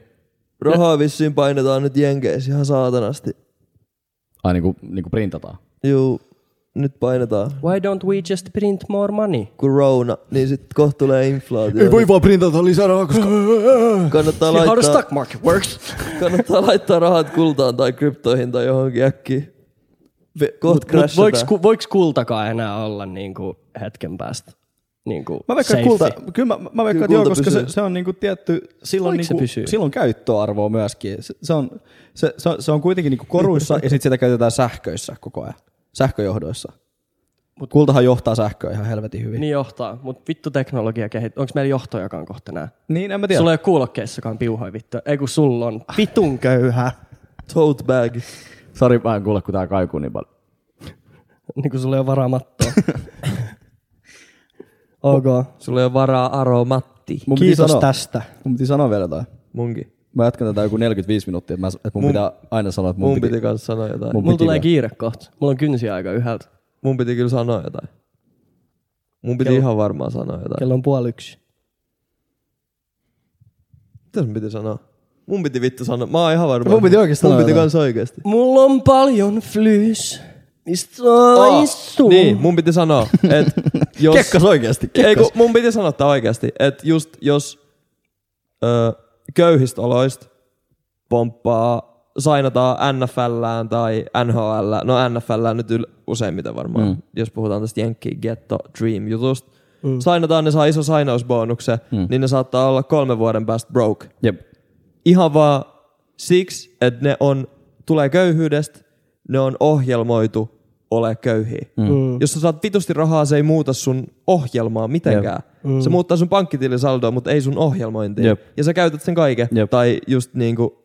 Speaker 1: Rahaa vissiin painetaan nyt jenkeissä ihan saatanasti.
Speaker 3: Ai niin kuin, niin kuin printataan.
Speaker 1: Juu, nyt painetaan.
Speaker 5: Why don't we just print more money?
Speaker 1: Corona, niin sit kohta tulee inflaatio. niin
Speaker 3: vaan printata lisää rahaa, koska...
Speaker 1: Kannattaa
Speaker 5: How the
Speaker 1: laittaa,
Speaker 5: stock market works.
Speaker 1: kannattaa laittaa rahat kultaan tai kryptoihin tai johonkin äkkiä. Kohta
Speaker 5: Mut voiko,
Speaker 1: crashataan.
Speaker 5: ku, voiko kultakaan enää olla niinku hetken päästä? Niinku
Speaker 3: Mä veikkaan,
Speaker 5: safe?
Speaker 3: että kulta, kyllä mä, mä veikkaan,
Speaker 1: Kyllä
Speaker 3: että joo,
Speaker 1: kulta
Speaker 3: koska se,
Speaker 1: pysyy.
Speaker 3: se, on niinku tietty, silloin,
Speaker 5: Voiko se
Speaker 3: niinku,
Speaker 5: pysyä?
Speaker 3: silloin käyttöarvoa myöskin. Se, se, on, se, se, on, se on kuitenkin niinku koruissa ja sitten sitä käytetään sähköissä koko ajan, sähköjohdoissa. Mut kultahan johtaa sähköä ihan helvetin hyvin. Niin,
Speaker 5: Niin johtaa, mutta vittu teknologia kehittyy. Onko meillä johtojakaan kohta nää?
Speaker 3: niin en mä tiedä.
Speaker 5: Sulla ei ole kuulokkeissakaan piuhoja vittu. Ei kun sulla on. Vitun köyhä.
Speaker 1: Tote bag.
Speaker 3: Sori vähän kuule, kun tää kaikuu niin paljon.
Speaker 5: niin kuin sulla ei ole varaa mattoa. ok.
Speaker 1: Sulla ei ole varaa aromatti.
Speaker 3: Mun piti
Speaker 5: Kiitos
Speaker 3: sanoa,
Speaker 5: tästä.
Speaker 3: Mun piti sanoa vielä jotain.
Speaker 1: Munkin.
Speaker 3: Mä jatkan tätä joku 45 minuuttia, että, mä, että mun, mun, pitää aina sanoa, että mun,
Speaker 1: Mun piti kans sanoa jotain.
Speaker 3: mun
Speaker 5: Mulla tulee
Speaker 3: vielä.
Speaker 5: kiire kohta. Mulla on kynsiä aika yhdeltä.
Speaker 1: Mun piti kyllä sanoa jotain. Mun piti ihan varmaan sanoa jotain.
Speaker 5: Kello on puoli yksi.
Speaker 1: Mitäs mun piti sanoa? Mun piti vittu sanoa. Mä oon ihan varma.
Speaker 3: Mun piti oikeesti
Speaker 1: Mun
Speaker 3: sanoa
Speaker 1: piti
Speaker 3: jotain.
Speaker 1: kans oikeesti.
Speaker 5: Mulla on paljon flys. Mistä oh,
Speaker 1: niin, mun piti sanoa, että jos...
Speaker 3: Kekkas oikeesti,
Speaker 5: Niin
Speaker 1: Ei,
Speaker 3: kekkas.
Speaker 1: kun mun piti sanoa tää oikeasti, että just jos ö, köyhistä oloista pomppaa, sainataan NFLään tai NHL, no NFLään nyt yl- useimmiten varmaan, mm. jos puhutaan tästä Jenkki Ghetto Dream jutusta, mm. sainataan, ne saa iso sainausbonuksen, mm. niin ne saattaa olla kolmen vuoden päästä broke.
Speaker 3: Jep.
Speaker 1: Ihan vaan siksi, että ne on, tulee köyhyydestä, ne on ohjelmoitu ole köyhiä. Mm. Jos sä saat vitusti rahaa, se ei muuta sun ohjelmaa mitenkään. Mm. Se muuttaa sun pankkitilisaldoa, mutta ei sun ohjelmointia.
Speaker 3: Jep.
Speaker 1: Ja sä käytät sen kaiken.
Speaker 3: Jep.
Speaker 1: Tai just niinku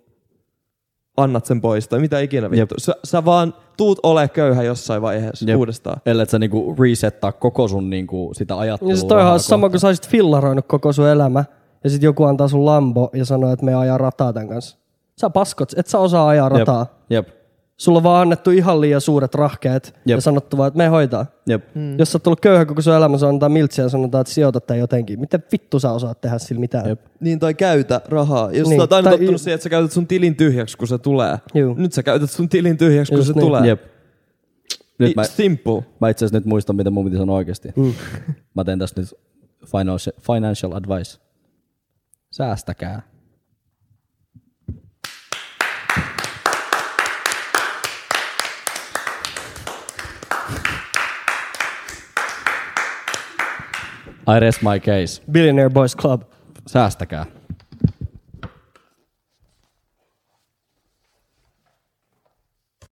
Speaker 1: annat sen pois tai mitä ikinä vittu. Sä, sä vaan tuut ole köyhä jossain vaiheessa
Speaker 3: Jep.
Speaker 1: uudestaan.
Speaker 3: Ellet sä niinku resettaa koko sun niinku sitä ajattelua.
Speaker 5: Ja sit Niin on
Speaker 3: vähän
Speaker 5: ihan sama, kun sä olisit fillaroinut koko sun elämä, ja sit joku antaa sun lambo ja sanoo, että me ajaa rataa tämän kanssa. Sä paskot, et sä osaa ajaa
Speaker 3: kohta.
Speaker 5: rataa.
Speaker 3: Jep, jep,
Speaker 5: Sulla on vaan annettu ihan liian suuret rahkeet
Speaker 3: Jep.
Speaker 5: ja sanottu vaan, että me hoitaa.
Speaker 3: jep.
Speaker 5: Mm. Jos sä oot ollut köyhä koko sun elämä, sä antaa miltsiä ja sanotaan, että sijoita tää jotenkin. Miten vittu sä osaat tehdä sillä mitään? Jep.
Speaker 1: Niin, tai käytä rahaa. Jos niin,
Speaker 5: Niin,
Speaker 1: sä oot aina
Speaker 5: tai-
Speaker 1: tottunut siihen, että sä käytät sun tilin tyhjäksi, kun se tulee.
Speaker 5: Juu.
Speaker 1: Nyt sä käytät sun tilin tyhjäksi, kun
Speaker 5: Just
Speaker 1: se
Speaker 5: niin.
Speaker 1: tulee.
Speaker 3: Jep. Nyt
Speaker 1: Nyt
Speaker 3: mä,
Speaker 1: Simple.
Speaker 3: mä itse asiassa nyt muistan, mitä mun piti sanoa oikeasti. Mä teen tästä nyt financial, financial advice. Säästäkää. I rest my case.
Speaker 5: Billionaire Boys Club.
Speaker 3: Säästäkää.